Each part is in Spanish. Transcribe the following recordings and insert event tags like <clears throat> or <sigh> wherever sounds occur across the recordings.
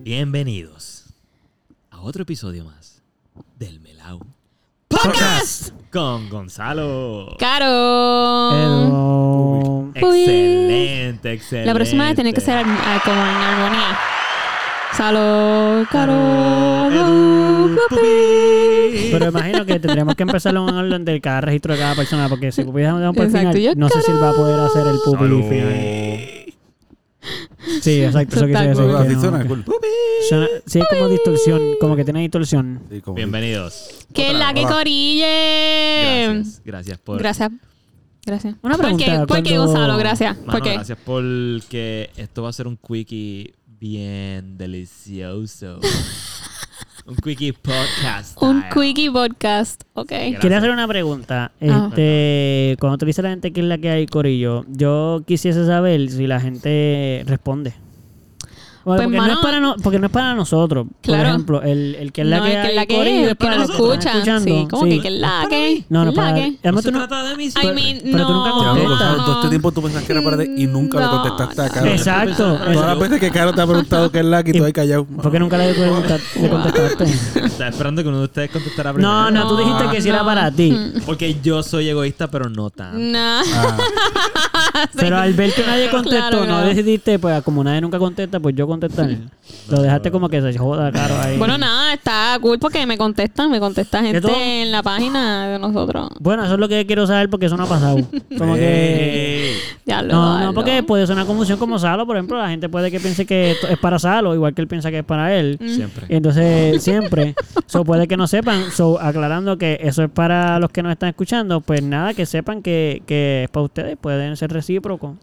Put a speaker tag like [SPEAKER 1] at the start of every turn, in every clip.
[SPEAKER 1] Bienvenidos a otro episodio más del Melao
[SPEAKER 2] Podcast.
[SPEAKER 1] con Gonzalo.
[SPEAKER 2] Caro.
[SPEAKER 3] Hello.
[SPEAKER 1] Excelente, excelente.
[SPEAKER 2] La próxima vez tenés que ser ah, como en armonía. Salud, Caro.
[SPEAKER 1] Edu, Pupi.
[SPEAKER 3] Pero imagino que tendríamos que empezarlo en orden de cada registro de cada persona, porque si Pupi dejamos por el
[SPEAKER 2] Exacto,
[SPEAKER 3] final,
[SPEAKER 2] yo
[SPEAKER 3] no sé si él va a poder hacer el Pupi
[SPEAKER 1] Salud.
[SPEAKER 3] final.
[SPEAKER 4] Eh,
[SPEAKER 3] Sí, exacto, eso
[SPEAKER 2] Está
[SPEAKER 3] quise decir.
[SPEAKER 2] cool.
[SPEAKER 3] que
[SPEAKER 4] Así
[SPEAKER 3] no,
[SPEAKER 4] suena
[SPEAKER 3] que-
[SPEAKER 4] cool.
[SPEAKER 3] suena- sí, es como distorsión, como que tiene distorsión.
[SPEAKER 4] Sí, como-
[SPEAKER 1] Bienvenidos.
[SPEAKER 2] Que es
[SPEAKER 4] Otra,
[SPEAKER 2] la que
[SPEAKER 4] hola.
[SPEAKER 2] corille.
[SPEAKER 1] Gracias, gracias por.
[SPEAKER 2] Eh, Gracias. Gracias.
[SPEAKER 3] Una
[SPEAKER 2] ¿Por qué?
[SPEAKER 3] pregunta,
[SPEAKER 2] ¿Por qué,
[SPEAKER 3] cuando-
[SPEAKER 2] Gonzalo? Gracias.
[SPEAKER 1] Mano,
[SPEAKER 2] ¿Por qué?
[SPEAKER 1] gracias porque esto va a ser un quickie bien
[SPEAKER 2] <laughs>
[SPEAKER 1] delicioso. un quickie podcast.
[SPEAKER 2] Un
[SPEAKER 1] style.
[SPEAKER 2] quickie podcast. Ok.
[SPEAKER 1] Gracias.
[SPEAKER 3] Quería hacer una pregunta. Este, Cuando te dice la gente que es la que hay, Corillo, yo quisiese saber si la gente responde. Bueno,
[SPEAKER 2] Pues,
[SPEAKER 3] porque, no
[SPEAKER 2] mano-
[SPEAKER 3] es para no- porque no es para nosotros.
[SPEAKER 2] Claro.
[SPEAKER 3] Por ejemplo, el, el que es la
[SPEAKER 2] no,
[SPEAKER 3] que
[SPEAKER 2] el
[SPEAKER 3] hay,
[SPEAKER 2] es la
[SPEAKER 3] Corillo,
[SPEAKER 2] que es,
[SPEAKER 3] es
[SPEAKER 2] que
[SPEAKER 3] para
[SPEAKER 2] nos
[SPEAKER 3] los que están
[SPEAKER 2] escuchan. Sí,
[SPEAKER 3] escuchando.
[SPEAKER 2] como
[SPEAKER 3] Sí.
[SPEAKER 2] que que es la que.
[SPEAKER 3] No, no,
[SPEAKER 2] la
[SPEAKER 3] para.
[SPEAKER 2] que.
[SPEAKER 1] No
[SPEAKER 3] Además,
[SPEAKER 1] se
[SPEAKER 3] tú no-
[SPEAKER 1] trata de mí,
[SPEAKER 2] I
[SPEAKER 1] pero-
[SPEAKER 2] mean,
[SPEAKER 3] pero tú nunca
[SPEAKER 2] no.
[SPEAKER 4] Te digo, Gonzalo,
[SPEAKER 3] no.
[SPEAKER 4] todo este tiempo tú pensabas que era para ti y nunca le
[SPEAKER 2] Mm, No,
[SPEAKER 4] contestaste a
[SPEAKER 2] no.
[SPEAKER 4] Caro.
[SPEAKER 1] este
[SPEAKER 3] Exacto.
[SPEAKER 4] Todas las veces que Caro te ha preguntado qué es la que y tú ahí callado.
[SPEAKER 3] ¿Por qué nunca le, pregunta- le contestaste?
[SPEAKER 1] Estaba esperando que uno de ustedes contestara primero.
[SPEAKER 3] No, no, tú dijiste que si era
[SPEAKER 2] No. Mm.
[SPEAKER 3] para ti.
[SPEAKER 2] <laughs>
[SPEAKER 1] Porque yo soy egoísta, pero no tanto.
[SPEAKER 2] No.
[SPEAKER 4] Ah,
[SPEAKER 3] Pero al ver que nadie contestó,
[SPEAKER 2] <laughs> Claro,
[SPEAKER 3] no
[SPEAKER 2] claro.
[SPEAKER 3] decidiste, pues como nadie nunca contesta, pues yo contestar. Lo dejaste como que se joda, claro, ahí.
[SPEAKER 2] Bueno, nada, está cool porque me contestan, me contesta
[SPEAKER 3] todo?
[SPEAKER 2] gente en la página de nosotros.
[SPEAKER 3] Bueno, eso es lo que quiero saber porque eso no ha pasado.
[SPEAKER 2] <laughs>
[SPEAKER 3] Como que...
[SPEAKER 1] Ey.
[SPEAKER 2] Ya lo
[SPEAKER 3] No, no, porque puede ser una confusión como Salo, por ejemplo, la gente puede que piense que esto es para Salo, igual que él piensa que es para él.
[SPEAKER 1] Siempre.
[SPEAKER 2] eh,
[SPEAKER 3] Y entonces, siempre. So, puede que no sepan. So, aclarando que eso es para los que nos están escuchando, pues nada, que sepan que, que es para ustedes. Pueden ser recíprocos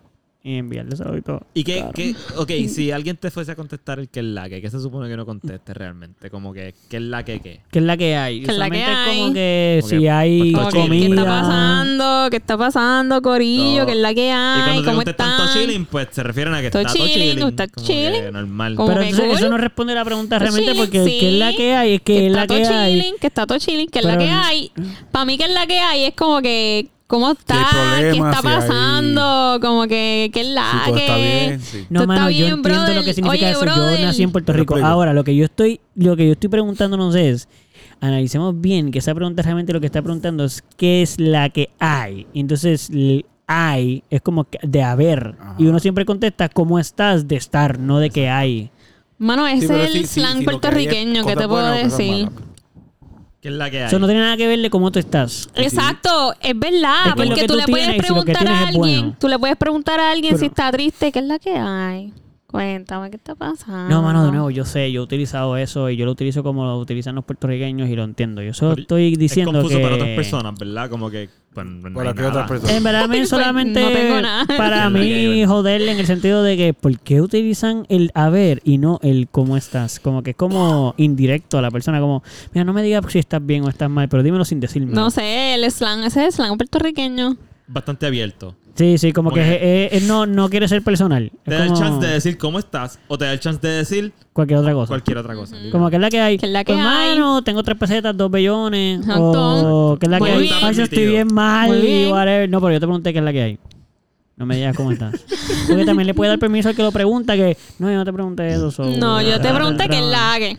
[SPEAKER 3] y enviarles algo y todo.
[SPEAKER 1] ¿Y qué, qué- ok, si alguien te fuese a contestar el que es la que, ¿qué se supone que no conteste realmente? Como que, ¿qué es la que qué?
[SPEAKER 3] ¿Qué es la que hay?
[SPEAKER 2] ¿Qué es la que
[SPEAKER 3] Usualmente es
[SPEAKER 2] hay?
[SPEAKER 3] como que
[SPEAKER 1] Como
[SPEAKER 3] si
[SPEAKER 1] que,
[SPEAKER 3] hay
[SPEAKER 1] pues,
[SPEAKER 2] Como que,
[SPEAKER 3] comida.
[SPEAKER 2] ¿Qué está pasando? ¿Qué está pasando, Corillo?
[SPEAKER 1] No.
[SPEAKER 2] ¿Qué es la que
[SPEAKER 1] y
[SPEAKER 2] hay?
[SPEAKER 1] cuando te
[SPEAKER 2] ¿Cómo
[SPEAKER 1] contestan todo
[SPEAKER 2] están?
[SPEAKER 1] chilling, pues se refieren a que
[SPEAKER 2] Todo
[SPEAKER 1] está todo
[SPEAKER 2] chilling,
[SPEAKER 1] chilling.
[SPEAKER 2] está
[SPEAKER 1] como
[SPEAKER 2] chilling.
[SPEAKER 1] que normal.
[SPEAKER 2] Como
[SPEAKER 3] Pero
[SPEAKER 2] que
[SPEAKER 3] entonces,
[SPEAKER 2] cool.
[SPEAKER 3] eso no responde la pregunta
[SPEAKER 2] Está
[SPEAKER 3] realmente
[SPEAKER 2] chilling,
[SPEAKER 3] porque ¿qué es la
[SPEAKER 2] sí.
[SPEAKER 3] que hay? Es que es
[SPEAKER 2] está
[SPEAKER 3] la
[SPEAKER 2] todo
[SPEAKER 3] que hay.
[SPEAKER 2] chilling, que está todo chilling, que es la
[SPEAKER 3] Pero-
[SPEAKER 2] que hay. Para mí, que es la que hay es como que, ¿cómo está?
[SPEAKER 4] hay
[SPEAKER 2] ¿Qué
[SPEAKER 4] problemas,
[SPEAKER 2] está
[SPEAKER 4] si hay-
[SPEAKER 2] pasando? Como que, ¿qué es la
[SPEAKER 4] si todo
[SPEAKER 2] que?
[SPEAKER 4] está bien, sí.
[SPEAKER 3] No,
[SPEAKER 2] Todo
[SPEAKER 3] mano,
[SPEAKER 2] está
[SPEAKER 3] yo
[SPEAKER 2] bien,
[SPEAKER 3] entiendo
[SPEAKER 2] brother.
[SPEAKER 3] lo que significa
[SPEAKER 2] Oye,
[SPEAKER 3] eso.
[SPEAKER 2] brother.
[SPEAKER 3] Yo nací en Puerto
[SPEAKER 4] Te
[SPEAKER 3] Rico.
[SPEAKER 4] explico.
[SPEAKER 3] Ahora, lo que yo estoy, lo que yo estoy preguntándonos es, analicemos bien que esa pregunta realmente lo que está preguntando es qué es la que hay. Y Entonces, el hay es como que de haber.
[SPEAKER 4] Ajá.
[SPEAKER 3] Y uno siempre contesta cómo estás de estar, no de que hay.
[SPEAKER 2] Mano, ese
[SPEAKER 4] Sí, pero
[SPEAKER 2] es
[SPEAKER 4] sí,
[SPEAKER 2] el
[SPEAKER 4] sí,
[SPEAKER 2] slang
[SPEAKER 4] sí, lo que hay es
[SPEAKER 2] puertorriqueño, ¿qué
[SPEAKER 4] cosas
[SPEAKER 2] te puedo
[SPEAKER 4] buenas o cosas
[SPEAKER 2] decir?
[SPEAKER 4] malas.
[SPEAKER 1] ¿Qué es la que hay?
[SPEAKER 3] Eso no tiene nada que ver de cómo tú estás.
[SPEAKER 4] Sí.
[SPEAKER 2] Exacto, es verdad,
[SPEAKER 3] Es que lo
[SPEAKER 2] porque
[SPEAKER 3] que
[SPEAKER 2] tú
[SPEAKER 3] tú
[SPEAKER 2] le puedes
[SPEAKER 3] tienes y lo que
[SPEAKER 2] preguntar a
[SPEAKER 3] tienes es
[SPEAKER 2] alguien,
[SPEAKER 3] bueno.
[SPEAKER 2] tú le puedes preguntar a alguien si
[SPEAKER 3] Pero-
[SPEAKER 2] está triste, ¿qué es la que hay? Cuéntame, ¿qué está pasando?
[SPEAKER 3] No, mano, de nuevo, yo sé, yo he utilizado eso y yo lo utilizo como lo utilizan los puertorriqueños y lo entiendo. Yo solo
[SPEAKER 1] Pero
[SPEAKER 3] estoy diciendo
[SPEAKER 1] es confuso
[SPEAKER 3] que...
[SPEAKER 1] para otras personas, ¿verdad? Como que, pues, no
[SPEAKER 4] Para
[SPEAKER 1] hay
[SPEAKER 4] que otras
[SPEAKER 1] nada.
[SPEAKER 4] personas.
[SPEAKER 3] En verdad, a
[SPEAKER 2] <laughs>
[SPEAKER 3] mí
[SPEAKER 2] Pues,
[SPEAKER 3] solamente
[SPEAKER 2] no tengo nada.
[SPEAKER 3] para mí joder en el sentido de que ¿por qué utilizan el haber y no el cómo estás? Como que es como indirecto a la persona, como, mira, no me digas si estás bien o estás mal, pero dímelo sin decirme.
[SPEAKER 2] No sé, el slang, ese es el slang puertorriqueño.
[SPEAKER 1] Bastante abierto.
[SPEAKER 3] Sí, sí, como que
[SPEAKER 1] Bueno.
[SPEAKER 3] es- es- es no, no quiere ser personal.
[SPEAKER 1] Te
[SPEAKER 3] Es
[SPEAKER 1] da el
[SPEAKER 3] como
[SPEAKER 1] chance de decir cómo estás o te da el chance de decir
[SPEAKER 3] cualquier otra cosa.
[SPEAKER 1] cualquier otra cosa.
[SPEAKER 3] Como que es la que hay.
[SPEAKER 2] Que es la que
[SPEAKER 3] Pues,
[SPEAKER 2] hay.
[SPEAKER 3] mano, tengo tres pesetas, dos bellones.
[SPEAKER 2] Ajá, todo.
[SPEAKER 3] O que es la que
[SPEAKER 2] Muy
[SPEAKER 3] hay.
[SPEAKER 2] bien.
[SPEAKER 3] Ay, yo estoy
[SPEAKER 1] Permitido.
[SPEAKER 3] bien mal
[SPEAKER 2] Muy
[SPEAKER 3] y
[SPEAKER 2] bien.
[SPEAKER 3] whatever. No, pero yo te pregunté qué es la que hay. No me digas cómo
[SPEAKER 2] <laughs>
[SPEAKER 3] estás. Porque también le puede dar permiso al que lo pregunta que, no, yo no te pregunté eso. so-
[SPEAKER 2] No, yo te pregunté qué es la que,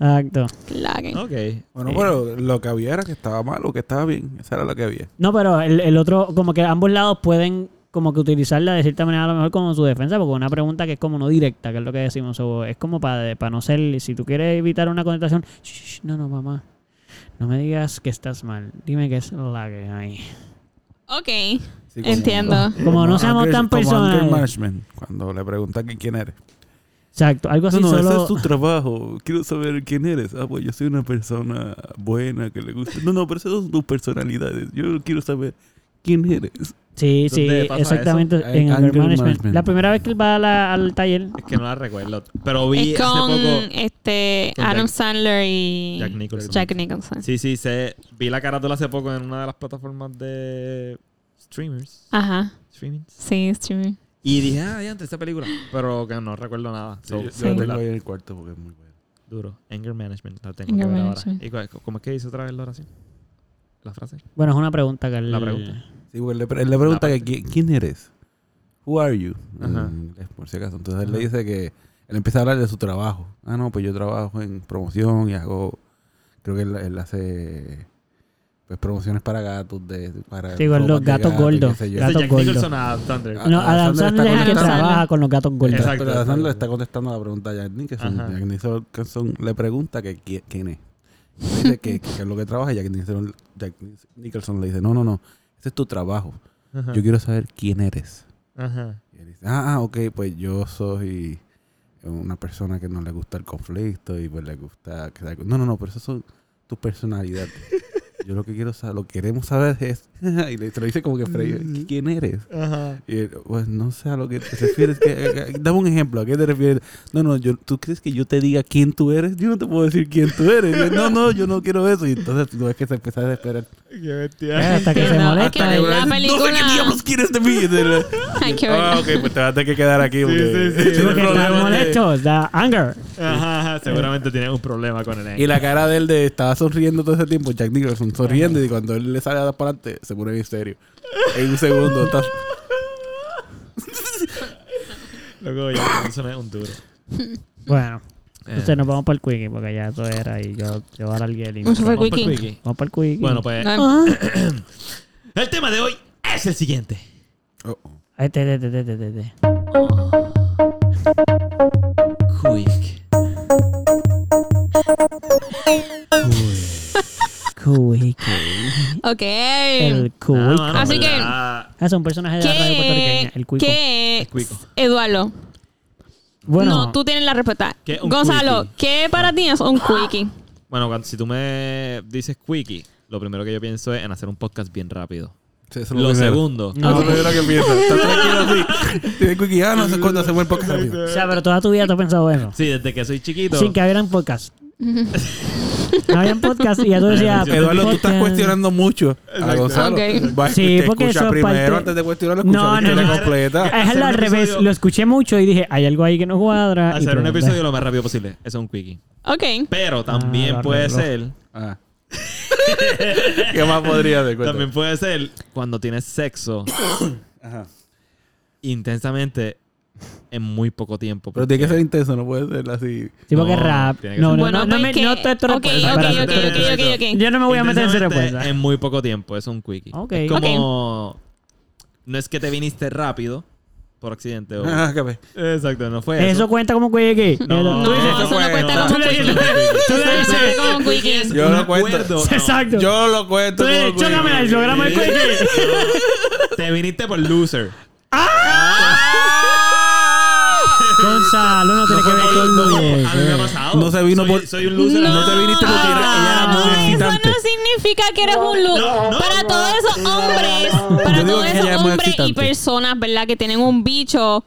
[SPEAKER 3] Exacto.
[SPEAKER 2] qué es la que.
[SPEAKER 1] Ok.
[SPEAKER 4] Bueno, pero lo que había era que estaba mal o que estaba bien. Esa era lo que había.
[SPEAKER 3] No, pero el, el otro, como que ambos lados pueden como que utilizarla de cierta manera a lo mejor como su defensa, porque una pregunta que es como no directa, que es lo que decimos, o es como para para no ser, si tú quieres evitar una contestación, "Shh, no, no, mamá, no me digas que estás mal, dime que es la que hay.
[SPEAKER 2] Ok,
[SPEAKER 4] Sí, como-
[SPEAKER 2] Entiendo.
[SPEAKER 3] Como no seamos
[SPEAKER 4] anger-
[SPEAKER 3] tan
[SPEAKER 4] como anger
[SPEAKER 3] personales.
[SPEAKER 4] management, cuando le preguntan que quién eres.
[SPEAKER 3] Exacto, algo así
[SPEAKER 4] no, no, ese
[SPEAKER 3] solo...
[SPEAKER 4] es tu trabajo. Quiero saber quién eres. Ah, pues yo soy una persona buena que le gusta. No, no, pero esas son tus personalidades. Yo quiero saber quién eres.
[SPEAKER 3] Sí, sí,
[SPEAKER 1] ¿Dónde pasa
[SPEAKER 3] exactamente,
[SPEAKER 4] eso?
[SPEAKER 3] en
[SPEAKER 4] Eh,
[SPEAKER 3] anger
[SPEAKER 4] anger
[SPEAKER 3] management.
[SPEAKER 4] management.
[SPEAKER 3] La primera vez que él va a la- al taller,
[SPEAKER 1] Es que no la recuerdo. Pero vi
[SPEAKER 2] es con
[SPEAKER 1] hace poco...
[SPEAKER 2] este
[SPEAKER 1] con
[SPEAKER 2] Adam
[SPEAKER 1] Jack-
[SPEAKER 2] Sandler y
[SPEAKER 1] Jack Nicholson.
[SPEAKER 2] Jack Nicholson.
[SPEAKER 1] Sí, sí, sé. Vi la carátula hace poco en una de las plataformas de streamers.
[SPEAKER 2] Ajá,
[SPEAKER 1] Streamings.
[SPEAKER 2] sí, sí.
[SPEAKER 1] Y dije, ah, ya antes esta película. Pero que no recuerdo nada. So,
[SPEAKER 4] yo
[SPEAKER 2] sí.
[SPEAKER 4] yo
[SPEAKER 1] en
[SPEAKER 4] la
[SPEAKER 1] verdad,
[SPEAKER 4] tengo ahí en el cuarto porque es muy bueno.
[SPEAKER 1] Duro. Anger management. La tengo
[SPEAKER 2] Anger
[SPEAKER 1] que ver
[SPEAKER 2] management.
[SPEAKER 1] ahora. ¿Y cuál- ¿Cómo es que dice otra vez la oración? La frase.
[SPEAKER 3] bueno, es una pregunta que él-
[SPEAKER 1] La pregunta.
[SPEAKER 4] Sí, porque le, pre- él le pregunta
[SPEAKER 1] La
[SPEAKER 4] que, qui- quién eres. Who are you?
[SPEAKER 1] Ajá.
[SPEAKER 4] Mm, es por si acaso. Entonces él le
[SPEAKER 1] Ajá.
[SPEAKER 4] dice que Él empieza a hablar de su trabajo. Ah, no, pues yo trabajo en promoción y hago. Creo que él, él hace. Pues promociones para gatos. De, para
[SPEAKER 3] Sí, con
[SPEAKER 4] ropas
[SPEAKER 3] los
[SPEAKER 4] de
[SPEAKER 3] gatos
[SPEAKER 4] gatos y
[SPEAKER 3] gordos.
[SPEAKER 4] qué sé yo.
[SPEAKER 1] Ese
[SPEAKER 3] Gato
[SPEAKER 1] Jack
[SPEAKER 3] gordo.
[SPEAKER 1] Nicholson a Adam Sandler.
[SPEAKER 4] Ah,
[SPEAKER 3] No,
[SPEAKER 4] Adam
[SPEAKER 3] Adam
[SPEAKER 4] Sandler está
[SPEAKER 3] Sandler es el que
[SPEAKER 2] contestando.
[SPEAKER 3] trabaja con los gatos gordos.
[SPEAKER 1] Exacto.
[SPEAKER 4] Pero Adam Sandler está contestando la pregunta a Jack Nicholson.
[SPEAKER 1] Ajá.
[SPEAKER 4] Jack Nicholson le pregunta que qui- quién es. Le Dice que, que es lo que trabaja y Jack Nicholson, Jack Nicholson le dice, no, no, no, ese es tu trabajo.
[SPEAKER 1] Ajá,
[SPEAKER 4] Yo quiero saber quién eres.
[SPEAKER 1] ajá.
[SPEAKER 4] Y él dice, ah, ah, ok, pues yo soy una persona que no le gusta el conflicto y pues le gusta... que sea- No, no, no, pero eso son tus personalidades.
[SPEAKER 1] <laughs>
[SPEAKER 4] Yo lo que quiero saber, lo que queremos saber es... <laughs> y le, se lo dice como que
[SPEAKER 1] Mm.
[SPEAKER 4] freído, ¿quién eres?
[SPEAKER 1] Ajá.
[SPEAKER 4] Y él, pues no sé a lo que te refieres. que- que- que- dame un ejemplo, ¿a qué te refieres? No, no, yo, ¿tú crees que yo te diga quién tú eres? Yo no te puedo decir quién tú eres. Y él, no, no, yo no quiero eso. Y entonces tú ves que se empieza a desesperar.
[SPEAKER 1] Qué
[SPEAKER 3] Eh,
[SPEAKER 1] mentira. <laughs>
[SPEAKER 3] Hasta que se
[SPEAKER 2] No,
[SPEAKER 3] molesta.
[SPEAKER 2] es que
[SPEAKER 4] Y
[SPEAKER 2] la
[SPEAKER 4] él, No sé
[SPEAKER 2] película.
[SPEAKER 4] qué diablos quieres de mí. Y él,
[SPEAKER 2] <laughs> Hay que verla.
[SPEAKER 4] Ah, ok, pues te vas a tener que quedar aquí. porque-
[SPEAKER 1] sí, sí.
[SPEAKER 3] Sí, porque
[SPEAKER 1] El
[SPEAKER 3] está
[SPEAKER 1] problema de-
[SPEAKER 3] molesto. Da anger.
[SPEAKER 1] Ajá, ajá, Seguramente tiene un problema con el
[SPEAKER 4] Y
[SPEAKER 1] ex.
[SPEAKER 4] la cara de él de estaba sonriendo todo ese tiempo, Jack Nicholson sonriendo y cuando él le sale a dar para adelante se pone bien serio. En un
[SPEAKER 1] <laughs>
[SPEAKER 4] segundo estás...
[SPEAKER 1] Luego Jack Nicholson es un duro.
[SPEAKER 3] Bueno,
[SPEAKER 1] Eh,
[SPEAKER 3] entonces nos vamos para el quickie porque ya todo era y yo, yo ahora alguien
[SPEAKER 2] Eso fue
[SPEAKER 1] vamos pa'l
[SPEAKER 2] Quickie.
[SPEAKER 1] quickie.
[SPEAKER 3] Vamos para el quickie.
[SPEAKER 1] Eh,
[SPEAKER 3] Ah.
[SPEAKER 1] Bueno, pues
[SPEAKER 2] No,
[SPEAKER 1] el tema de hoy es el siguiente.
[SPEAKER 4] Oh, oh.
[SPEAKER 3] Este, este, este, este, este.
[SPEAKER 1] Quick.
[SPEAKER 3] Quickie.
[SPEAKER 2] ok.
[SPEAKER 3] El
[SPEAKER 1] Ah,
[SPEAKER 3] cool.
[SPEAKER 1] mano,
[SPEAKER 2] Así que-
[SPEAKER 1] ¿verdad?
[SPEAKER 3] es un personaje de la radio puertorriqueña,
[SPEAKER 2] Eh, ¿Qué,
[SPEAKER 3] el cuico.
[SPEAKER 2] ¿qué
[SPEAKER 1] El cuico.
[SPEAKER 2] es, Eduardo?
[SPEAKER 3] Bueno,
[SPEAKER 2] no, tú tienes la respuesta.
[SPEAKER 1] ¿Qué es un
[SPEAKER 2] Gonzalo,
[SPEAKER 1] quickie?
[SPEAKER 2] ¿qué para ti es un quickie?
[SPEAKER 1] Bueno, cuando- si tú me dices quickie, lo primero que yo pienso es en hacer un podcast bien rápido.
[SPEAKER 4] Sí, eso es
[SPEAKER 1] Lo
[SPEAKER 4] primero.
[SPEAKER 1] segundo.
[SPEAKER 4] No, eso es lo que piensa. Está tranquilo así. Tiene quickie, ah, no sé cuándo hacemos el podcast rápido.
[SPEAKER 3] o sea, pero toda tu vida tú has pensado eso.
[SPEAKER 1] Sí, desde que soy chiquito.
[SPEAKER 3] Sin que habían
[SPEAKER 2] <laughs>
[SPEAKER 3] podcast. no habían podcast y ya tú decías.
[SPEAKER 1] Exacto.
[SPEAKER 4] Eduardo, tú estás
[SPEAKER 3] podcast.
[SPEAKER 4] cuestionando mucho a
[SPEAKER 1] Exacto.
[SPEAKER 4] Gonzalo.
[SPEAKER 2] Ok.
[SPEAKER 4] Va,
[SPEAKER 3] Sí,
[SPEAKER 4] te
[SPEAKER 3] porque
[SPEAKER 4] escucha
[SPEAKER 3] eso es
[SPEAKER 4] primero
[SPEAKER 3] parte-
[SPEAKER 4] antes de cuestionarlo, escucha
[SPEAKER 3] No,
[SPEAKER 4] la
[SPEAKER 3] no, Eh,
[SPEAKER 4] historia
[SPEAKER 3] no.
[SPEAKER 4] completa.
[SPEAKER 3] Es
[SPEAKER 1] Hacer
[SPEAKER 3] al
[SPEAKER 1] un
[SPEAKER 3] revés.
[SPEAKER 1] episodio-
[SPEAKER 3] Lo escuché mucho y dije, hay algo ahí que no cuadra. y
[SPEAKER 1] Hacer un
[SPEAKER 3] pregunté.
[SPEAKER 1] episodio lo más rápido posible. Eso es un quickie.
[SPEAKER 2] Ok.
[SPEAKER 1] Pero también
[SPEAKER 3] Ah, lo
[SPEAKER 1] puede
[SPEAKER 3] arregló.
[SPEAKER 1] ser.
[SPEAKER 4] Ah. ¿Qué más podría hacer? Cuéntame.
[SPEAKER 1] También puede ser cuando tienes
[SPEAKER 4] <coughs>
[SPEAKER 1] sexo
[SPEAKER 4] Ajá.
[SPEAKER 1] intensamente en muy poco tiempo.
[SPEAKER 4] Pero tiene que ser intenso, no puede ser así.
[SPEAKER 3] Sí, porque
[SPEAKER 1] No,
[SPEAKER 3] rap.
[SPEAKER 1] tiene que
[SPEAKER 3] No,
[SPEAKER 1] ser-
[SPEAKER 3] no,
[SPEAKER 2] bueno,
[SPEAKER 3] no, no,
[SPEAKER 2] pues
[SPEAKER 3] me-
[SPEAKER 2] que-
[SPEAKER 3] no te te
[SPEAKER 2] ok,
[SPEAKER 3] respondo.
[SPEAKER 2] ok,
[SPEAKER 3] Espérate,
[SPEAKER 2] ok,
[SPEAKER 3] espérate,
[SPEAKER 2] ok,
[SPEAKER 3] espérate.
[SPEAKER 2] ok, ok.
[SPEAKER 3] Yo no me voy a meter en su respuesta.
[SPEAKER 1] En muy poco tiempo. Eso es un quickie.
[SPEAKER 3] Ok.
[SPEAKER 1] Es como... No es que te viniste rápido por accidente. o-
[SPEAKER 4] Ah, qué pe-
[SPEAKER 1] Exacto, no fue eso.
[SPEAKER 3] Eso cuenta como quickie.
[SPEAKER 1] No,
[SPEAKER 3] Tú dices,
[SPEAKER 2] eso no cuenta
[SPEAKER 1] no.
[SPEAKER 2] como un quickie.
[SPEAKER 3] tú le
[SPEAKER 2] Eso no
[SPEAKER 3] dices-
[SPEAKER 2] cuenta como un quickie.
[SPEAKER 4] Yo
[SPEAKER 1] Un
[SPEAKER 4] lo cuento.
[SPEAKER 1] <laughs> acuerdo, no.
[SPEAKER 3] Exacto.
[SPEAKER 4] Yo lo cuento.
[SPEAKER 3] Tú
[SPEAKER 4] como
[SPEAKER 3] dices,
[SPEAKER 4] quickie.
[SPEAKER 3] chócame el logramos el quickie.
[SPEAKER 1] Te viniste por loser.
[SPEAKER 3] ¡Ah!
[SPEAKER 1] Ah,
[SPEAKER 3] Gonzalo no tiene que ver con eh.
[SPEAKER 1] No,
[SPEAKER 3] Ah, Luis.
[SPEAKER 1] a mí me ha pasado.
[SPEAKER 4] No se vino
[SPEAKER 1] Soy-
[SPEAKER 4] por-
[SPEAKER 1] Soy un loser.
[SPEAKER 4] No te viniste porque era- ella era muy excitante.
[SPEAKER 2] Eso no significa que eres un loser.
[SPEAKER 1] No, no.
[SPEAKER 2] para todos esos hombres,
[SPEAKER 4] Yo
[SPEAKER 2] para
[SPEAKER 4] digo
[SPEAKER 2] todos
[SPEAKER 4] que ella es
[SPEAKER 2] esos
[SPEAKER 4] muy
[SPEAKER 2] hombres y
[SPEAKER 4] excitante.
[SPEAKER 2] personas, ¿verdad? Que tienen un bicho.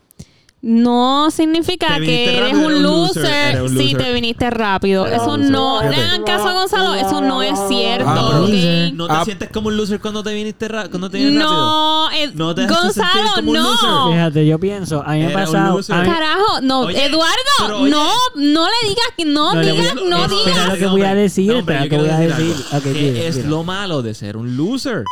[SPEAKER 2] No significa
[SPEAKER 1] Te viniste
[SPEAKER 2] que eres
[SPEAKER 1] rápido,
[SPEAKER 2] un
[SPEAKER 1] eres un loser,
[SPEAKER 2] loser,
[SPEAKER 1] eres un
[SPEAKER 2] si
[SPEAKER 1] loser.
[SPEAKER 2] te viniste rápido.
[SPEAKER 1] Eres
[SPEAKER 2] eso
[SPEAKER 1] un loser.
[SPEAKER 2] no, le
[SPEAKER 4] Fíjate.
[SPEAKER 2] hagan caso a Gonzalo, eso no es cierto.
[SPEAKER 4] Ah, pero-
[SPEAKER 2] ¿ok?
[SPEAKER 3] Loser.
[SPEAKER 1] ¿No te
[SPEAKER 4] Ah.
[SPEAKER 1] sientes como un loser cuando te viniste ra- cuando te viniste rápido?
[SPEAKER 2] No, eh,
[SPEAKER 1] No te haces sentir
[SPEAKER 2] Gonzalo,
[SPEAKER 1] como un
[SPEAKER 2] no.
[SPEAKER 1] loser.
[SPEAKER 3] eh, Fíjate, yo pienso, a mí me ha
[SPEAKER 1] Era un
[SPEAKER 3] pasado.
[SPEAKER 1] loser.
[SPEAKER 3] a mí-
[SPEAKER 2] Carajo, no,
[SPEAKER 1] Oye, pero
[SPEAKER 2] Eduardo,
[SPEAKER 1] oye.
[SPEAKER 2] no, no le digas que no,
[SPEAKER 3] No le voy a-
[SPEAKER 2] digas, no
[SPEAKER 3] espera
[SPEAKER 2] digas.
[SPEAKER 3] lo que voy a decir, espera
[SPEAKER 1] yo
[SPEAKER 3] que voy a
[SPEAKER 1] quiero algo.
[SPEAKER 3] decir. Ok,
[SPEAKER 1] ¿Qué
[SPEAKER 3] dile,
[SPEAKER 1] es
[SPEAKER 3] dile.
[SPEAKER 1] lo malo de ser un loser?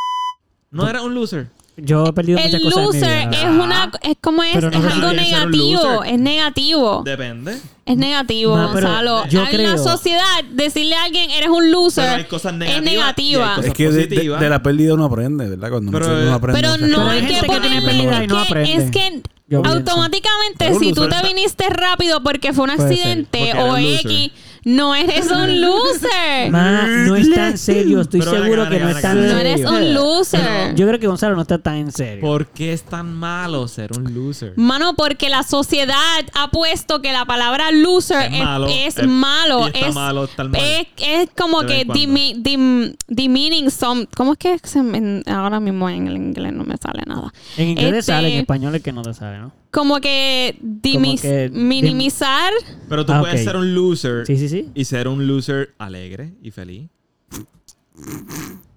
[SPEAKER 1] No era un loser.
[SPEAKER 3] yo he perdido muchas
[SPEAKER 2] El
[SPEAKER 3] cosas. en mi
[SPEAKER 2] loser
[SPEAKER 3] vida.
[SPEAKER 2] es una es como es,
[SPEAKER 3] Pero no
[SPEAKER 2] es
[SPEAKER 3] debería
[SPEAKER 2] algo
[SPEAKER 1] ser un
[SPEAKER 2] negativo,
[SPEAKER 1] loser.
[SPEAKER 2] es negativo.
[SPEAKER 1] Depende.
[SPEAKER 2] es negativo,
[SPEAKER 3] Ma, pero
[SPEAKER 2] Gonzalo.
[SPEAKER 3] yo
[SPEAKER 2] Hay una
[SPEAKER 3] creo-
[SPEAKER 2] sociedad decirle a alguien eres un loser
[SPEAKER 1] Pero hay cosas
[SPEAKER 2] es
[SPEAKER 1] negativas y hay
[SPEAKER 2] negativa.
[SPEAKER 1] cosas-
[SPEAKER 4] Es que de, de-
[SPEAKER 1] positiva.
[SPEAKER 4] de la pérdida uno aprende, ¿verdad? Cuando uno-
[SPEAKER 1] Pero,
[SPEAKER 4] uno,
[SPEAKER 1] eh,
[SPEAKER 4] aprende.
[SPEAKER 2] Pero
[SPEAKER 4] muchas
[SPEAKER 2] no
[SPEAKER 4] cosas.
[SPEAKER 3] hay
[SPEAKER 2] hay que
[SPEAKER 3] gente que tiene
[SPEAKER 2] ponerle
[SPEAKER 3] pérdida y no
[SPEAKER 2] es que-
[SPEAKER 3] aprende.
[SPEAKER 2] es que
[SPEAKER 3] Yo pienso.
[SPEAKER 2] automáticamente
[SPEAKER 1] Pero un
[SPEAKER 2] si
[SPEAKER 1] loser
[SPEAKER 2] tú te
[SPEAKER 1] está-
[SPEAKER 2] viniste rápido porque fue un
[SPEAKER 3] Puede ser,
[SPEAKER 2] accidente
[SPEAKER 1] porque era
[SPEAKER 2] o
[SPEAKER 1] un loser.
[SPEAKER 2] X, no
[SPEAKER 1] <laughs>
[SPEAKER 2] eres un loser.
[SPEAKER 3] Ma, no es tan serio, estoy
[SPEAKER 1] Pero venga,
[SPEAKER 3] seguro que
[SPEAKER 1] venga,
[SPEAKER 3] no
[SPEAKER 1] venga,
[SPEAKER 3] es tan
[SPEAKER 1] venga.
[SPEAKER 2] no
[SPEAKER 3] serio.
[SPEAKER 2] eres un loser.
[SPEAKER 3] Yo creo que Gonzalo no está tan en serio.
[SPEAKER 1] ¿Por qué es tan malo ser un loser?
[SPEAKER 3] Mm.
[SPEAKER 2] Mano, porque la sociedad ha puesto que la palabra loser
[SPEAKER 1] Es
[SPEAKER 2] es,
[SPEAKER 1] malo,
[SPEAKER 2] es
[SPEAKER 1] es-
[SPEAKER 2] malo.
[SPEAKER 1] y está
[SPEAKER 2] es,
[SPEAKER 1] malo, está mal.
[SPEAKER 2] es- es como
[SPEAKER 1] De vez
[SPEAKER 2] que
[SPEAKER 1] en cuando.
[SPEAKER 2] dimi- dim- demeaning some. ¿Cómo es que se me- en- ahora mismo en el inglés no me sale nada?
[SPEAKER 3] En inglés te
[SPEAKER 2] Este,
[SPEAKER 3] sale, en español es que no te sale, ¿no?
[SPEAKER 2] Como que, dimis-
[SPEAKER 3] que dim-
[SPEAKER 2] minimizar.
[SPEAKER 1] Pero tú
[SPEAKER 3] Ah,
[SPEAKER 1] puedes
[SPEAKER 3] ok.
[SPEAKER 1] ser un loser
[SPEAKER 3] Sí, sí, sí.
[SPEAKER 1] y ser un loser alegre y feliz.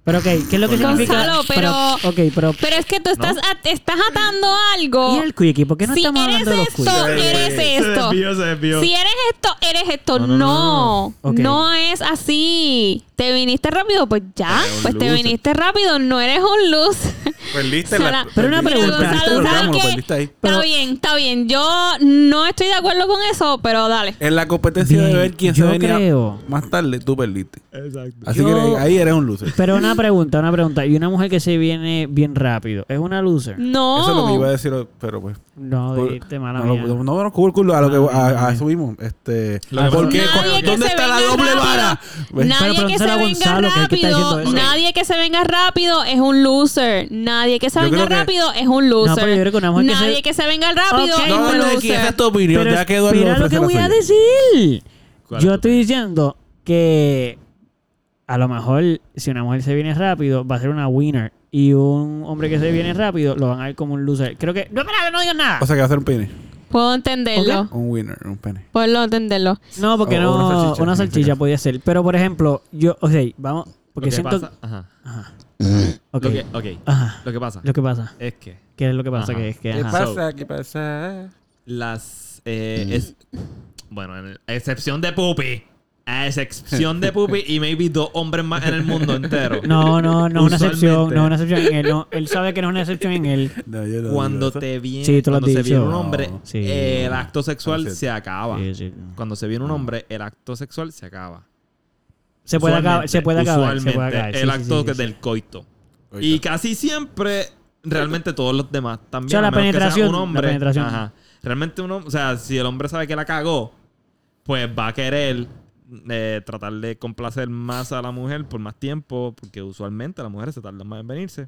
[SPEAKER 3] Pero ok, ¿qué es lo que
[SPEAKER 2] Gonzalo,
[SPEAKER 3] significa?
[SPEAKER 2] pero-
[SPEAKER 3] Ok, pero...
[SPEAKER 2] Pero es que tú estás, at- estás atando algo.
[SPEAKER 3] ¿Y el quickie? ¿Por qué no
[SPEAKER 2] si
[SPEAKER 3] estamos
[SPEAKER 2] eres
[SPEAKER 3] hablando de los
[SPEAKER 2] esto,
[SPEAKER 3] quickies?
[SPEAKER 2] eres esto.
[SPEAKER 1] se desvió.
[SPEAKER 2] Si eres esto, eres esto.
[SPEAKER 1] No,
[SPEAKER 2] No.
[SPEAKER 1] no,
[SPEAKER 2] No,
[SPEAKER 1] no,
[SPEAKER 3] no, no. Ok.
[SPEAKER 2] es así. Te viniste rápido, pues ya.
[SPEAKER 1] Eres un
[SPEAKER 2] Pues te
[SPEAKER 1] loser.
[SPEAKER 2] viniste rápido. No eres un luz.
[SPEAKER 4] Perdiste
[SPEAKER 2] Suena-
[SPEAKER 4] la.
[SPEAKER 3] Pero una
[SPEAKER 4] perdiste-
[SPEAKER 3] pregunta.
[SPEAKER 4] perdiste
[SPEAKER 2] Gonzalo,
[SPEAKER 4] el programa,
[SPEAKER 2] ¿sabes
[SPEAKER 4] lo
[SPEAKER 2] qué?
[SPEAKER 4] perdiste ahí.
[SPEAKER 3] Pero-
[SPEAKER 2] Está bien, está bien. Yo no estoy de acuerdo con eso, pero dale.
[SPEAKER 4] En la competencia de
[SPEAKER 3] Bien,
[SPEAKER 4] ver quién se
[SPEAKER 3] yo
[SPEAKER 4] venía
[SPEAKER 3] creo.
[SPEAKER 4] más tarde, tú perdiste.
[SPEAKER 1] Exacto.
[SPEAKER 4] Así
[SPEAKER 3] Yo-
[SPEAKER 4] que eres- ahí eres un loser.
[SPEAKER 3] Pero una pregunta, una pregunta. Y una mujer que se viene bien rápido, ¿es una loser?
[SPEAKER 2] No.
[SPEAKER 4] Eso es lo que iba a decir, pero pues.
[SPEAKER 3] No,
[SPEAKER 4] Por-
[SPEAKER 3] dijiste mala
[SPEAKER 4] No, no,
[SPEAKER 3] mía.
[SPEAKER 4] no, no, no, culo, culo, a lo
[SPEAKER 3] Mala
[SPEAKER 4] que a,
[SPEAKER 3] mía,
[SPEAKER 4] a
[SPEAKER 3] mía.
[SPEAKER 4] eso vimos. Este,
[SPEAKER 1] Lo que pasa-
[SPEAKER 4] porque,
[SPEAKER 2] Nadie que
[SPEAKER 4] ¿dónde
[SPEAKER 2] se
[SPEAKER 4] está la
[SPEAKER 2] venga
[SPEAKER 4] doble
[SPEAKER 2] rápido.
[SPEAKER 4] vara? Ve-
[SPEAKER 2] Nadie
[SPEAKER 3] Pero
[SPEAKER 2] que se
[SPEAKER 3] pregúntale a
[SPEAKER 2] venga
[SPEAKER 3] Gonzalo, que es el que está
[SPEAKER 2] rápido,
[SPEAKER 3] diciendo eso.
[SPEAKER 2] nadie que se venga rápido es un loser. Nadie que se
[SPEAKER 4] Yo
[SPEAKER 2] venga
[SPEAKER 4] creo que-
[SPEAKER 2] rápido es un loser.
[SPEAKER 3] No, pero yo creo que una mujer que se-
[SPEAKER 2] nadie que se... venga rápido
[SPEAKER 3] Ok,
[SPEAKER 2] es
[SPEAKER 4] No,
[SPEAKER 2] un
[SPEAKER 4] no,
[SPEAKER 2] loser.
[SPEAKER 4] aquí, esa es tu opinión.
[SPEAKER 3] Pero
[SPEAKER 4] ya quedó
[SPEAKER 3] espera lo que voy a decir.
[SPEAKER 1] ¿Cuál es
[SPEAKER 3] Yo
[SPEAKER 1] tu
[SPEAKER 3] estoy diciendo que a lo mejor si una mujer se viene rápido va a ser una winner y un hombre que se viene rápido lo van a ver como un loser. Creo que no espera, no digas nada.
[SPEAKER 4] O sea, que va a ser un pene.
[SPEAKER 2] Puedo entenderlo.
[SPEAKER 3] Ok.
[SPEAKER 4] Un winner, un pene.
[SPEAKER 2] Puedo entenderlo.
[SPEAKER 3] no, porque
[SPEAKER 4] o-
[SPEAKER 3] no
[SPEAKER 4] o
[SPEAKER 3] una
[SPEAKER 4] una
[SPEAKER 3] salchicha,
[SPEAKER 4] salchicha, en este caso.
[SPEAKER 3] podía ser, pero por ejemplo, yo, ok, vamos
[SPEAKER 1] lo
[SPEAKER 3] porque
[SPEAKER 1] que
[SPEAKER 3] siento
[SPEAKER 1] pasa, ajá.
[SPEAKER 3] ajá.
[SPEAKER 1] Lo
[SPEAKER 3] Ok.
[SPEAKER 1] que- ok.
[SPEAKER 3] Ajá.
[SPEAKER 1] Lo que pasa
[SPEAKER 3] Lo que pasa,
[SPEAKER 1] es que
[SPEAKER 3] ¿qué es lo que pasa
[SPEAKER 1] Ajá.
[SPEAKER 3] que es que
[SPEAKER 1] ¿Qué
[SPEAKER 3] ajá.
[SPEAKER 1] pasa? So-
[SPEAKER 4] ¿Qué pasa?
[SPEAKER 1] las eh, es, bueno, en- a excepción de Pupi, a excepción de Pupi y maybe dos hombres más en el mundo entero.
[SPEAKER 3] No, no, no es una excepción,
[SPEAKER 1] Usualmente.
[SPEAKER 3] no es una excepción en él, no, él sabe que no es una excepción
[SPEAKER 1] <laughs>
[SPEAKER 3] en él.
[SPEAKER 4] No, yo no
[SPEAKER 1] Cuando
[SPEAKER 4] digo eso.
[SPEAKER 1] te viene,
[SPEAKER 3] Sí, tú lo has
[SPEAKER 1] cuando se
[SPEAKER 3] dicho.
[SPEAKER 1] viene un hombre,
[SPEAKER 4] No.
[SPEAKER 3] Sí.
[SPEAKER 1] eh, el acto sexual
[SPEAKER 4] No es cierto.
[SPEAKER 1] se acaba.
[SPEAKER 3] Sí, sí.
[SPEAKER 1] Cuando se viene un hombre, el acto sexual se acaba.
[SPEAKER 3] Se puede acabar,
[SPEAKER 1] Usualmente,
[SPEAKER 3] se puede acabar, se puede
[SPEAKER 1] usualmente,
[SPEAKER 3] acabar. Sí,
[SPEAKER 1] El
[SPEAKER 3] sí,
[SPEAKER 1] acto
[SPEAKER 3] sí,
[SPEAKER 1] que
[SPEAKER 3] sí.
[SPEAKER 1] del coito.
[SPEAKER 4] Oiga.
[SPEAKER 1] Y casi siempre, realmente todos los demás también.
[SPEAKER 3] O sea,
[SPEAKER 1] a
[SPEAKER 3] la
[SPEAKER 1] menos que sea
[SPEAKER 3] penetración,
[SPEAKER 1] Un
[SPEAKER 3] la
[SPEAKER 1] hombre,
[SPEAKER 3] penetración.
[SPEAKER 1] Ajá. Realmente uno, o sea, si el hombre sabe que la cagó, pues va a querer eh, tratar de complacer más a la mujer por más tiempo, porque usualmente las mujeres se tardan más en venirse.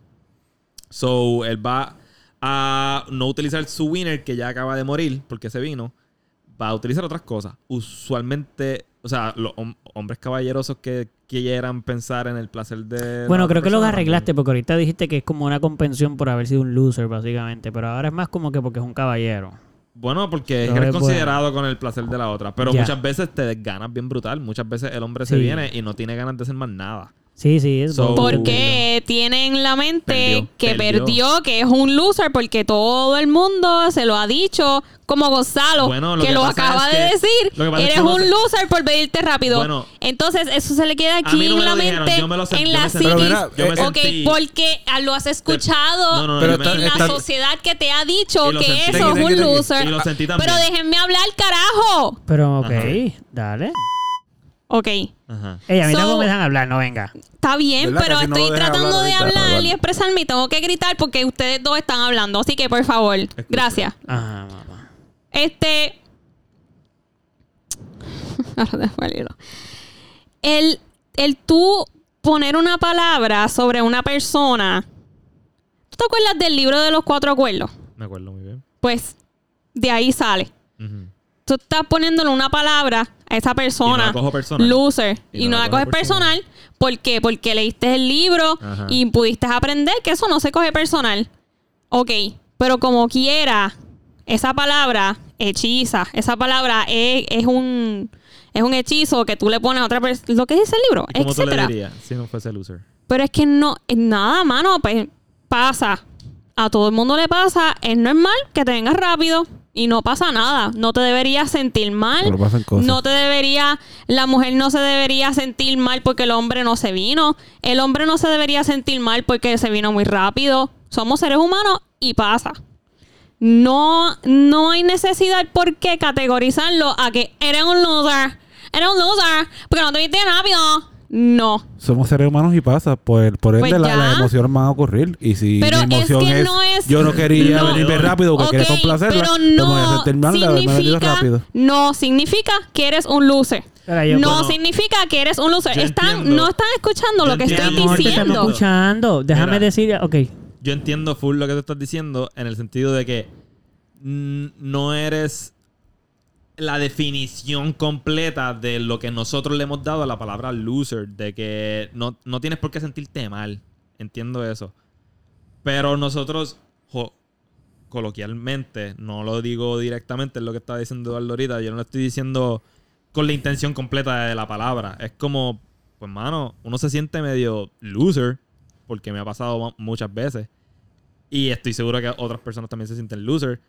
[SPEAKER 1] So, él va a no utilizar su winner que ya acaba de morir porque se vino. Va a utilizar otras cosas. Usualmente, o sea, los hom- hombres caballerosos que quieran pensar en el placer de. la
[SPEAKER 3] Bueno,
[SPEAKER 1] otra
[SPEAKER 3] creo que lo
[SPEAKER 1] persona,
[SPEAKER 3] arreglaste porque ahorita dijiste que es como una compensación por haber sido un loser, básicamente. Pero ahora es más como que porque es un caballero.
[SPEAKER 1] Bueno, porque
[SPEAKER 3] No
[SPEAKER 1] eres
[SPEAKER 3] es
[SPEAKER 1] considerado con el placer de la otra. Pero
[SPEAKER 3] Ya.
[SPEAKER 1] muchas veces te desganas bien brutal. Muchas veces el hombre se
[SPEAKER 3] Sí.
[SPEAKER 1] viene y no tiene ganas de hacer más nada.
[SPEAKER 3] Sí, sí, es
[SPEAKER 1] So-
[SPEAKER 3] porque
[SPEAKER 1] Uh,
[SPEAKER 2] Porque tiene en la mente
[SPEAKER 1] Perdió,
[SPEAKER 2] que perdió.
[SPEAKER 1] perdió.
[SPEAKER 2] que es un loser, porque todo el mundo se lo ha dicho, como Gonzalo,
[SPEAKER 1] Bueno, lo
[SPEAKER 2] que,
[SPEAKER 1] que
[SPEAKER 2] lo
[SPEAKER 1] pasa
[SPEAKER 2] acaba
[SPEAKER 1] es
[SPEAKER 2] de
[SPEAKER 1] que-
[SPEAKER 2] decir,
[SPEAKER 1] lo que pasa es
[SPEAKER 2] eres
[SPEAKER 1] que no
[SPEAKER 2] un
[SPEAKER 1] te-
[SPEAKER 2] loser por pedirte rápido.
[SPEAKER 1] Bueno.
[SPEAKER 2] Entonces, eso se le queda aquí
[SPEAKER 1] mí no
[SPEAKER 2] en
[SPEAKER 1] me
[SPEAKER 2] la
[SPEAKER 1] lo dijeron,
[SPEAKER 2] mente,
[SPEAKER 1] yo me lo sentí,
[SPEAKER 2] en
[SPEAKER 1] yo me
[SPEAKER 2] la
[SPEAKER 1] sentí-
[SPEAKER 2] psiquis.
[SPEAKER 4] Pero mira, yo me
[SPEAKER 2] ok,
[SPEAKER 1] sentí-
[SPEAKER 2] porque ah, lo has escuchado
[SPEAKER 1] No, no, no,
[SPEAKER 4] Pero
[SPEAKER 1] yo me-
[SPEAKER 4] está-
[SPEAKER 2] en la
[SPEAKER 4] está-
[SPEAKER 2] sociedad que te ha dicho
[SPEAKER 1] Y lo
[SPEAKER 2] que
[SPEAKER 1] sentí.
[SPEAKER 2] eso es
[SPEAKER 4] Tengo,
[SPEAKER 2] un
[SPEAKER 4] tengo, tengo.
[SPEAKER 2] loser.
[SPEAKER 1] Y lo sentí también.
[SPEAKER 2] Pero déjenme hablar, carajo.
[SPEAKER 3] Pero ok,
[SPEAKER 1] Ajá.
[SPEAKER 3] dale.
[SPEAKER 2] Ok.
[SPEAKER 1] Ajá.
[SPEAKER 3] Ella, a mí
[SPEAKER 2] So-
[SPEAKER 3] tampoco me dejan hablar, no venga.
[SPEAKER 2] Está bien,
[SPEAKER 4] ¿Verdad?
[SPEAKER 2] pero
[SPEAKER 4] Casi no lo
[SPEAKER 2] estoy
[SPEAKER 4] dejan
[SPEAKER 2] tratando
[SPEAKER 4] hablar
[SPEAKER 2] de
[SPEAKER 4] ahorita, pero
[SPEAKER 2] hablar y
[SPEAKER 4] dale.
[SPEAKER 2] expresarme y tengo que gritar porque ustedes dos están hablando. Así que, por favor, gracias.
[SPEAKER 3] Ajá, mamá.
[SPEAKER 2] Este. <laughs> Ahora se fue el hilo. El, el tú poner una palabra sobre una persona. ¿Tú te acuerdas del libro de los cuatro acuerdos?
[SPEAKER 1] Me acuerdo muy bien.
[SPEAKER 2] Pues de ahí sale.
[SPEAKER 1] Ujú.
[SPEAKER 2] Tú estás poniéndole una palabra a esa persona.
[SPEAKER 1] Y no la cojo personal.
[SPEAKER 2] Loser.
[SPEAKER 1] Y
[SPEAKER 2] Y, no,
[SPEAKER 1] no la
[SPEAKER 2] la
[SPEAKER 1] cojo
[SPEAKER 2] coges personal. ¿Por qué? Porque leíste el libro
[SPEAKER 1] Ajá.
[SPEAKER 2] y pudiste aprender que eso no se coge personal. Ok, pero como quiera, esa palabra hechiza, esa palabra es, es un es un hechizo que tú le pones a otra persona, lo que dice el libro,
[SPEAKER 1] ¿Y ¿Cómo tú le
[SPEAKER 2] etcétera.
[SPEAKER 1] dirías si no fuese loser?
[SPEAKER 2] Pero es que no, es nada, mano, pues pasa. A todo el mundo le pasa, es normal que te vengas rápido y no pasa nada. No te deberías sentir mal.
[SPEAKER 4] Pero pasan cosas.
[SPEAKER 2] No te debería, la mujer no se debería sentir mal porque el hombre no se vino. El hombre no se debería sentir mal porque se vino muy rápido. Somos seres humanos y pasa. No, no hay necesidad por qué categorizarlo a que eres un loser. Eres un loser porque no te viste rápido. No.
[SPEAKER 4] Somos seres humanos y pasa. Por, por ende,
[SPEAKER 2] Pues
[SPEAKER 4] la, la
[SPEAKER 2] ya.
[SPEAKER 4] emoción va a ocurrir. Y si
[SPEAKER 2] Pero
[SPEAKER 4] mi
[SPEAKER 2] es
[SPEAKER 4] emoción
[SPEAKER 2] que no es-
[SPEAKER 4] Yo no quería
[SPEAKER 2] no.
[SPEAKER 4] venirme rápido porque
[SPEAKER 2] Ok,
[SPEAKER 4] quería complacerla. pues
[SPEAKER 2] pero
[SPEAKER 4] me voy a
[SPEAKER 2] no
[SPEAKER 4] sentir mal, la- me voy a venir
[SPEAKER 2] significa,
[SPEAKER 4] rápido.
[SPEAKER 2] no significa que eres un loser.
[SPEAKER 3] Pero yo-
[SPEAKER 2] no
[SPEAKER 1] bueno,
[SPEAKER 2] significa que eres un loser.
[SPEAKER 1] yo
[SPEAKER 2] Están,
[SPEAKER 1] entiendo.
[SPEAKER 2] no están
[SPEAKER 1] Yo
[SPEAKER 2] escuchando lo que estoy
[SPEAKER 1] entiendo.
[SPEAKER 3] Amor, te estamos
[SPEAKER 2] diciendo.
[SPEAKER 3] escuchando. Déjame
[SPEAKER 1] Mira.
[SPEAKER 3] decir, ok.
[SPEAKER 1] Yo entiendo full lo que tú estás diciendo en el sentido de que mm, no eres la definición completa de lo que nosotros le hemos dado a la palabra loser, de que no, no tienes por qué sentirte mal. Entiendo eso. Pero nosotros, jo- coloquialmente, no lo digo directamente, es lo que estaba diciendo Eduardo ahorita, yo no lo estoy diciendo con la intención completa de la palabra. Es como, pues mano, uno se siente medio loser, porque me ha pasado ma- muchas veces. Y estoy seguro que otras personas también se sienten loser.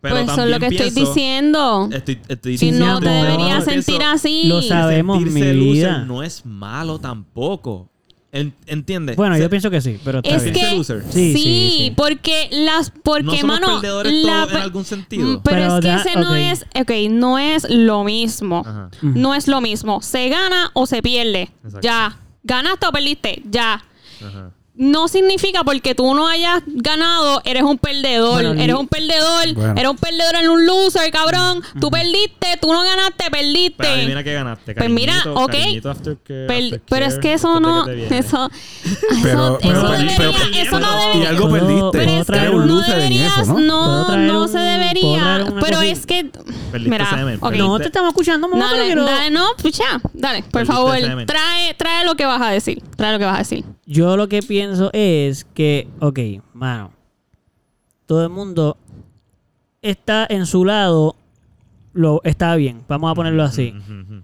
[SPEAKER 1] Pero
[SPEAKER 2] pues eso es
[SPEAKER 1] también
[SPEAKER 2] lo que estoy
[SPEAKER 1] pienso-
[SPEAKER 2] diciendo.
[SPEAKER 1] Estoy, estoy
[SPEAKER 2] Si no
[SPEAKER 1] diciendo
[SPEAKER 2] te
[SPEAKER 3] amor,
[SPEAKER 2] deberías
[SPEAKER 1] que
[SPEAKER 2] sentir
[SPEAKER 1] eso-
[SPEAKER 2] así.
[SPEAKER 3] Lo sabemos, mi
[SPEAKER 1] sentirse loser
[SPEAKER 3] vida.
[SPEAKER 1] no es malo tampoco. En- ¿Entiendes?
[SPEAKER 3] Bueno,
[SPEAKER 1] Se-
[SPEAKER 3] yo pienso que sí, pero está
[SPEAKER 2] Es
[SPEAKER 3] bien.
[SPEAKER 1] Sentirse
[SPEAKER 2] que
[SPEAKER 1] loser.
[SPEAKER 2] Sí,
[SPEAKER 3] Sí, sí, sí.
[SPEAKER 2] porque las porque
[SPEAKER 1] no somos
[SPEAKER 2] mano
[SPEAKER 1] perdedores
[SPEAKER 2] la
[SPEAKER 1] todos en
[SPEAKER 2] pe-
[SPEAKER 1] algún
[SPEAKER 2] Mm,
[SPEAKER 1] sentido.
[SPEAKER 2] pero,
[SPEAKER 3] Pero
[SPEAKER 2] es que
[SPEAKER 3] da-
[SPEAKER 2] ese no
[SPEAKER 3] ok.
[SPEAKER 2] es ok, no es lo mismo.
[SPEAKER 1] Ajá.
[SPEAKER 3] Ujú.
[SPEAKER 2] No es lo mismo. Se gana o se pierde.
[SPEAKER 1] Exacto.
[SPEAKER 2] Ya. Ganaste o perdiste. Ya.
[SPEAKER 1] Ajá.
[SPEAKER 2] No significa porque tú no hayas ganado, eres un perdedor.
[SPEAKER 3] Bueno,
[SPEAKER 2] eres
[SPEAKER 3] ni-
[SPEAKER 2] un perdedor.
[SPEAKER 4] Bueno.
[SPEAKER 2] Eres un perdedor en un loser, cabrón. Tú perdiste, tú no ganaste, perdiste.
[SPEAKER 1] Pero adivina que ganaste.
[SPEAKER 2] Pues mira,
[SPEAKER 1] Cariñito,
[SPEAKER 2] ok.
[SPEAKER 1] cariñito, aftercare,
[SPEAKER 2] Per-
[SPEAKER 1] aftercare,
[SPEAKER 2] pero es que eso
[SPEAKER 1] después de
[SPEAKER 2] no.
[SPEAKER 1] que te viene.
[SPEAKER 2] eso.
[SPEAKER 4] <laughs>
[SPEAKER 2] eso, eso
[SPEAKER 4] Pero- pero-
[SPEAKER 2] debería.
[SPEAKER 1] pero-
[SPEAKER 2] eso no
[SPEAKER 1] pero-
[SPEAKER 2] debería.
[SPEAKER 4] Y algo
[SPEAKER 3] Puedo-
[SPEAKER 4] perdiste.
[SPEAKER 2] Pero
[SPEAKER 3] puedo
[SPEAKER 2] es que
[SPEAKER 3] traer
[SPEAKER 4] un
[SPEAKER 2] no
[SPEAKER 4] loser en
[SPEAKER 2] deberías,
[SPEAKER 4] eso, ¿no?
[SPEAKER 3] ¿Puedo
[SPEAKER 2] no,
[SPEAKER 3] traer
[SPEAKER 2] no
[SPEAKER 3] un-
[SPEAKER 2] se
[SPEAKER 3] puedo traer
[SPEAKER 2] debería.
[SPEAKER 3] una
[SPEAKER 2] Pero
[SPEAKER 3] cosita?
[SPEAKER 2] es que,
[SPEAKER 1] Perdiste
[SPEAKER 2] mira,
[SPEAKER 1] semen,
[SPEAKER 2] ok.
[SPEAKER 1] perdiste.
[SPEAKER 3] No, te estamos escuchando, mamá, pero
[SPEAKER 2] Dale,
[SPEAKER 3] quiero-
[SPEAKER 2] dale, no, pues ya, dale, por
[SPEAKER 1] Perdiste
[SPEAKER 2] favor,
[SPEAKER 1] semen.
[SPEAKER 2] trae, trae lo que vas a decir, trae lo que vas a decir.
[SPEAKER 3] Yo lo que pienso es que, ok, mano, todo el mundo está en su lado, lo está bien, vamos a ponerlo así.
[SPEAKER 1] Ujú, ujú.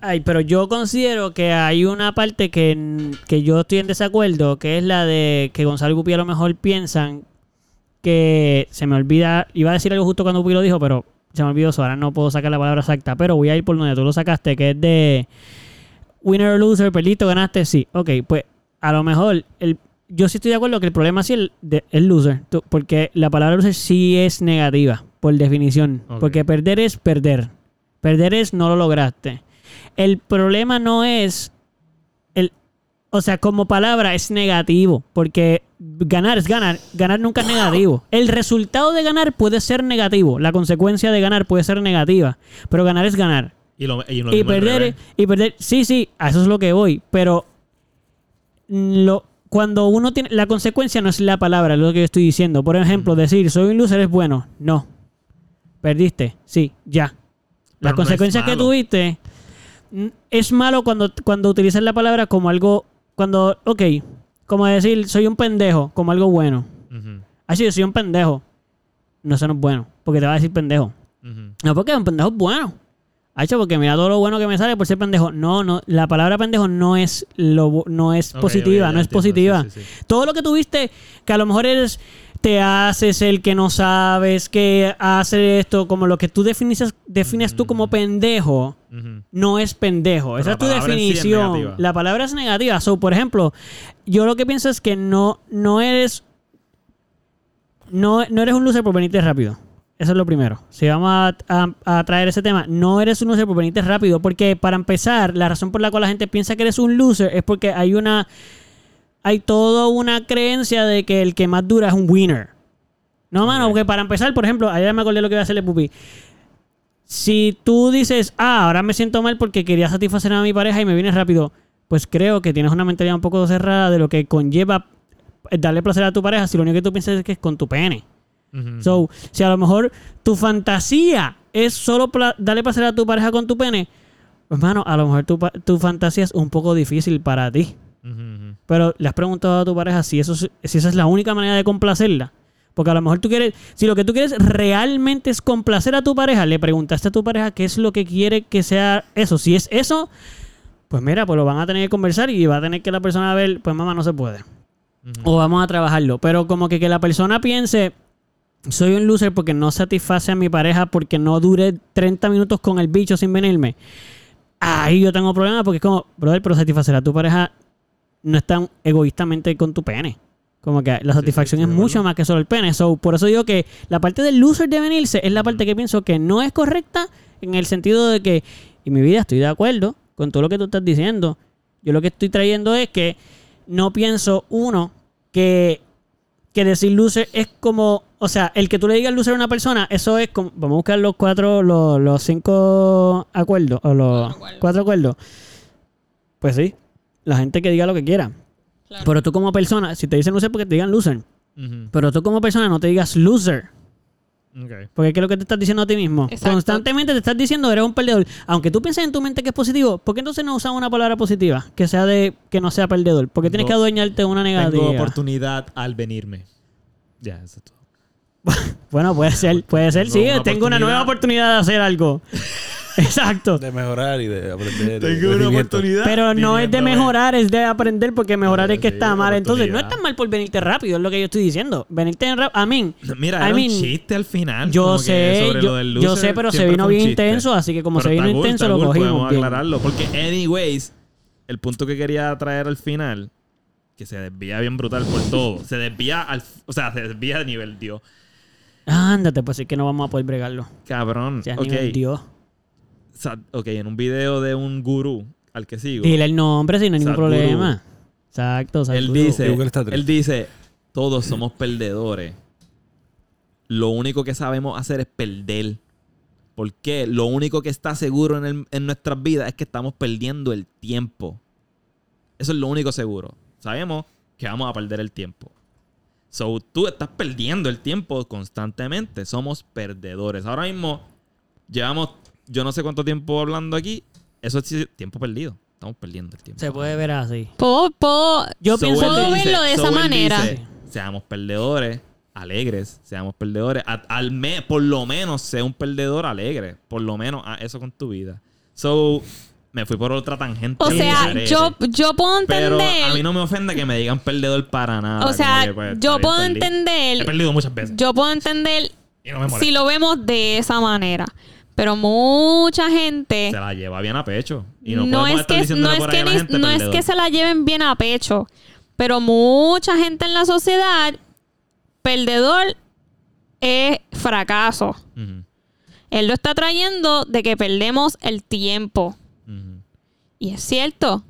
[SPEAKER 3] Ay, pero yo considero que hay una parte que, n- que yo estoy en desacuerdo, que es la de que Gonzalo y Gupi a lo mejor piensan que se me olvida, iba a decir algo justo cuando Gupi lo dijo, pero se me olvidó eso, ahora no puedo sacar la palabra exacta, pero voy a ir por donde tú lo sacaste, que es de winner or loser, perdiste, o ganaste, sí. Ok, pues a lo mejor el, yo sí estoy de acuerdo que el problema sí es el, de- el loser, tú- porque la palabra loser sí es negativa, por definición,
[SPEAKER 1] Ok.
[SPEAKER 3] porque perder es perder. Perder es no lo lograste. El problema no es el o sea, como palabra es negativo, porque ganar es ganar, ganar nunca es negativo. El resultado de ganar puede ser negativo, la consecuencia de ganar puede ser negativa, pero ganar es ganar.
[SPEAKER 1] Y, lo, y, lo
[SPEAKER 3] Y
[SPEAKER 1] mismo al
[SPEAKER 3] perder,
[SPEAKER 1] revés.
[SPEAKER 3] es- y perder, sí, sí, a eso es lo que voy, pero lo, cuando uno tiene, la consecuencia no es la palabra, es lo que yo estoy diciendo. Por ejemplo, decir soy un loser es bueno, no. Perdiste, sí, ya. Las
[SPEAKER 1] Pero no es
[SPEAKER 3] consecuencias que
[SPEAKER 1] malo.
[SPEAKER 3] tuviste mm, es malo cuando, cuando utilizas la palabra como algo, cuando, ok, como decir soy un pendejo, como algo bueno.
[SPEAKER 1] Ujú,
[SPEAKER 3] Así, yo soy un pendejo. No, eso no es bueno, porque te va a decir pendejo.
[SPEAKER 1] ujú.
[SPEAKER 3] No, porque un pendejo es bueno. Hacho, porque mira todo lo bueno que me sale por ser pendejo. No, no, la palabra pendejo no es lo bu- no es
[SPEAKER 1] Ok,
[SPEAKER 3] positiva,
[SPEAKER 1] ok, ya
[SPEAKER 3] no es
[SPEAKER 1] entiendo,
[SPEAKER 3] positiva.
[SPEAKER 1] sí, sí, sí.
[SPEAKER 3] Todo lo que tuviste, que a lo mejor eres te haces el que no sabes, que hace esto, como lo que tú defines, defines tú
[SPEAKER 1] Mm.
[SPEAKER 3] como pendejo,
[SPEAKER 1] Ujú.
[SPEAKER 3] no es pendejo. Esa
[SPEAKER 1] la
[SPEAKER 3] es tu
[SPEAKER 1] palabra en sí es
[SPEAKER 3] definición.
[SPEAKER 1] negativa.
[SPEAKER 3] la palabra es negativa. So, por ejemplo, yo lo que pienso es que no, no eres. No, no eres un loser por venirte rápido. Eso es lo primero. Si vamos a, a- a traer ese tema, no eres un loser por venirte rápido. Porque para empezar, la razón por la cual la gente piensa que eres un loser es porque hay una. Hay toda una creencia de que el que más dura es un winner. No, mano, porque para empezar, por ejemplo, ayer me acordé lo que iba a hacerle Pupi. Si tú dices, ah, ahora me siento mal porque quería satisfacer a mi pareja y me vienes rápido, pues creo que tienes una mentalidad un poco cerrada de lo que conlleva eh, darle placer a tu pareja si lo único que tú piensas es que es con tu pene.
[SPEAKER 1] Ujú.
[SPEAKER 3] So, si a lo mejor tu fantasía es solo pla- darle placer a tu pareja con tu pene, pues, mano, a lo mejor tu, pa- tu fantasía es un poco difícil para ti.
[SPEAKER 1] Ujú, ujú.
[SPEAKER 3] Pero le has preguntado a tu pareja si, eso, es- si esa es la única manera de complacerla. Porque a lo mejor tú quieres, si lo que tú quieres realmente es complacer a tu pareja, le preguntaste a tu pareja qué es lo que quiere que sea eso. Si es eso, pues mira, pues lo van a tener que conversar y va a tener que la persona ver, pues mamá no se puede. O vamos a trabajarlo. Pero como que, que la persona piense, soy un loser porque no satisface a mi pareja, porque no dure 30 minutos con el bicho sin venirme. Ahí yo tengo problemas porque es como, brother, pero satisfacer a tu pareja no es tan egoístamente con tu pene. Como que la satisfacción
[SPEAKER 1] estoy
[SPEAKER 3] es
[SPEAKER 1] de
[SPEAKER 3] mucho
[SPEAKER 1] acuerdo.
[SPEAKER 3] más que solo el pene. So, por eso digo que la parte del loser de venirse es la parte que pienso que no es correcta en el sentido de que, y mi vida estoy de acuerdo con todo lo que tú estás diciendo. Yo lo que estoy trayendo es que no pienso, uno, que, que decir loser es como, o sea, el que tú le digas loser a una persona, eso es como, vamos a buscar los cuatro, los, los cinco acuerdos, o los cuatro acuerdos. Pues sí, la gente que diga lo que quiera.
[SPEAKER 2] Claro.
[SPEAKER 3] Pero tú como persona, si te dicen loser, porque te digan loser.
[SPEAKER 1] Ujú.
[SPEAKER 3] Pero tú como persona no te digas loser.
[SPEAKER 1] Ok.
[SPEAKER 3] Porque es que lo que te estás diciendo a ti mismo.
[SPEAKER 2] Exacto.
[SPEAKER 3] Constantemente te estás diciendo eres un perdedor. Aunque tú pienses en tu mente que es positivo, ¿por qué entonces no usas una palabra positiva? Que sea de que no sea perdedor. Porque tienes
[SPEAKER 1] Tengo-
[SPEAKER 3] que adueñarte de una
[SPEAKER 1] Tengo
[SPEAKER 3] negativa.
[SPEAKER 1] oportunidad al venirme. Ya, eso es todo. <laughs>
[SPEAKER 3] Bueno, puede ser, puede ser, sí.
[SPEAKER 1] Tengo una
[SPEAKER 3] tengo una
[SPEAKER 1] oportunidad.
[SPEAKER 3] nueva oportunidad de hacer algo.
[SPEAKER 1] <laughs>
[SPEAKER 3] Exacto.
[SPEAKER 4] De mejorar y de aprender. de
[SPEAKER 1] Tengo una
[SPEAKER 4] crecimiento.
[SPEAKER 1] oportunidad.
[SPEAKER 3] Pero no es de mejorar, es de aprender, porque mejorar es que
[SPEAKER 1] Sí,
[SPEAKER 3] está mal. Entonces, no
[SPEAKER 1] oportunidad.
[SPEAKER 3] es tan mal por venirte rápido, es lo que yo estoy diciendo. Venirte rápido. A mí,
[SPEAKER 1] Mira,
[SPEAKER 3] I
[SPEAKER 1] era
[SPEAKER 3] mean,
[SPEAKER 1] un chiste al final. como
[SPEAKER 3] yo
[SPEAKER 1] que
[SPEAKER 3] sé,
[SPEAKER 1] sobre lo
[SPEAKER 3] yo,
[SPEAKER 1] del
[SPEAKER 3] yo
[SPEAKER 1] loser
[SPEAKER 3] sé, pero se
[SPEAKER 1] siempre
[SPEAKER 3] vino
[SPEAKER 1] fue un
[SPEAKER 3] bien
[SPEAKER 1] chiste.
[SPEAKER 3] intenso, así que como
[SPEAKER 1] Pero
[SPEAKER 3] se vino
[SPEAKER 1] está cool,
[SPEAKER 3] intenso,
[SPEAKER 1] está
[SPEAKER 3] lo
[SPEAKER 1] cool,
[SPEAKER 3] cogimos.
[SPEAKER 1] Podemos
[SPEAKER 3] bien.
[SPEAKER 1] aclararlo. Porque, anyways, el punto que quería traer al final, que se desvía bien brutal por todo. Se desvía al. O sea, se desvía de nivel Dios.
[SPEAKER 3] Ándate, pues sí que no vamos a poder bregarlo.
[SPEAKER 1] Cabrón.
[SPEAKER 3] O sea,
[SPEAKER 1] ok.
[SPEAKER 3] nivel Dios.
[SPEAKER 1] O sea, ok, en un video de un gurú al que sigo.
[SPEAKER 3] Dile el nombre si no hay ningún
[SPEAKER 1] Sadhguru.
[SPEAKER 3] problema. Exacto,
[SPEAKER 1] Él
[SPEAKER 3] Sadhguru.
[SPEAKER 1] dice,
[SPEAKER 4] Google está triste.
[SPEAKER 1] él dice, todos somos perdedores. Lo único que sabemos hacer es perder. Porque lo único que está seguro en, el- en nuestras vidas es que estamos perdiendo el tiempo. Eso es lo único seguro. Sabemos que vamos a perder el tiempo. So, tú estás perdiendo el tiempo constantemente. Somos perdedores. Ahora mismo llevamos yo no sé cuánto tiempo hablando aquí. Eso es tiempo perdido. Estamos perdiendo el tiempo.
[SPEAKER 3] Se puede ver así.
[SPEAKER 2] Puedo, puedo-
[SPEAKER 3] Yo
[SPEAKER 1] So,
[SPEAKER 3] pienso
[SPEAKER 1] él
[SPEAKER 2] Puedo
[SPEAKER 1] dice-
[SPEAKER 2] verlo de
[SPEAKER 1] so,
[SPEAKER 2] esa
[SPEAKER 1] él
[SPEAKER 2] manera.
[SPEAKER 1] dice, seamos perdedores, alegres, seamos perdedores. A- al me- por lo menos, sea un perdedor alegre. Por lo menos, haz eso con tu vida. So, me fui por otra tangente.
[SPEAKER 2] O
[SPEAKER 1] que
[SPEAKER 2] sea,
[SPEAKER 1] parece.
[SPEAKER 2] yo, yo puedo
[SPEAKER 1] Pero a mí
[SPEAKER 2] entender.
[SPEAKER 1] no me ofende que me digan perdedor para nada.
[SPEAKER 2] O sea,
[SPEAKER 1] como que, pues, está
[SPEAKER 2] yo
[SPEAKER 1] bien,
[SPEAKER 2] puedo
[SPEAKER 1] perdí. He
[SPEAKER 2] entender.
[SPEAKER 1] perdido muchas veces.
[SPEAKER 2] Yo puedo entender
[SPEAKER 1] y no me molesta.
[SPEAKER 2] si lo vemos de esa manera. Pero mucha gente.
[SPEAKER 1] Se la lleva bien a pecho. Y no,
[SPEAKER 2] no,
[SPEAKER 1] podemos
[SPEAKER 2] es
[SPEAKER 1] estar
[SPEAKER 2] que, no
[SPEAKER 1] diciéndole
[SPEAKER 2] es
[SPEAKER 1] por
[SPEAKER 2] que
[SPEAKER 1] ahí a la
[SPEAKER 2] ni-
[SPEAKER 1] gente
[SPEAKER 2] no es
[SPEAKER 1] perdedor.
[SPEAKER 2] que se la lleven bien a pecho, pero mucha gente en la sociedad, perdedor es fracaso.
[SPEAKER 1] Ujú,
[SPEAKER 2] Él lo está trayendo de que perdemos el tiempo.
[SPEAKER 1] ujú,
[SPEAKER 2] Y es cierto,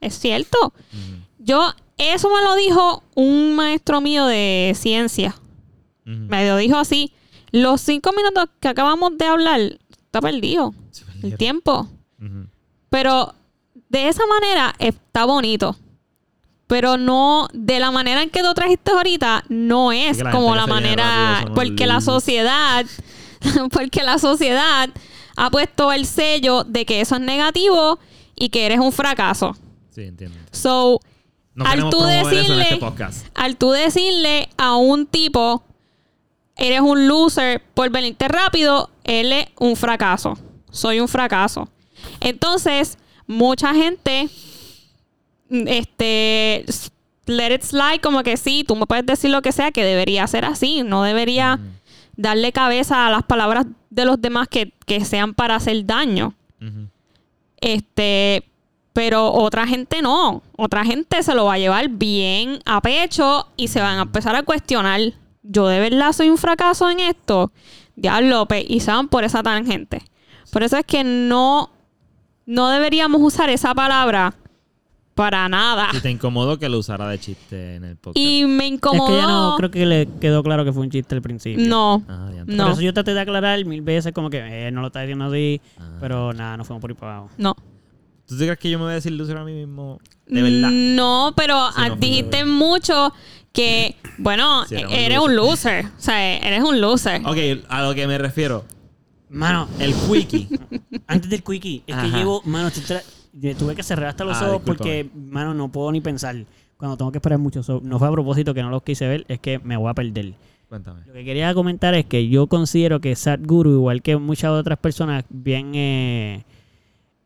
[SPEAKER 2] es cierto.
[SPEAKER 1] ujú,
[SPEAKER 2] Yo, eso me lo dijo un maestro mío de ciencia.
[SPEAKER 1] ujú.
[SPEAKER 2] Me lo dijo así. Los cinco minutos que acabamos de hablar, está perdido.
[SPEAKER 1] Se
[SPEAKER 2] El
[SPEAKER 1] perdieron.
[SPEAKER 2] tiempo.
[SPEAKER 1] Ujú.
[SPEAKER 2] Pero de esa manera está bonito. Pero no, de la manera en que tú trajiste ahorita, no es
[SPEAKER 1] que la
[SPEAKER 2] como
[SPEAKER 1] gente
[SPEAKER 2] la
[SPEAKER 1] que se viene rápido
[SPEAKER 2] manera.
[SPEAKER 1] son
[SPEAKER 2] Porque la
[SPEAKER 1] los-
[SPEAKER 2] sociedad, <laughs> porque la sociedad ha puesto el sello de que eso es negativo y que eres un fracaso.
[SPEAKER 1] Sí, entiendo.
[SPEAKER 2] So,
[SPEAKER 1] No
[SPEAKER 2] Al
[SPEAKER 1] queremos
[SPEAKER 2] tú
[SPEAKER 1] promover eso en
[SPEAKER 2] decirle-
[SPEAKER 1] este podcast.
[SPEAKER 2] al tú decirle a un tipo, eres un loser por venirte rápido, él es un fracaso. Soy un fracaso. Entonces, mucha gente, mm, este, s- let it slide, como que sí, tú me puedes decir lo que sea, que debería ser así. No debería darle cabeza a las palabras de los demás que, que sean para hacer daño.
[SPEAKER 1] Ujú.
[SPEAKER 2] Este, pero otra gente no. Otra gente se lo va a llevar bien a pecho y se van a empezar a cuestionar. Yo de verdad soy un fracaso en esto. Diablo, pe- y se van por esa tangente. Por eso es que no, no deberíamos usar esa palabra para nada.
[SPEAKER 1] Y te incomodó que lo usara de chiste en el podcast.
[SPEAKER 2] Y me
[SPEAKER 3] Es
[SPEAKER 2] incomodó.
[SPEAKER 3] que ya no creo que le quedó claro que fue un chiste al principio.
[SPEAKER 2] No.
[SPEAKER 1] Ah, diantre.
[SPEAKER 3] Por
[SPEAKER 2] no.
[SPEAKER 3] eso yo traté de aclarar mil veces como que eh, no lo está diciendo así,
[SPEAKER 1] Ah.
[SPEAKER 3] pero nada, nos fuimos por ahí para abajo.
[SPEAKER 2] no.
[SPEAKER 1] ¿Tú te crees que yo me voy a decir loser a mí mismo? De verdad.
[SPEAKER 2] Mm. No, pero
[SPEAKER 1] Sí, no,
[SPEAKER 2] ah,
[SPEAKER 1] fue
[SPEAKER 2] dijiste mucho que, bueno, e,
[SPEAKER 1] Sí, era un
[SPEAKER 2] eres un loser. O sea, eres un loser.
[SPEAKER 1] Ok, a lo que me refiero.
[SPEAKER 3] Mano,
[SPEAKER 1] El
[SPEAKER 2] <laughs>
[SPEAKER 1] quickie.
[SPEAKER 3] antes del quickie, es
[SPEAKER 1] Ajá.
[SPEAKER 3] que llevo, mano, estoy tra- de- tuve que cerrar hasta los
[SPEAKER 1] Ah,
[SPEAKER 3] ojos
[SPEAKER 1] discúlpame.
[SPEAKER 3] porque, mano, no puedo ni pensar. Cuando tengo que esperar mucho, so- no fue a propósito que no los quise ver, es que me voy a perder.
[SPEAKER 1] Cuéntame.
[SPEAKER 3] Lo que quería comentar es que yo considero que Sadhguru, igual que muchas otras personas bien eh,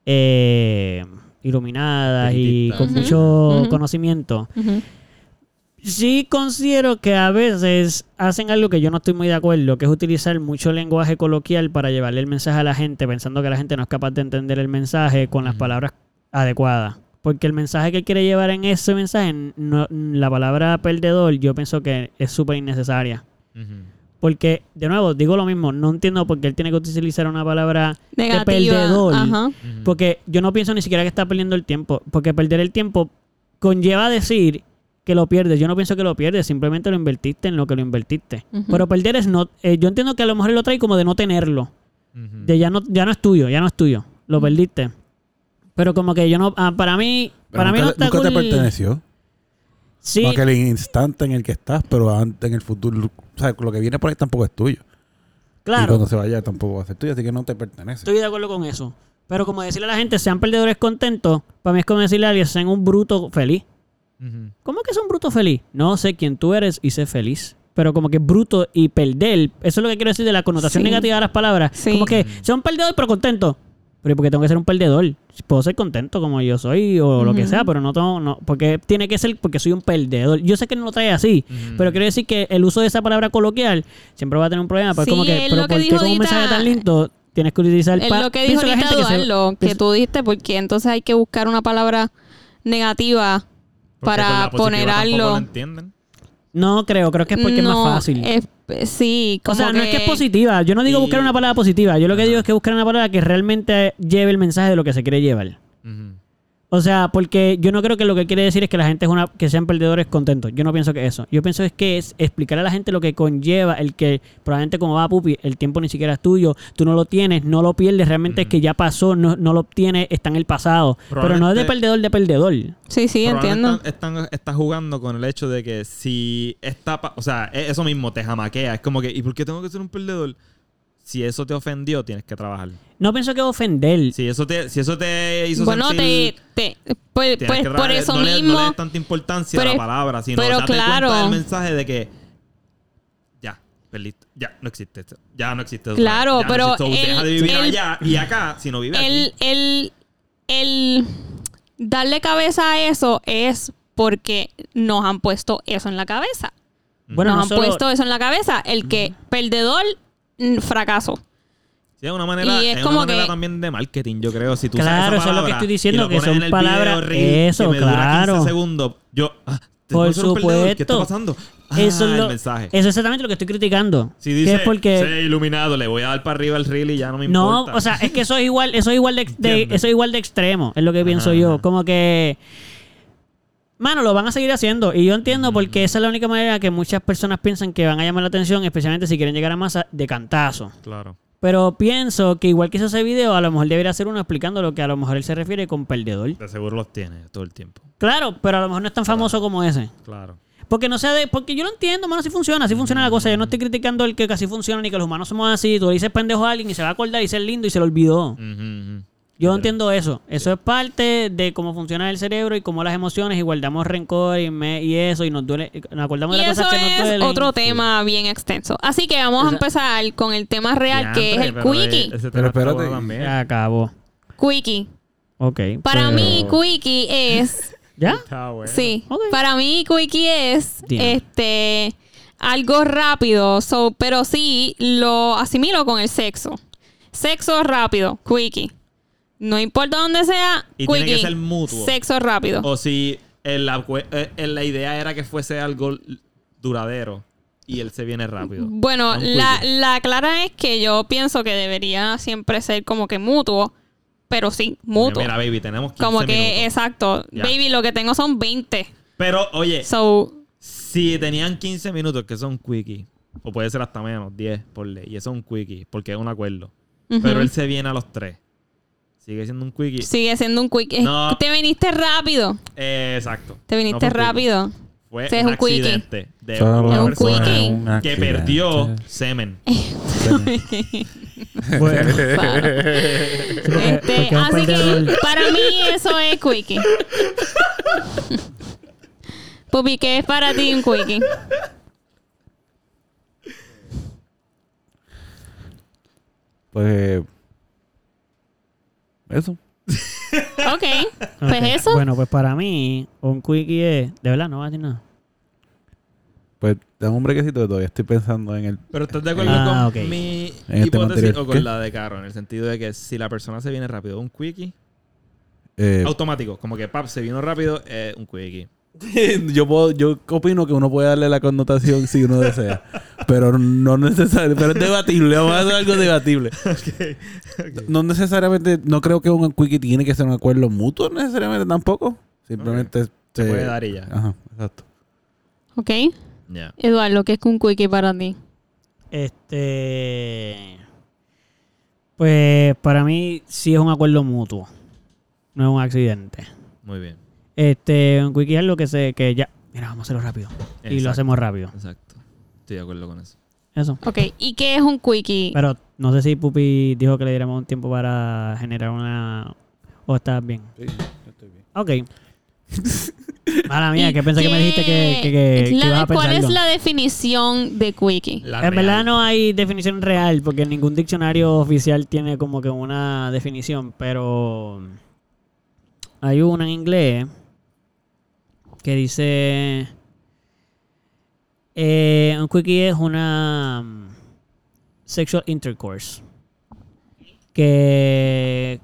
[SPEAKER 3] eh, iluminadas y
[SPEAKER 1] Espiritistas.
[SPEAKER 3] con
[SPEAKER 2] Ujú,
[SPEAKER 3] mucho
[SPEAKER 2] ujú.
[SPEAKER 3] conocimiento,
[SPEAKER 2] Ujú.
[SPEAKER 3] sí considero que a veces hacen algo que yo no estoy muy de acuerdo, que es utilizar mucho lenguaje coloquial para llevarle el mensaje a la gente, pensando que la gente no es capaz de entender el mensaje con las palabras adecuadas. Porque el mensaje que quiere llevar en ese mensaje, no- la palabra perdedor, yo pienso que es súper innecesaria.
[SPEAKER 1] Ujú.
[SPEAKER 3] Porque, de nuevo, digo lo mismo, no entiendo por qué él tiene que utilizar una palabra de
[SPEAKER 2] negativa.
[SPEAKER 3] perdedor.
[SPEAKER 2] Ajá.
[SPEAKER 1] Ujú.
[SPEAKER 4] Mm.
[SPEAKER 3] Porque yo no pienso ni siquiera que está perdiendo el tiempo. Porque perder el tiempo conlleva decir que lo pierdes. Yo no pienso que lo pierdes, simplemente lo invertiste en lo que lo invertiste.
[SPEAKER 2] Ujú.
[SPEAKER 3] Pero perder es no. eh, yo entiendo que a lo mejor él lo trae como de no tenerlo.
[SPEAKER 4] Mm.
[SPEAKER 1] Ujú.
[SPEAKER 3] De ya no, ya no es tuyo, ya no es tuyo.
[SPEAKER 2] Mm.
[SPEAKER 3] Lo perdiste. Pero como que yo no. ah, para mí.
[SPEAKER 4] Pero
[SPEAKER 3] para mí
[SPEAKER 4] nunca,
[SPEAKER 3] no está
[SPEAKER 4] nunca te
[SPEAKER 3] cool.
[SPEAKER 4] perteneció.
[SPEAKER 3] Sí,
[SPEAKER 4] No aquel instante en el que estás, pero antes en el futuro. O sea, lo que viene por ahí tampoco es tuyo. Y
[SPEAKER 3] claro.
[SPEAKER 4] cuando se vaya tampoco va a ser tuyo, así que no te pertenece.
[SPEAKER 3] Estoy de acuerdo con eso. Pero como decirle a la gente, sean perdedores contentos, para mí es como decirle a alguien, sean un bruto feliz.
[SPEAKER 1] Ujú.
[SPEAKER 3] ¿Cómo que es un bruto feliz? No sé quién tú eres y sé feliz. Pero como que bruto y perder, eso es lo que quiero decir de la connotación
[SPEAKER 2] Sí.
[SPEAKER 3] negativa de las palabras.
[SPEAKER 2] Sí.
[SPEAKER 3] Como que sea un perdedor pero contento. Pero porque tengo que ser un perdedor. Puedo ser contento como yo soy o lo que
[SPEAKER 2] Ujú.
[SPEAKER 3] sea, pero no tengo, no, porque tiene que ser porque soy un perdedor. Yo sé que no lo trae así,
[SPEAKER 1] Ujú.
[SPEAKER 3] pero quiero decir que el uso de esa palabra coloquial siempre va a tener un problema. Pues
[SPEAKER 2] Sí,
[SPEAKER 3] como que,
[SPEAKER 2] es
[SPEAKER 3] pero
[SPEAKER 2] lo que
[SPEAKER 3] ¿por qué
[SPEAKER 2] dijo
[SPEAKER 3] con un
[SPEAKER 2] ahorita-
[SPEAKER 3] mensaje tan lindo tienes que utilizar
[SPEAKER 2] Es
[SPEAKER 3] pa-
[SPEAKER 2] lo que dijo
[SPEAKER 3] pienso la
[SPEAKER 2] ahorita
[SPEAKER 3] gente que se-
[SPEAKER 2] Eduardo, que,
[SPEAKER 3] pienso-
[SPEAKER 2] tú dijiste, porque entonces hay que buscar una palabra negativa
[SPEAKER 1] Porque con
[SPEAKER 2] para
[SPEAKER 1] la positiva
[SPEAKER 2] poner
[SPEAKER 1] tampoco
[SPEAKER 2] algo.
[SPEAKER 1] lo entienden.
[SPEAKER 3] No creo, creo que es porque es
[SPEAKER 2] No,
[SPEAKER 3] más fácil.
[SPEAKER 2] es- eh, sí,
[SPEAKER 3] o
[SPEAKER 2] como
[SPEAKER 3] sea, no es que es
[SPEAKER 2] que-
[SPEAKER 3] positiva. Yo no digo
[SPEAKER 1] Sí.
[SPEAKER 3] buscar una palabra positiva. Yo lo que digo es que buscar una palabra que realmente lleve el mensaje de lo que se quiere llevar.
[SPEAKER 1] Ujú.
[SPEAKER 3] O sea, porque yo no creo que lo que quiere decir es que la gente es una que sean perdedores contentos. Yo no pienso que eso. Yo pienso es que es explicar a la gente lo que conlleva el que probablemente como va Pupi, el tiempo ni siquiera es tuyo, tú no lo tienes, no lo pierdes, realmente es que ya pasó, no, no lo obtienes, está en el pasado. Pero no es de
[SPEAKER 1] Probablemente-
[SPEAKER 3] perdedor de perdedor.
[SPEAKER 2] Sí, sí,
[SPEAKER 1] Probablemente
[SPEAKER 2] entiendo.
[SPEAKER 1] Están, están- está jugando con el hecho de que si está... pa- O sea, es eso mismo, te jamaquea. Es como que, ¿y por qué tengo que ser un perdedor? Si eso te ofendió, tienes que trabajar.
[SPEAKER 3] No pienso que es ofender.
[SPEAKER 1] Si eso te, si eso te hizo
[SPEAKER 2] Bueno,
[SPEAKER 1] sentir...
[SPEAKER 2] te, te- pues,
[SPEAKER 1] tienes
[SPEAKER 2] pues
[SPEAKER 1] que
[SPEAKER 2] por
[SPEAKER 1] trabajar.
[SPEAKER 2] eso
[SPEAKER 1] no le-
[SPEAKER 2] mismo.
[SPEAKER 1] no le des tanta importancia
[SPEAKER 2] pero
[SPEAKER 1] a
[SPEAKER 2] es-
[SPEAKER 1] la palabra, sino
[SPEAKER 2] pero
[SPEAKER 1] date
[SPEAKER 2] claro.
[SPEAKER 1] cuenta del mensaje de que... Ya, perdiste. Ya, no existe esto. Ya no existe eso.
[SPEAKER 2] Claro,
[SPEAKER 1] Ya no
[SPEAKER 2] pero
[SPEAKER 1] existe. Deja
[SPEAKER 2] el-
[SPEAKER 1] de vivir
[SPEAKER 2] el-
[SPEAKER 1] allá y acá, si no vive
[SPEAKER 2] el,
[SPEAKER 1] aquí.
[SPEAKER 2] el, el darle cabeza a eso es porque nos han puesto eso en la cabeza.
[SPEAKER 3] Bueno,
[SPEAKER 2] nos
[SPEAKER 3] no
[SPEAKER 2] han
[SPEAKER 3] solo-
[SPEAKER 2] puesto eso en la cabeza. El que perdedor, mm, fracaso.
[SPEAKER 1] Sí, es una manera,
[SPEAKER 2] Y es
[SPEAKER 1] es
[SPEAKER 2] como
[SPEAKER 1] una manera
[SPEAKER 2] que-
[SPEAKER 1] también de marketing, yo creo. Si tú
[SPEAKER 3] Claro,
[SPEAKER 1] sabes
[SPEAKER 3] eso
[SPEAKER 1] esa
[SPEAKER 3] es lo que
[SPEAKER 1] palabra
[SPEAKER 3] estoy diciendo,
[SPEAKER 1] y lo
[SPEAKER 3] que
[SPEAKER 1] pones
[SPEAKER 3] son
[SPEAKER 1] en el
[SPEAKER 3] palabras-
[SPEAKER 1] video reel
[SPEAKER 3] eso,
[SPEAKER 1] que me
[SPEAKER 3] claro.
[SPEAKER 1] Dura 15 segundos. Yo, ah, tengo
[SPEAKER 3] Por
[SPEAKER 1] que ser un perdedor, ¿Qué
[SPEAKER 3] supuesto.
[SPEAKER 1] está pasando? Ah,
[SPEAKER 3] Eso, es lo-
[SPEAKER 1] el mensaje.
[SPEAKER 3] eso es exactamente lo que estoy criticando.
[SPEAKER 1] si dice,
[SPEAKER 3] que es porque...
[SPEAKER 1] sé iluminado, le voy a dar para arriba el reel y ya no me
[SPEAKER 3] No,
[SPEAKER 1] importa.
[SPEAKER 3] o sea, es que eso es igual, eso es igual de, de-
[SPEAKER 1] Entiendo.
[SPEAKER 3] eso es igual de extremo, es lo que pienso
[SPEAKER 1] Ajá,
[SPEAKER 3] yo.
[SPEAKER 1] ajá.
[SPEAKER 3] Como que, mano, lo van a seguir haciendo y yo entiendo
[SPEAKER 1] Mm.
[SPEAKER 3] porque esa es la única manera que muchas personas piensan que van a llamar la atención, especialmente si quieren llegar a masa de cantazo.
[SPEAKER 1] Claro.
[SPEAKER 3] Pero pienso que igual que hizo ese video, a lo mejor debería hacer uno explicando lo que a lo mejor él se refiere con perdedor.
[SPEAKER 1] De seguro los tiene todo el tiempo.
[SPEAKER 3] Claro, pero a lo mejor no es tan famoso como ese.
[SPEAKER 1] Claro.
[SPEAKER 3] Porque no sea de, porque yo lo entiendo, mano, así funciona, así funciona la cosa. Yo no estoy criticando el que casi funciona ni que los humanos somos así. Tú le dices pendejo a alguien y se va a acordar y ser lindo y se lo olvidó.
[SPEAKER 1] Ujú, ujú.
[SPEAKER 3] Yo no entiendo eso. Eso es parte de cómo funciona el cerebro y cómo las emociones y guardamos rencor y, me- y eso y nos duele. eh, Nos acordamos
[SPEAKER 2] Y
[SPEAKER 3] de las
[SPEAKER 2] eso
[SPEAKER 3] cosas que nos
[SPEAKER 2] es
[SPEAKER 3] duelen.
[SPEAKER 2] otro tema bien extenso. Así que vamos a empezar con el tema real, que es
[SPEAKER 1] Diantre,
[SPEAKER 2] el
[SPEAKER 1] pero
[SPEAKER 2] quickie.
[SPEAKER 1] ese tema
[SPEAKER 4] Pero
[SPEAKER 1] está
[SPEAKER 4] espérate.
[SPEAKER 1] bueno también.
[SPEAKER 3] Ya acabó.
[SPEAKER 2] Quickie.
[SPEAKER 3] Ok.
[SPEAKER 2] Para
[SPEAKER 3] pero-
[SPEAKER 2] mí, quickie es... <laughs>
[SPEAKER 3] ¿Ya?
[SPEAKER 1] Está bueno.
[SPEAKER 2] Sí,
[SPEAKER 3] Ok.
[SPEAKER 2] para mí quickie es
[SPEAKER 3] Bien.
[SPEAKER 2] este algo rápido, so, pero sí lo asimilo con el sexo. Sexo rápido, quickie. No importa dónde sea,
[SPEAKER 1] Y tiene
[SPEAKER 2] quickie.
[SPEAKER 1] que ser mutuo.
[SPEAKER 2] Sexo rápido.
[SPEAKER 1] O si el acue- eh, eh, la idea era que fuese algo l- duradero y él se viene rápido.
[SPEAKER 2] Bueno,
[SPEAKER 1] Un
[SPEAKER 2] la,
[SPEAKER 1] quickie.
[SPEAKER 2] la clara es que yo pienso que debería siempre ser como que mutuo, pero sí, mutuo.
[SPEAKER 1] Mira, baby, tenemos 15
[SPEAKER 2] como que,
[SPEAKER 1] minutos.
[SPEAKER 2] exacto.
[SPEAKER 1] Ya.
[SPEAKER 2] Baby, lo que tengo son 20.
[SPEAKER 1] Pero, oye,
[SPEAKER 2] So,
[SPEAKER 1] si tenían 15 minutos, que son quickie, o puede ser hasta menos, 10 por ley, y eso es un quickie, porque es un acuerdo. Pero
[SPEAKER 2] ujú.
[SPEAKER 1] él se viene a los 3. Sigue siendo un quickie.
[SPEAKER 2] sigue siendo un quickie.
[SPEAKER 1] No.
[SPEAKER 2] Te viniste rápido.
[SPEAKER 1] Eh, exacto.
[SPEAKER 2] Te
[SPEAKER 1] No
[SPEAKER 2] viniste
[SPEAKER 1] fue un quickie. <laughs>
[SPEAKER 2] rápido.
[SPEAKER 1] Fue
[SPEAKER 2] Ese es
[SPEAKER 1] un,
[SPEAKER 2] un quickie.
[SPEAKER 1] accidente de
[SPEAKER 4] Solo
[SPEAKER 1] una
[SPEAKER 2] un
[SPEAKER 1] persona
[SPEAKER 2] quickie.
[SPEAKER 1] que perdió semen.
[SPEAKER 3] <laughs> Bueno,
[SPEAKER 2] Este,
[SPEAKER 3] porque un
[SPEAKER 2] así que
[SPEAKER 3] perdedor-
[SPEAKER 2] para mí eso es
[SPEAKER 1] <laughs>
[SPEAKER 2] quickie. Pupi, ¿qué es para ti un quickie?
[SPEAKER 4] Pues. Eso.
[SPEAKER 2] Ok, <laughs> pues
[SPEAKER 3] ok.
[SPEAKER 2] eso.
[SPEAKER 3] Bueno, pues para mí, un quickie es. De verdad, no va a decir nada.
[SPEAKER 4] Pues dame un brequecito que todavía estoy pensando en el.
[SPEAKER 1] Pero estás de acuerdo
[SPEAKER 3] Ah,
[SPEAKER 1] con
[SPEAKER 3] ok.
[SPEAKER 1] mi
[SPEAKER 4] En este
[SPEAKER 1] hipótesis
[SPEAKER 4] material,
[SPEAKER 1] o con
[SPEAKER 4] ¿qué?
[SPEAKER 1] la de Caro, en el sentido de que si la persona se viene rápido, un quickie,
[SPEAKER 4] eh,
[SPEAKER 1] automático, como que pap, se vino rápido, eh, un quickie.
[SPEAKER 4] <laughs> yo, puedo, yo opino que uno puede darle la connotación si uno desea. pero no necesario. Pero es debatible. Vamos a hacer
[SPEAKER 1] <laughs>
[SPEAKER 4] algo debatible. No necesariamente. No creo que un quickie tiene que ser un acuerdo mutuo necesariamente tampoco. Simplemente.
[SPEAKER 1] Se puede dar y ya.
[SPEAKER 4] Ajá, exacto.
[SPEAKER 2] Ok,
[SPEAKER 1] Ya.
[SPEAKER 2] Eduardo, ¿qué es un quickie para ti?
[SPEAKER 3] Este. Pues para mí, sí es un acuerdo mutuo. No es un accidente.
[SPEAKER 1] Muy bien.
[SPEAKER 3] Este, un quickie es lo que se. que ya. Mira, vamos a hacerlo rápido. Y
[SPEAKER 1] Exacto.
[SPEAKER 3] lo hacemos rápido.
[SPEAKER 1] Exacto. Estoy de acuerdo con eso.
[SPEAKER 3] Eso.
[SPEAKER 2] Ok, ¿y qué es un quickie?
[SPEAKER 3] Pero no sé si Pupi dijo que le diéramos un tiempo para generar una. O estás bien.
[SPEAKER 4] Sí, estoy bien.
[SPEAKER 3] Ok. <laughs> Mala mía,
[SPEAKER 2] ¿Y
[SPEAKER 3] que pensé que me
[SPEAKER 2] qué-
[SPEAKER 3] dijiste que, que, que- que
[SPEAKER 2] la-
[SPEAKER 3] ibas a
[SPEAKER 2] ¿Cuál
[SPEAKER 3] pensarlo.
[SPEAKER 2] es la definición de quickie?
[SPEAKER 1] La
[SPEAKER 3] En
[SPEAKER 1] real.
[SPEAKER 3] verdad no hay definición real, porque ningún diccionario oficial tiene como que una definición, pero hay una en inglés que dice eh, un quickie es una mm, sexual intercourse que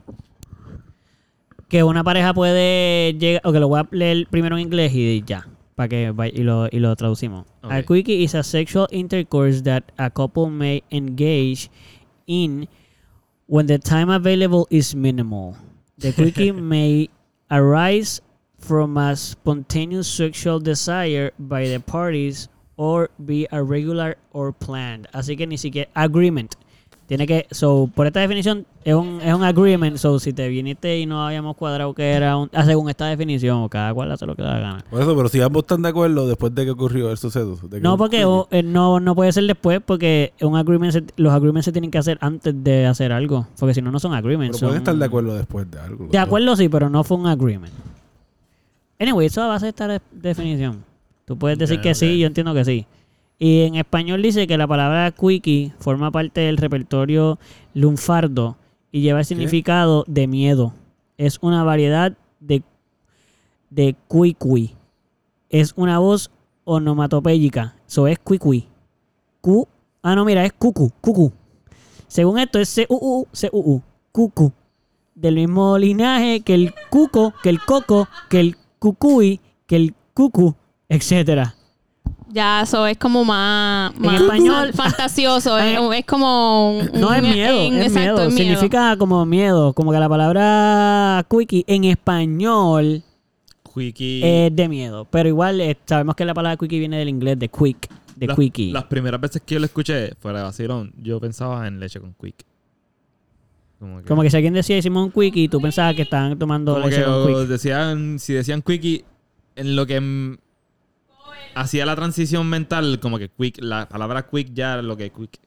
[SPEAKER 3] que una pareja puede llegar, o que lo voy a leer primero en inglés y ya, para que vaya- y lo, y lo traducimos.
[SPEAKER 1] Ok.
[SPEAKER 3] A quickie is a sexual intercourse that a couple may engage in when the time available is minimal. The
[SPEAKER 4] <laughs>
[SPEAKER 3] quickie may arise from a spontaneous sexual desire by the parties or be a regular or planned. Así que ni siquiera agreement. Tiene que, so, por esta definición, es un, es un agreement. So, si te viniste y no habíamos cuadrado que era un, ah, según esta definición, cada cual hace lo que le da la gana.
[SPEAKER 4] Por eso, pero si ambos están de acuerdo después de que ocurrió el suceso. de que-
[SPEAKER 3] No, porque o- eh, no, no puede ser después, porque un agreement se- los agreements se tienen que hacer antes de hacer algo. Porque si no, no son
[SPEAKER 4] Pero
[SPEAKER 3] agreements.
[SPEAKER 4] pueden
[SPEAKER 3] son-
[SPEAKER 4] estar de acuerdo después de algo.
[SPEAKER 3] De acuerdo, sí, pero no fue un agreement. Anyway, eso a base de esta de- definición. Tú puedes decir
[SPEAKER 1] Ok,
[SPEAKER 3] que
[SPEAKER 1] ok.
[SPEAKER 3] sí, yo entiendo que sí. Y en español dice que la palabra quickie forma parte del repertorio lunfardo y lleva el significado de miedo. Es una variedad de, de cuicui. Es una voz onomatopéyica. Eso es cuicui. Cu. Ah, no, mira, es cucu, cucu. Según esto es C-U-U, C-U-U, cucu. Del mismo linaje que el cuco, que el coco, que el cucuy, que el cucu, etcétera.
[SPEAKER 2] Ya, eso es como más,
[SPEAKER 3] En
[SPEAKER 2] más
[SPEAKER 3] español- <laughs>
[SPEAKER 2] fantasioso.
[SPEAKER 3] Ah,
[SPEAKER 2] es, es como un-
[SPEAKER 3] No es
[SPEAKER 2] un-
[SPEAKER 3] miedo,
[SPEAKER 2] en-
[SPEAKER 3] es
[SPEAKER 2] exacto,
[SPEAKER 3] miedo.
[SPEAKER 2] es
[SPEAKER 3] Significa como miedo, como que la palabra quickie en español
[SPEAKER 1] Quickie.
[SPEAKER 3] es de miedo. Pero igual eh, sabemos que la palabra quickie viene del inglés de quick, de
[SPEAKER 1] las,
[SPEAKER 3] quickie.
[SPEAKER 1] Las primeras veces que yo lo escuché, fuera de vacilón, yo pensaba en leche con quick. Como que,
[SPEAKER 3] Como que si alguien decía hicimos un quickie, tú pensabas que estaban tomando
[SPEAKER 1] como
[SPEAKER 3] leche
[SPEAKER 1] que,
[SPEAKER 3] con
[SPEAKER 1] o
[SPEAKER 3] quick.
[SPEAKER 1] decían, si decían quickie, en lo que mm, hacía la transición mental, como que quick, la palabra quick ya era lo que quick,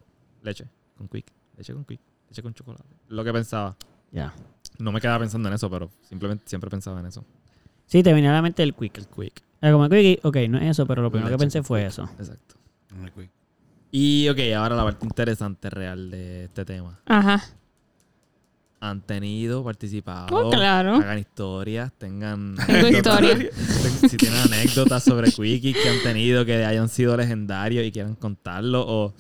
[SPEAKER 1] leche con quick, leche con quick, leche con chocolate. Lo que pensaba.
[SPEAKER 3] Ya.
[SPEAKER 1] No me quedaba pensando en eso, pero simplemente siempre pensaba en eso.
[SPEAKER 3] Sí, te venía a la mente el quick.
[SPEAKER 1] El quick,
[SPEAKER 3] Era como quickie, ok, no es eso, pero lo primero que
[SPEAKER 1] Leche
[SPEAKER 3] pensé
[SPEAKER 1] con
[SPEAKER 3] fue
[SPEAKER 1] quick.
[SPEAKER 3] eso.
[SPEAKER 1] exacto.
[SPEAKER 4] Ok.
[SPEAKER 1] Y ok, ahora la parte interesante real de este tema.
[SPEAKER 2] miedo. Ajá.
[SPEAKER 1] han tenido, participado.
[SPEAKER 2] Oh, claro.
[SPEAKER 1] Hagan historias,
[SPEAKER 2] <laughs>
[SPEAKER 1] tengan.
[SPEAKER 2] Tengo historia.
[SPEAKER 1] ten- si tienen anécdotas sobre Quickie que han tenido, que hayan sido legendarios y quieran contarlo o.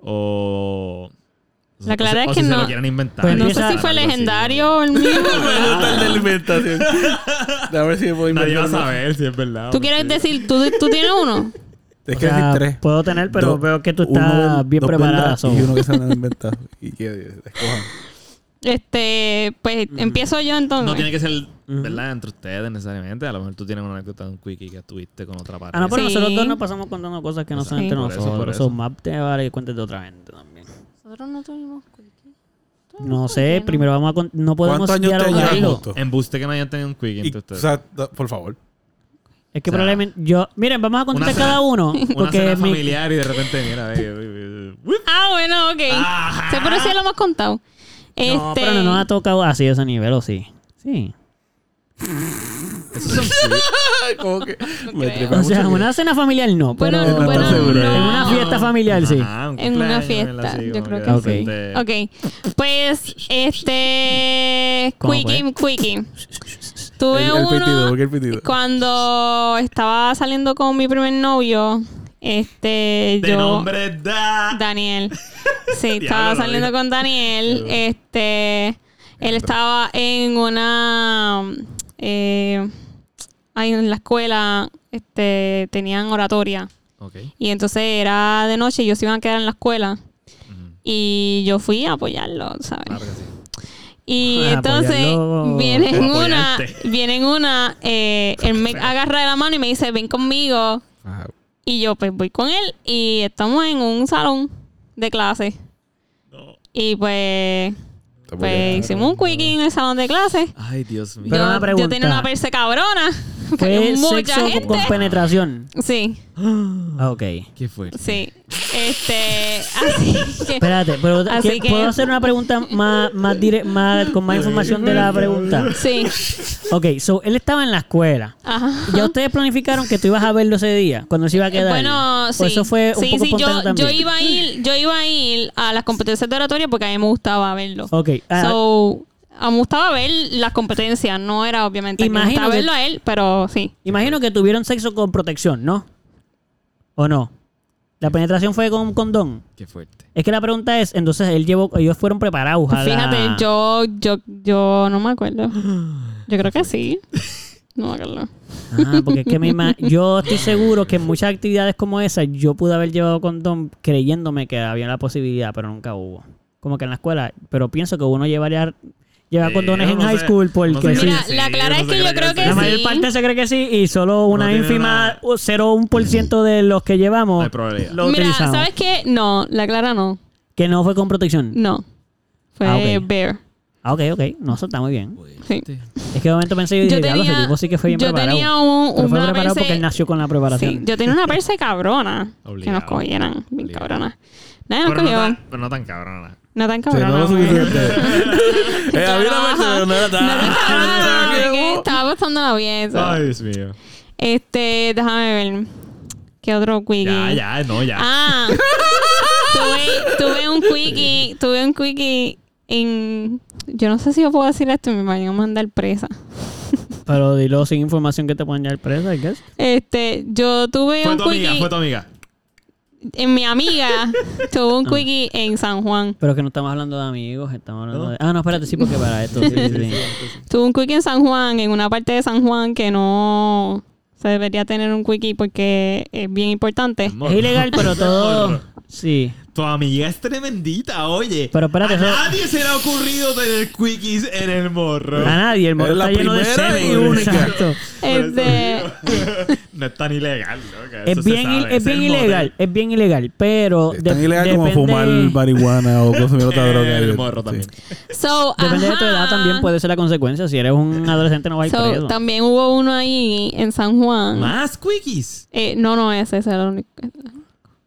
[SPEAKER 1] o
[SPEAKER 2] La
[SPEAKER 1] o
[SPEAKER 2] clara
[SPEAKER 1] si- o
[SPEAKER 2] es que
[SPEAKER 1] si se
[SPEAKER 2] no-
[SPEAKER 1] lo quieren inventar.
[SPEAKER 3] Pues
[SPEAKER 2] No
[SPEAKER 3] Empieza-
[SPEAKER 2] sé si fue
[SPEAKER 1] Algo así.
[SPEAKER 2] legendario o el mismo.
[SPEAKER 1] <laughs>
[SPEAKER 4] <laughs> A ver si me puedo
[SPEAKER 1] Nadie va a
[SPEAKER 4] inventar una.
[SPEAKER 1] saber si es verdad.
[SPEAKER 2] ¿Tú quieres decir, tú, tú tienes uno?
[SPEAKER 4] Es
[SPEAKER 3] O
[SPEAKER 4] que
[SPEAKER 3] sea,
[SPEAKER 4] hay tres.
[SPEAKER 3] Puedo tener, pero
[SPEAKER 4] Dos-
[SPEAKER 3] veo que tú
[SPEAKER 4] uno
[SPEAKER 3] estás
[SPEAKER 4] del-
[SPEAKER 3] bien
[SPEAKER 4] dos
[SPEAKER 3] preparada.
[SPEAKER 4] vendas
[SPEAKER 3] so.
[SPEAKER 4] Y
[SPEAKER 3] <laughs>
[SPEAKER 4] uno que se han inventado. Y que eh, escojan.
[SPEAKER 2] Este, pues empiezo yo entonces.
[SPEAKER 1] Mm. No tiene que ser, ¿verdad? Entre ustedes necesariamente. A lo mejor tú tienes una anécdota de un Quickie que tuviste con otra pareja.
[SPEAKER 3] Ah, no, pero
[SPEAKER 2] Sí.
[SPEAKER 3] nosotros dos nos pasamos contando cosas que no son
[SPEAKER 2] Sí.
[SPEAKER 3] entre
[SPEAKER 1] Por eso,
[SPEAKER 3] nosotros.
[SPEAKER 1] por
[SPEAKER 3] So,
[SPEAKER 1] eso.
[SPEAKER 3] más te vale que cuentes de otra gente también.
[SPEAKER 2] Nosotros no tuvimos quickie.
[SPEAKER 3] No sé, primero vamos a... con- No podemos
[SPEAKER 4] ¿Cuántos años te llevan
[SPEAKER 3] dialogarlo.
[SPEAKER 4] juntos?
[SPEAKER 1] Embuste que no hayan tenido un Quickie
[SPEAKER 4] Y,
[SPEAKER 1] entre
[SPEAKER 4] o
[SPEAKER 1] ustedes.
[SPEAKER 4] sea, no, por favor.
[SPEAKER 3] Es
[SPEAKER 1] O
[SPEAKER 3] que
[SPEAKER 1] sea,
[SPEAKER 3] probablemente yo... Miren, vamos a contar
[SPEAKER 1] cena-
[SPEAKER 3] cada
[SPEAKER 1] <laughs>
[SPEAKER 3] uno.
[SPEAKER 1] una
[SPEAKER 3] Porque
[SPEAKER 1] cena
[SPEAKER 3] mi-
[SPEAKER 1] familiar y de repente, mira, eh, eh, eh,
[SPEAKER 2] Ah, bueno, ok.
[SPEAKER 1] Ajá.
[SPEAKER 2] Sí, pero sí lo hemos contado. Este,
[SPEAKER 3] No, pero no nos ha tocado así ese nivel, ¿o sí? Sí.
[SPEAKER 4] Como que me
[SPEAKER 2] creo.
[SPEAKER 4] trepa
[SPEAKER 3] O sea,
[SPEAKER 4] mucho.
[SPEAKER 3] una cena familiar no, pero...
[SPEAKER 2] Bueno,
[SPEAKER 4] No, no
[SPEAKER 2] bueno,
[SPEAKER 4] está seguro,
[SPEAKER 2] no.
[SPEAKER 4] ¿eh?
[SPEAKER 3] En una fiesta familiar, sí.
[SPEAKER 1] Ajá, un
[SPEAKER 2] En una
[SPEAKER 1] cumpleaños, algo
[SPEAKER 2] fiesta,
[SPEAKER 1] así,
[SPEAKER 2] yo
[SPEAKER 1] como
[SPEAKER 2] creo
[SPEAKER 1] de
[SPEAKER 3] que sí.
[SPEAKER 1] repente-
[SPEAKER 2] Ok. Pues, este.
[SPEAKER 3] ¿Cómo
[SPEAKER 2] Quickie, quickie.
[SPEAKER 4] El,
[SPEAKER 2] Tuve
[SPEAKER 4] el
[SPEAKER 2] uno.
[SPEAKER 4] pitido, porque el pitido.
[SPEAKER 2] Cuando estaba saliendo con mi primer novio, este,
[SPEAKER 1] De
[SPEAKER 2] yo,
[SPEAKER 1] nombre da. <laughs>
[SPEAKER 2] Daniel. Sí, estaba
[SPEAKER 1] Diablo, lo
[SPEAKER 2] saliendo
[SPEAKER 1] dijo.
[SPEAKER 2] con Daniel,
[SPEAKER 1] Diablo.
[SPEAKER 2] este, él estaba en una, eh, ahí en la escuela, este, tenían oratoria.
[SPEAKER 1] Ok.
[SPEAKER 2] Y entonces era de noche y ellos se iban a quedar en la escuela.
[SPEAKER 1] Ujú.
[SPEAKER 2] Y yo fui a apoyarlo, ¿sabes?
[SPEAKER 4] Ah,
[SPEAKER 1] Claro que sí.
[SPEAKER 3] <laughs>
[SPEAKER 2] Y
[SPEAKER 3] Ah,
[SPEAKER 2] entonces
[SPEAKER 3] apoyarlo.
[SPEAKER 2] viene en una,
[SPEAKER 1] Apoyarte.
[SPEAKER 2] viene en una, eh, él me agarra de la mano y me dice, ven conmigo.
[SPEAKER 4] Ajá.
[SPEAKER 2] Y yo pues voy con él y estamos en un salón de clase. Y pues,
[SPEAKER 4] Te voy a
[SPEAKER 2] pues
[SPEAKER 4] dar.
[SPEAKER 2] hicimos un quickie en el salón de clase.
[SPEAKER 1] Ay, Dios mío.
[SPEAKER 3] Pero
[SPEAKER 2] yo,
[SPEAKER 3] una
[SPEAKER 2] yo
[SPEAKER 3] pregunta.
[SPEAKER 2] tenía una perse cabrona.
[SPEAKER 3] Fue
[SPEAKER 2] <laughs> Porque mucha
[SPEAKER 3] sexo
[SPEAKER 2] gente.
[SPEAKER 3] con penetración.
[SPEAKER 2] Sí,
[SPEAKER 3] Ah, ok.
[SPEAKER 1] ¿Qué fue?
[SPEAKER 2] sí. Este, así que...
[SPEAKER 3] Espérate, pero
[SPEAKER 2] Así
[SPEAKER 3] ¿qué-
[SPEAKER 2] que-
[SPEAKER 3] ¿puedo hacer una pregunta más, más, dire- más con
[SPEAKER 1] <laughs>
[SPEAKER 3] más información de la pregunta?
[SPEAKER 2] Sí,
[SPEAKER 3] Ok, so él estaba en la escuela.
[SPEAKER 2] ajá. Eh,
[SPEAKER 3] ¿Ya ustedes planificaron que tú ibas a verlo ese día? Cuando se iba a quedar.
[SPEAKER 2] Bueno,
[SPEAKER 3] ¿O
[SPEAKER 2] sí.
[SPEAKER 3] Pues eso fue un
[SPEAKER 2] sí,
[SPEAKER 3] poco
[SPEAKER 2] sí,
[SPEAKER 3] espontáneo
[SPEAKER 2] yo,
[SPEAKER 3] también?
[SPEAKER 2] yo iba a ir, yo iba a ir a las competencias de oratoria porque a mí me gustaba verlo.
[SPEAKER 3] Ok. ah,
[SPEAKER 2] So, a mí me gustaba ver las competencias, no era obviamente. a mí
[SPEAKER 3] Imagino
[SPEAKER 2] me gustaba
[SPEAKER 3] que-
[SPEAKER 2] verlo a él, pero sí.
[SPEAKER 3] imagino que tuvieron sexo con protección, ¿no? ¿O no? La penetración fue con un condón.
[SPEAKER 1] Qué fuerte.
[SPEAKER 3] Es que la pregunta es, entonces él llevó, ellos fueron preparados a la-
[SPEAKER 2] Fíjate, yo, yo, yo no me acuerdo. Yo creo que sí. No, Carlos.
[SPEAKER 3] Ah, porque es que me ima- yo estoy seguro que en muchas actividades como esa yo pude haber llevado condón creyéndome que había la posibilidad, pero nunca hubo. Como que en la escuela, pero pienso que uno llevaría lleva
[SPEAKER 1] Eh,
[SPEAKER 3] condones
[SPEAKER 1] yo
[SPEAKER 3] en
[SPEAKER 1] no
[SPEAKER 3] high
[SPEAKER 1] sé,
[SPEAKER 3] school
[SPEAKER 1] no
[SPEAKER 3] porque
[SPEAKER 1] sé
[SPEAKER 3] sí.
[SPEAKER 1] creo
[SPEAKER 2] Mira,
[SPEAKER 1] que sí,
[SPEAKER 2] la
[SPEAKER 1] yo
[SPEAKER 2] clara
[SPEAKER 1] no
[SPEAKER 2] es
[SPEAKER 1] sé
[SPEAKER 2] que
[SPEAKER 1] qué
[SPEAKER 2] yo
[SPEAKER 1] le quiere
[SPEAKER 2] creo que
[SPEAKER 3] La
[SPEAKER 1] decir.
[SPEAKER 3] mayor
[SPEAKER 2] sí.
[SPEAKER 3] parte se cree que sí y solo una
[SPEAKER 1] tiene
[SPEAKER 3] ínfima
[SPEAKER 1] nada.
[SPEAKER 3] o 0,1% de los que
[SPEAKER 1] No
[SPEAKER 3] llevamos
[SPEAKER 1] hay probabilidad.
[SPEAKER 3] lo
[SPEAKER 2] Mira,
[SPEAKER 3] utilizamos.
[SPEAKER 2] ¿sabes qué? No, la clara no.
[SPEAKER 3] Que no fue con protección.
[SPEAKER 2] No. Fue
[SPEAKER 3] Ah, ok.
[SPEAKER 2] Bear.
[SPEAKER 3] Ah, ok, ok. No, eso está muy bien.
[SPEAKER 2] Sí.
[SPEAKER 3] Es que de momento pensé yo, dije, diablo, ese tipo sí que fue bien
[SPEAKER 2] yo
[SPEAKER 3] preparado.
[SPEAKER 2] tenía un-
[SPEAKER 3] pero fue
[SPEAKER 2] una
[SPEAKER 3] preparado
[SPEAKER 2] perse-
[SPEAKER 3] porque él nació con la preparación.
[SPEAKER 2] sí, yo tenía
[SPEAKER 3] <laughs>
[SPEAKER 2] una perse cabrona. que nos
[SPEAKER 1] Obligado.
[SPEAKER 2] cogieran. Bien
[SPEAKER 1] Obligado.
[SPEAKER 2] cabrona. Nadie nos
[SPEAKER 1] Pero no,
[SPEAKER 2] cogió.
[SPEAKER 1] tan, pero no tan cabrona.
[SPEAKER 2] No tan
[SPEAKER 4] Sí, no
[SPEAKER 2] cabrona.
[SPEAKER 4] lo
[SPEAKER 2] güey.
[SPEAKER 3] <laughs>
[SPEAKER 4] suficiente. Eh, había una
[SPEAKER 2] Ajá.
[SPEAKER 4] persona, pero no era tan-
[SPEAKER 2] No
[SPEAKER 3] Ah,
[SPEAKER 2] tan
[SPEAKER 1] <laughs>
[SPEAKER 2] cabrona,
[SPEAKER 4] Ay,
[SPEAKER 2] porque
[SPEAKER 4] qué
[SPEAKER 2] Ah, Estaba pasando la bien. eso.
[SPEAKER 1] Ay, Dios mío.
[SPEAKER 2] Este, déjame ver. ¿Qué otro quickie?
[SPEAKER 1] Ya, ya, no, ya.
[SPEAKER 2] Ah. tuve, tuve un quickie. Tuve un quickie en. Yo no sé si yo puedo decir esto, me van a mandar presa.
[SPEAKER 3] Pero dilo sin información que te pueden llevar presa, I guess.
[SPEAKER 2] Este, yo tuve
[SPEAKER 1] Fue
[SPEAKER 2] un
[SPEAKER 1] tu
[SPEAKER 2] quickie.
[SPEAKER 1] amiga, fue tu amiga.
[SPEAKER 2] En mi amiga tuvo un quickie en San Juan.
[SPEAKER 3] Pero que no estamos hablando de amigos, estamos hablando de... Ah, no, espérate, sí, porque para esto... sí, sí, sí.
[SPEAKER 2] Tuvo un quickie en San Juan, en una parte de San Juan que no se debería tener un quickie porque es bien importante.
[SPEAKER 1] Amor.
[SPEAKER 3] Es ilegal, pero todo... Sí.
[SPEAKER 1] Tu amiga es tremendita, oye.
[SPEAKER 3] Pero espérate,
[SPEAKER 1] A
[SPEAKER 3] eso-
[SPEAKER 1] nadie se le ha ocurrido tener quickies en el morro.
[SPEAKER 3] A nadie, el morro
[SPEAKER 4] Es la
[SPEAKER 3] está lleno de
[SPEAKER 4] primera
[SPEAKER 3] semen.
[SPEAKER 4] y única.
[SPEAKER 3] Exacto.
[SPEAKER 2] Este,
[SPEAKER 1] <laughs> No es tan ilegal, loca. eso
[SPEAKER 3] Es
[SPEAKER 1] se
[SPEAKER 3] bien,
[SPEAKER 1] sabe,
[SPEAKER 3] es bien
[SPEAKER 1] el mote.
[SPEAKER 3] ilegal, es bien ilegal, pero...
[SPEAKER 4] Es tan
[SPEAKER 3] de-
[SPEAKER 4] ilegal como
[SPEAKER 3] depende-
[SPEAKER 4] fumar marihuana o consumir otra
[SPEAKER 1] Eh,
[SPEAKER 4] droga.
[SPEAKER 1] el
[SPEAKER 4] Sí.
[SPEAKER 1] morro también.
[SPEAKER 2] so,
[SPEAKER 3] Depende de tu
[SPEAKER 2] ajá.
[SPEAKER 3] edad también puede ser la consecuencia. Si eres un adolescente no vas a ir
[SPEAKER 2] So,
[SPEAKER 3] preso.
[SPEAKER 2] también hubo uno ahí en San Juan.
[SPEAKER 1] Más quickies.
[SPEAKER 2] Eh, no, no, ese, ese era el único.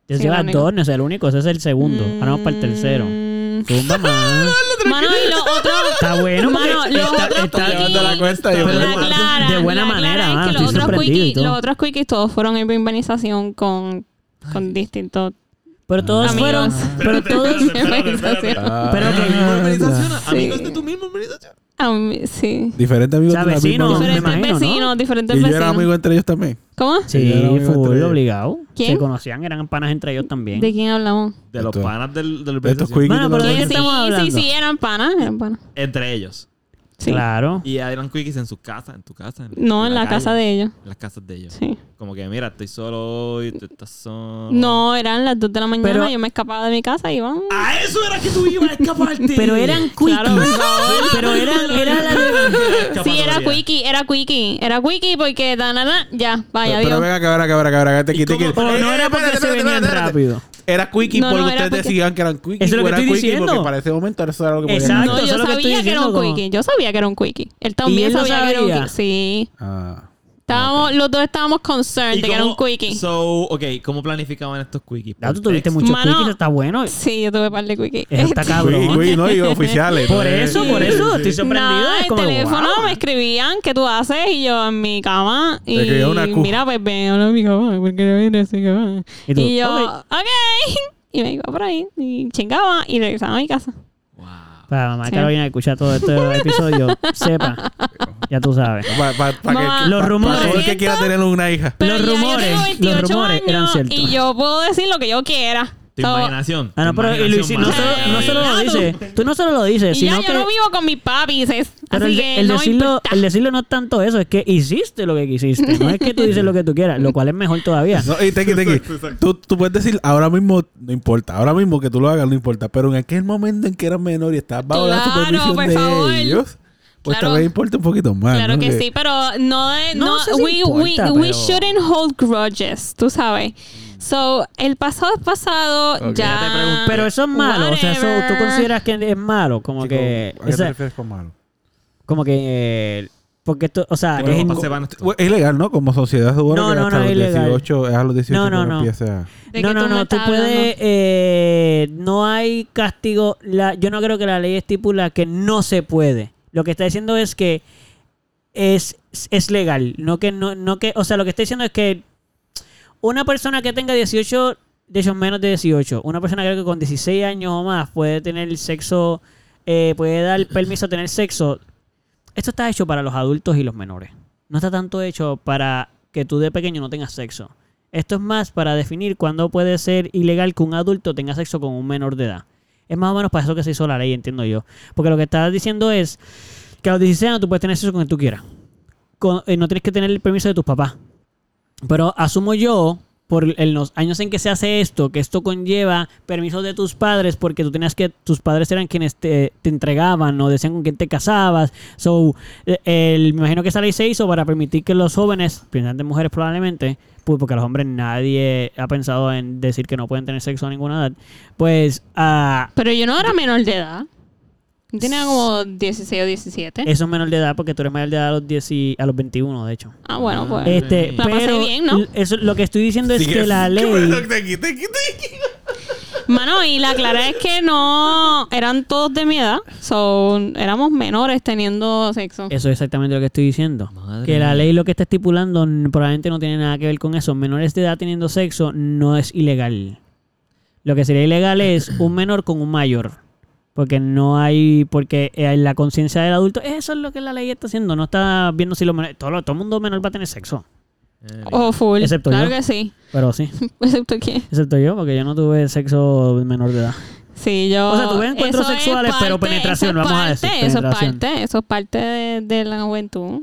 [SPEAKER 3] Ya
[SPEAKER 2] sí,
[SPEAKER 3] llevas
[SPEAKER 2] irónico.
[SPEAKER 3] dos, no es el único, ese es el segundo. Ahora vamos para el tercero.
[SPEAKER 2] Mm, <laughs>
[SPEAKER 3] Tumba más.
[SPEAKER 2] Mano, y los otros.
[SPEAKER 3] Está bueno, porque
[SPEAKER 2] Mano, los
[SPEAKER 3] está-
[SPEAKER 2] otros
[SPEAKER 3] está-
[SPEAKER 2] quickies-
[SPEAKER 4] llevando la cuenta, yo
[SPEAKER 2] la
[SPEAKER 4] creo.
[SPEAKER 2] clara,
[SPEAKER 3] De buena
[SPEAKER 2] la clara
[SPEAKER 3] manera,
[SPEAKER 2] es
[SPEAKER 3] mano,
[SPEAKER 2] que
[SPEAKER 3] estoy
[SPEAKER 2] los, otros
[SPEAKER 3] sorprendido y
[SPEAKER 2] quickies,
[SPEAKER 3] todo.
[SPEAKER 2] los otros quickies todos fueron en urbanización con, con distintos
[SPEAKER 3] Pero todos
[SPEAKER 2] Amigos.
[SPEAKER 3] fueron. Pero todos.
[SPEAKER 1] Espérate, espérate, espérate.
[SPEAKER 4] Ah,
[SPEAKER 3] Pero que-
[SPEAKER 1] ¿Misma organización?
[SPEAKER 2] Sí.
[SPEAKER 1] Amigos de tu misma organización.
[SPEAKER 2] Am- sí.
[SPEAKER 4] Diferentes amigos de la misma
[SPEAKER 3] Vecinos.
[SPEAKER 4] organización.
[SPEAKER 3] Pues me
[SPEAKER 2] Diferentes
[SPEAKER 3] imagino, ¿no?
[SPEAKER 2] vecinos, diferentes
[SPEAKER 4] Y yo era
[SPEAKER 2] vecinos.
[SPEAKER 4] amigo entre ellos también.
[SPEAKER 2] ¿Cómo?
[SPEAKER 3] Sí,
[SPEAKER 4] Sí, era amigo entre
[SPEAKER 3] fue
[SPEAKER 4] ellos.
[SPEAKER 3] obligado.
[SPEAKER 2] ¿Quién?
[SPEAKER 3] Se conocían, eran panas entre ellos también.
[SPEAKER 2] ¿De quién hablamos?
[SPEAKER 1] De los
[SPEAKER 4] Esto-
[SPEAKER 1] panas del, de la
[SPEAKER 4] Estos
[SPEAKER 1] organización.
[SPEAKER 4] quickies
[SPEAKER 3] Mano,
[SPEAKER 4] de
[SPEAKER 3] pero
[SPEAKER 4] la
[SPEAKER 2] Sí,
[SPEAKER 3] ¿de qué
[SPEAKER 4] organización.
[SPEAKER 3] estamos
[SPEAKER 2] sí,
[SPEAKER 3] hablando?
[SPEAKER 2] sí, eran panas, eran panas.
[SPEAKER 1] Entre ellos.
[SPEAKER 2] Sí.
[SPEAKER 3] Claro.
[SPEAKER 1] Y eran quickies en sus casas, en tu casa. en-
[SPEAKER 2] No, en la
[SPEAKER 1] calle,
[SPEAKER 2] casa de ellos.
[SPEAKER 1] En las casas de ellos.
[SPEAKER 2] Sí.
[SPEAKER 1] Como que, mira, estoy solo hoy, tú estás solo.
[SPEAKER 2] No, eran las 2 de la mañana,
[SPEAKER 3] Pero- Ah,
[SPEAKER 2] yo me escapaba de mi casa y vamos.
[SPEAKER 1] A Ah, eso era que tú ibas a escaparte.
[SPEAKER 3] Pero eran quickies.
[SPEAKER 2] Claro, por favor.
[SPEAKER 3] pero eran, era la
[SPEAKER 2] <laughs> Sí, era quickie, era quickie, era quickie porque da nada, ya, vaya,
[SPEAKER 4] Pero
[SPEAKER 2] adiós.
[SPEAKER 4] venga, cabra, cabra, cabra, te
[SPEAKER 1] ¿Y
[SPEAKER 4] quite,
[SPEAKER 1] cómo-
[SPEAKER 4] quite.
[SPEAKER 3] O no era porque se venían rápido.
[SPEAKER 4] Era quickie
[SPEAKER 2] No, no,
[SPEAKER 4] porque
[SPEAKER 2] era
[SPEAKER 4] ustedes
[SPEAKER 2] porque-
[SPEAKER 4] decían que eran quickie.
[SPEAKER 3] Eso es lo
[SPEAKER 4] o
[SPEAKER 3] que
[SPEAKER 4] era
[SPEAKER 3] estoy
[SPEAKER 4] quickie
[SPEAKER 3] diciendo.
[SPEAKER 4] Porque para ese momento eso era lo que
[SPEAKER 3] Exacto.
[SPEAKER 4] podían hacer.
[SPEAKER 2] No,
[SPEAKER 3] eso
[SPEAKER 2] yo
[SPEAKER 3] es lo que estoy
[SPEAKER 2] sabía que era un
[SPEAKER 3] diciendo, como-
[SPEAKER 2] quickie. Yo sabía que era un quickie. Él también
[SPEAKER 3] él lo
[SPEAKER 2] sabía, que era un
[SPEAKER 3] sabía.
[SPEAKER 2] quickie. Sí.
[SPEAKER 4] Ah.
[SPEAKER 2] Estábamos, Los dos estábamos concerned de que era un quickie.
[SPEAKER 1] So, ok, ¿cómo planificaban estos quickies?
[SPEAKER 3] Ya tú tuviste muchos
[SPEAKER 2] Mano.
[SPEAKER 3] quickies, está bueno. Eso
[SPEAKER 2] Sí, yo tuve un par de quickies. <laughs>
[SPEAKER 3] está cabrón.
[SPEAKER 4] Quickie, quickie, no, y oficiales.
[SPEAKER 3] Por
[SPEAKER 4] ¿no?
[SPEAKER 3] eso, por eso, estoy sorprendido.
[SPEAKER 2] Nada,
[SPEAKER 3] es
[SPEAKER 2] el
[SPEAKER 3] como,
[SPEAKER 2] teléfono
[SPEAKER 3] wow.
[SPEAKER 2] me escribían qué tú haces y yo en mi cama y
[SPEAKER 4] Te escribía una cu-
[SPEAKER 2] mira pues ven habla de mi cama porque no vienes a mi cama
[SPEAKER 3] Y tú,
[SPEAKER 2] y yo
[SPEAKER 3] ok.
[SPEAKER 2] ok, <laughs> y me iba por ahí y chingaba y regresaba a mi casa
[SPEAKER 1] Wow.
[SPEAKER 3] Para mamá
[SPEAKER 2] Sí.
[SPEAKER 3] Carolina que escucha todo este episodio, sepa, ya tú sabes.
[SPEAKER 4] Pa- pa- pa' que-
[SPEAKER 2] Mamá,
[SPEAKER 4] pa-
[SPEAKER 3] Los
[SPEAKER 4] pa-
[SPEAKER 3] rumores.
[SPEAKER 4] pa' todo el que quiera tener una hija.
[SPEAKER 2] pero
[SPEAKER 3] Los
[SPEAKER 2] ya yo tengo
[SPEAKER 3] rumores, los
[SPEAKER 2] 28
[SPEAKER 3] rumores eran
[SPEAKER 2] años
[SPEAKER 3] ciertos.
[SPEAKER 2] y yo puedo decir lo que yo quiera
[SPEAKER 1] Tu
[SPEAKER 2] So,
[SPEAKER 1] imaginación.
[SPEAKER 3] Ah, no,
[SPEAKER 1] tu
[SPEAKER 3] pero y Luis,
[SPEAKER 1] imaginación
[SPEAKER 3] no
[SPEAKER 2] más
[SPEAKER 3] solo,
[SPEAKER 1] mata.
[SPEAKER 3] no solo lo
[SPEAKER 2] Ah, tú.
[SPEAKER 3] dices, tú no solo lo dices,
[SPEAKER 2] y ya
[SPEAKER 3] sino
[SPEAKER 2] yo no
[SPEAKER 3] que...
[SPEAKER 2] vivo con mis papis es-
[SPEAKER 3] Pero
[SPEAKER 2] así
[SPEAKER 3] el,
[SPEAKER 2] que
[SPEAKER 3] el
[SPEAKER 2] no
[SPEAKER 3] decirlo,
[SPEAKER 2] importa.
[SPEAKER 3] el decirlo no es tanto eso, es que hiciste lo que quisiste. No es que tú dices lo que tú quieras, lo cual es mejor todavía.
[SPEAKER 4] No, y tequi, tequi. Tú, tú puedes decir, ahora mismo no importa, ahora mismo que tú lo hagas no importa, pero en aquel momento en que eras menor y estabas bajo la
[SPEAKER 2] Claro,
[SPEAKER 4] supervisión
[SPEAKER 2] por
[SPEAKER 4] de
[SPEAKER 2] favor.
[SPEAKER 4] ellos, pues
[SPEAKER 2] Claro.
[SPEAKER 4] tal vez importa un poquito más.
[SPEAKER 2] Claro
[SPEAKER 4] ¿no?
[SPEAKER 2] que sí, pero no, de-
[SPEAKER 3] Ah, No
[SPEAKER 2] no,
[SPEAKER 3] sé si
[SPEAKER 2] we,
[SPEAKER 3] importa,
[SPEAKER 2] we, we
[SPEAKER 3] pero- Mm.
[SPEAKER 2] shouldn't hold grudges, tú sabes. So, el pasado es pasado,
[SPEAKER 4] Ok.
[SPEAKER 2] ya.
[SPEAKER 1] Ya te pregunté.
[SPEAKER 3] Pero eso es malo, o sea, eso, tú
[SPEAKER 2] whatever.
[SPEAKER 3] consideras que es malo, como
[SPEAKER 4] Chico,
[SPEAKER 3] que...
[SPEAKER 4] ¿A qué
[SPEAKER 3] o sea,
[SPEAKER 4] te refieres con malo?
[SPEAKER 3] como que... eh, porque esto, o sea,
[SPEAKER 1] Pero
[SPEAKER 3] es
[SPEAKER 1] papá
[SPEAKER 3] in-
[SPEAKER 1] se van a-
[SPEAKER 4] Bueno, Es ilegal, ¿no? Como sociedad seguro
[SPEAKER 3] No,
[SPEAKER 4] que
[SPEAKER 3] no,
[SPEAKER 4] hasta
[SPEAKER 3] no, es
[SPEAKER 4] los
[SPEAKER 3] ilegal.
[SPEAKER 4] 18, es a los 18
[SPEAKER 3] No, no,
[SPEAKER 4] que
[SPEAKER 3] no.
[SPEAKER 4] empieza.
[SPEAKER 2] ¿De
[SPEAKER 3] no,
[SPEAKER 2] qué
[SPEAKER 3] no,
[SPEAKER 2] tú me
[SPEAKER 3] no, tú
[SPEAKER 2] estás
[SPEAKER 3] puedes,
[SPEAKER 2] hablando?
[SPEAKER 3] eh, no hay castigo, la, yo no creo que la ley estipula que no se puede. Lo que está diciendo es que es, es legal, no que no, no que, o sea, lo que está diciendo es que una persona que tenga 18, de ellos menos de 18, una persona creo que con 16 años o más puede tener sexo, eh, puede dar permiso a tener sexo. Esto está hecho para los adultos y los menores. No está tanto hecho para que tú de pequeño no tengas sexo. Esto es más para definir cuándo puede ser ilegal que un adulto tenga sexo con un menor de edad. Es más o menos para eso que se hizo la ley, entiendo yo. Porque lo que está diciendo es Que a los 16 años tú puedes tener sexo con quien tú quieras. Con- eh, no tienes que tener el permiso de tus papás. Pero asumo yo, por el- los años en que se hace esto, que esto conlleva permiso de tus padres, porque tú tenías que, tus padres eran quienes te, te entregaban o decían con quién te casabas. So, eh, el, me imagino que esa ley se hizo para permitir que los jóvenes, principalmente mujeres probablemente, pues porque a los hombres nadie ha pensado en decir que no pueden tener sexo a ninguna edad, pues ah,
[SPEAKER 2] Pero yo no era menor de edad. Yo Tenía como 16 o 17.
[SPEAKER 3] Eso es menor de edad porque tú eres mayor de edad a los, 10 a los 21, de hecho.
[SPEAKER 2] ah, bueno, pues.
[SPEAKER 1] Eh,
[SPEAKER 3] Este,
[SPEAKER 2] La pasé
[SPEAKER 3] pero
[SPEAKER 2] bien, ¿no?
[SPEAKER 3] l- eso, lo que estoy diciendo es
[SPEAKER 4] Sí,
[SPEAKER 3] que la ley...
[SPEAKER 4] Bueno, te quité, te quité.
[SPEAKER 2] Mano, y la clara es que no eran todos de mi edad. So, éramos menores teniendo sexo.
[SPEAKER 3] Eso es exactamente lo que estoy diciendo.
[SPEAKER 1] Madre
[SPEAKER 3] que la
[SPEAKER 1] mía.
[SPEAKER 3] ley lo que está estipulando n- probablemente no tiene nada que ver con eso. Menores de edad teniendo sexo no es ilegal. Lo que sería ilegal es un menor con un mayor. Porque no hay, porque en la conciencia del adulto, eso es lo que la ley está haciendo. No está viendo si los menores, todo, lo- todo mundo menor va a tener sexo.
[SPEAKER 1] Eh,
[SPEAKER 2] Oh, full.
[SPEAKER 3] Excepto
[SPEAKER 2] claro
[SPEAKER 3] yo.
[SPEAKER 2] que sí. <laughs>
[SPEAKER 3] Pero sí,
[SPEAKER 2] Excepto que.
[SPEAKER 3] excepto yo, porque yo no tuve sexo menor de edad.
[SPEAKER 2] Sí, yo.
[SPEAKER 3] O sea, tuve encuentros
[SPEAKER 2] eso es
[SPEAKER 3] sexuales, pero penetración,
[SPEAKER 2] eso es
[SPEAKER 3] vamos a decir,
[SPEAKER 2] parte, Eso es
[SPEAKER 3] penetración.
[SPEAKER 2] parte. Eso es parte de, de la juventud.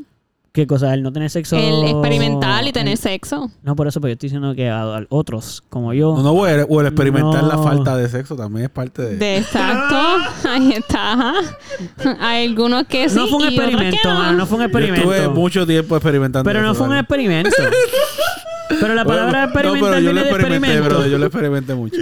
[SPEAKER 3] ¿Qué cosa? El no tener sexo.
[SPEAKER 2] El experimentar y tener
[SPEAKER 3] el-
[SPEAKER 2] sexo.
[SPEAKER 3] No, por eso, pero yo estoy diciendo que a, a otros, como yo.
[SPEAKER 4] No, no, o el, o el experimentar la
[SPEAKER 3] No.
[SPEAKER 4] falta de sexo también es parte de.
[SPEAKER 2] De exacto. Ahí está. <laughs> Hay algunos que sí.
[SPEAKER 3] Ah. No fue un
[SPEAKER 2] y otros que
[SPEAKER 3] experimento, mano, no fue un
[SPEAKER 4] Yo estuve
[SPEAKER 3] experimento.
[SPEAKER 4] mucho tiempo experimentando.
[SPEAKER 3] Pero no
[SPEAKER 4] eso,
[SPEAKER 3] fue un
[SPEAKER 4] ¿vale? <laughs>
[SPEAKER 3] experimento. Pero la palabra
[SPEAKER 4] No, pero
[SPEAKER 3] experimentar
[SPEAKER 4] yo lo
[SPEAKER 3] viene de
[SPEAKER 4] experimenté,
[SPEAKER 3] experimento.
[SPEAKER 4] bro. Yo lo
[SPEAKER 1] <laughs>
[SPEAKER 4] experimenté mucho.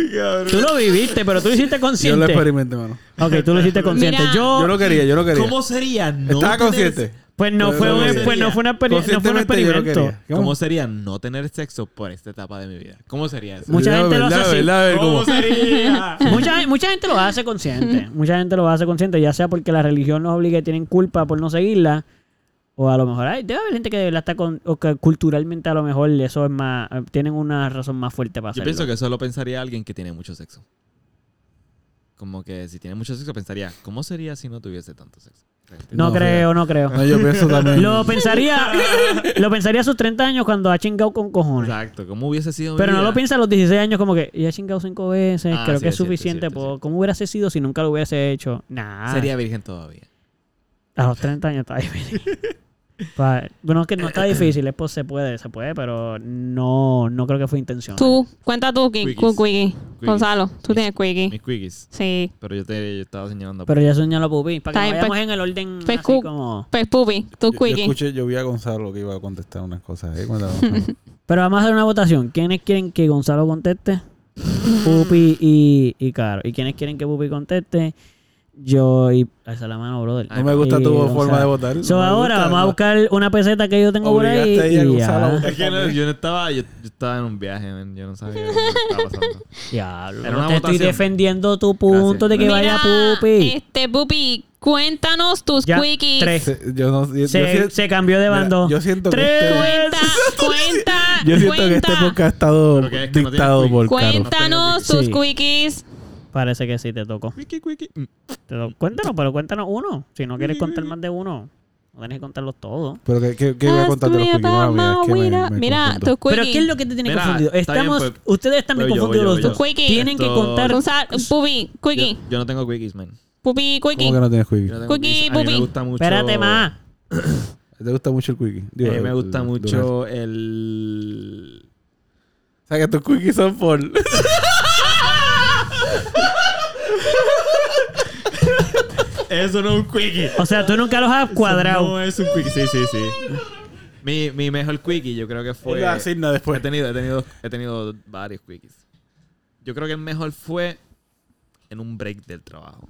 [SPEAKER 3] Tú lo viviste, pero tú lo hiciste
[SPEAKER 4] Yo lo
[SPEAKER 3] consciente.
[SPEAKER 4] experimenté, mano.
[SPEAKER 3] ok, tú lo hiciste consciente.
[SPEAKER 2] Mira.
[SPEAKER 3] yo,
[SPEAKER 4] Yo lo quería, yo lo quería.
[SPEAKER 1] Eh, ¿Cómo sería no
[SPEAKER 4] Estaba
[SPEAKER 1] tener-
[SPEAKER 4] consciente.
[SPEAKER 3] pues no
[SPEAKER 4] Yo
[SPEAKER 3] fue,
[SPEAKER 4] lo
[SPEAKER 3] un,
[SPEAKER 4] quería.
[SPEAKER 3] pues no fue, una experi- no fue un
[SPEAKER 4] Conscientemente yo lo
[SPEAKER 3] experimento.
[SPEAKER 4] quería.
[SPEAKER 1] ¿Cómo sería no tener sexo por esta etapa de mi vida? ¿Cómo sería eso?
[SPEAKER 3] Mucha gente lo hace
[SPEAKER 4] verdad,
[SPEAKER 3] así.
[SPEAKER 4] verdad, verdad,
[SPEAKER 1] ¿Cómo
[SPEAKER 4] ¿cómo?
[SPEAKER 1] sería?
[SPEAKER 3] Mucha, gen- mucha gente lo hace consciente. Mucha gente lo hace consciente, ya sea porque la religión nos obliga y tienen culpa por no seguirla. O a lo mejor, ay, debe haber gente que de verdad está con. O que culturalmente a lo mejor eso es más. eh, Tienen una razón más fuerte para
[SPEAKER 1] Yo
[SPEAKER 3] hacerlo.
[SPEAKER 1] pienso que eso lo pensaría alguien que tiene mucho sexo. Como que si tiene mucho sexo, pensaría, ¿cómo sería si no tuviese tanto sexo?
[SPEAKER 3] No,
[SPEAKER 4] No,
[SPEAKER 3] creo, no creo.
[SPEAKER 4] No, yo
[SPEAKER 3] <laughs>
[SPEAKER 4] pienso también.
[SPEAKER 3] Lo pensaría. <laughs> lo pensaría a sus 30 años cuando ha chingado con cojones.
[SPEAKER 1] Exacto, ¿cómo hubiese sido mi
[SPEAKER 3] Pero no
[SPEAKER 1] vida?
[SPEAKER 3] lo piensa a los 16 años como que ya ha chingado cinco veces,
[SPEAKER 1] Ah,
[SPEAKER 3] creo
[SPEAKER 1] sí,
[SPEAKER 3] que es
[SPEAKER 1] es cierto, es
[SPEAKER 3] suficiente.
[SPEAKER 1] cierto,
[SPEAKER 3] po.
[SPEAKER 1] es cierto.
[SPEAKER 3] ¿Cómo hubiera sido si nunca lo hubiese hecho? Nah.
[SPEAKER 1] Ah. Sería virgen todavía.
[SPEAKER 3] A los 30 años está
[SPEAKER 4] <laughs>
[SPEAKER 3] difícil. Pa- bueno, es que no está difícil, es pues se puede, se puede, pero no, no creo que fue intencional.
[SPEAKER 2] Tú, cuenta tú, Quickie.
[SPEAKER 1] Quickies.
[SPEAKER 2] Quickie.
[SPEAKER 1] Quickies.
[SPEAKER 2] Gonzalo, tú
[SPEAKER 1] Mis-
[SPEAKER 2] tienes Quickie.
[SPEAKER 1] Mis quickies.
[SPEAKER 2] Sí.
[SPEAKER 1] Pero yo te yo estaba señalando.
[SPEAKER 3] Pero ya soñó lo pupí. Para
[SPEAKER 2] Está
[SPEAKER 3] que
[SPEAKER 2] bien,
[SPEAKER 3] no vayamos en el orden
[SPEAKER 2] pues,
[SPEAKER 3] así
[SPEAKER 2] cu-
[SPEAKER 3] como...
[SPEAKER 2] Pues, Pupi, tú,
[SPEAKER 4] Yo, yo
[SPEAKER 2] Quickie.
[SPEAKER 4] escuché, yo vi a Gonzalo que iba a contestar unas cosas. ¿eh? Cuando-
[SPEAKER 3] <laughs>
[SPEAKER 4] Yo
[SPEAKER 3] Pero vamos a hacer una votación. ¿Quiénes quieren que Gonzalo conteste? Pupi y, y Caro. ¿Y quiénes quieren que Pupi conteste? Yo y... Esa es la mano, brother.
[SPEAKER 4] No me gusta
[SPEAKER 3] Y
[SPEAKER 4] tu
[SPEAKER 3] Gonzalo.
[SPEAKER 4] forma de votar.
[SPEAKER 3] So,
[SPEAKER 4] No me
[SPEAKER 3] ahora
[SPEAKER 4] gusta,
[SPEAKER 3] vamos a
[SPEAKER 4] no.
[SPEAKER 3] buscar una peseta que yo tengo por ahí.
[SPEAKER 4] Obligaste a ella a
[SPEAKER 3] y
[SPEAKER 4] Gonzalo a votar.
[SPEAKER 3] ya.
[SPEAKER 1] <laughs> Es que no- yo no estaba, yo, yo estaba en un viaje, man. yo no sabía lo que estaba pasando.
[SPEAKER 3] Ya, te
[SPEAKER 1] Era una
[SPEAKER 3] estoy
[SPEAKER 1] votación.
[SPEAKER 3] defendiendo tu
[SPEAKER 1] Gracias.
[SPEAKER 3] punto de que
[SPEAKER 2] Mira,
[SPEAKER 3] vaya Pupi.
[SPEAKER 2] Este, Pupi, cuéntanos tus
[SPEAKER 3] Ya,
[SPEAKER 2] Quickies.
[SPEAKER 3] tres.
[SPEAKER 4] Se- Eh, Yo no. Yo, yo
[SPEAKER 3] Se,
[SPEAKER 4] siento-
[SPEAKER 3] se cambió de
[SPEAKER 4] Mira,
[SPEAKER 3] bando.
[SPEAKER 4] yo siento que
[SPEAKER 3] Tres.
[SPEAKER 2] Cuenta,
[SPEAKER 4] este-
[SPEAKER 2] cuenta,
[SPEAKER 4] <laughs> yo siento que
[SPEAKER 2] cuenta.
[SPEAKER 4] este podcast ha estado
[SPEAKER 1] Pero que es que no tiene
[SPEAKER 4] dictado
[SPEAKER 1] quick.
[SPEAKER 4] por Caro.
[SPEAKER 2] Cuéntanos
[SPEAKER 3] No tengo
[SPEAKER 2] tus
[SPEAKER 3] Quickies.
[SPEAKER 2] Quickies.
[SPEAKER 3] Parece que sí, te tocó.
[SPEAKER 1] Quickie, quickie. Mm.
[SPEAKER 3] Te to- Cuéntanos, pero cuéntanos uno. Si no quieres contar más de uno, no tienes que contarlos todos.
[SPEAKER 4] Pero que, que, que voy a contar de los
[SPEAKER 2] Haz tu
[SPEAKER 4] Quickies. Mami, es que me-
[SPEAKER 2] mira,
[SPEAKER 4] me
[SPEAKER 2] mira,
[SPEAKER 4] confundo.
[SPEAKER 2] tus
[SPEAKER 3] Pero ¿qué es
[SPEAKER 2] Quickies.
[SPEAKER 3] lo que te tiene
[SPEAKER 1] Mira,
[SPEAKER 3] confundido?
[SPEAKER 1] está bien,
[SPEAKER 3] Estamos,
[SPEAKER 1] pues,
[SPEAKER 3] ustedes están bien
[SPEAKER 1] voy yo,
[SPEAKER 3] confundidos
[SPEAKER 1] voy yo,
[SPEAKER 3] los
[SPEAKER 1] voy
[SPEAKER 3] dos.
[SPEAKER 1] yo.
[SPEAKER 2] Quickie.
[SPEAKER 3] Tienen que
[SPEAKER 1] Esto-
[SPEAKER 3] contar.
[SPEAKER 2] Gonzalo, Pupi, Quickie,
[SPEAKER 1] Yo, yo no tengo quickies, man.
[SPEAKER 2] Pupi,
[SPEAKER 4] ¿Cómo
[SPEAKER 2] Quickie.
[SPEAKER 4] que no tienes Quickie?
[SPEAKER 1] Yo no tengo
[SPEAKER 2] Quickie,
[SPEAKER 1] quickies. A mí me
[SPEAKER 2] pupi.
[SPEAKER 1] gusta mucho.
[SPEAKER 3] Espérate más.
[SPEAKER 4] ¿Te gusta mucho el Quickie?
[SPEAKER 1] A
[SPEAKER 4] Digo,
[SPEAKER 1] mí eh, me
[SPEAKER 4] el-
[SPEAKER 1] gusta
[SPEAKER 4] el-
[SPEAKER 1] mucho el.
[SPEAKER 4] O sea, que tus Quickies son por.
[SPEAKER 1] Eso no es un quickie.
[SPEAKER 3] O sea, tú nunca los has cuadrado.
[SPEAKER 1] No es un quickie, sí, sí, sí. Mi, mi mejor quickie, yo creo que fue.
[SPEAKER 4] La asigna
[SPEAKER 1] He
[SPEAKER 4] después.
[SPEAKER 1] tenido, he tenido, he tenido varios quickies. Yo creo que el mejor fue en un break del trabajo.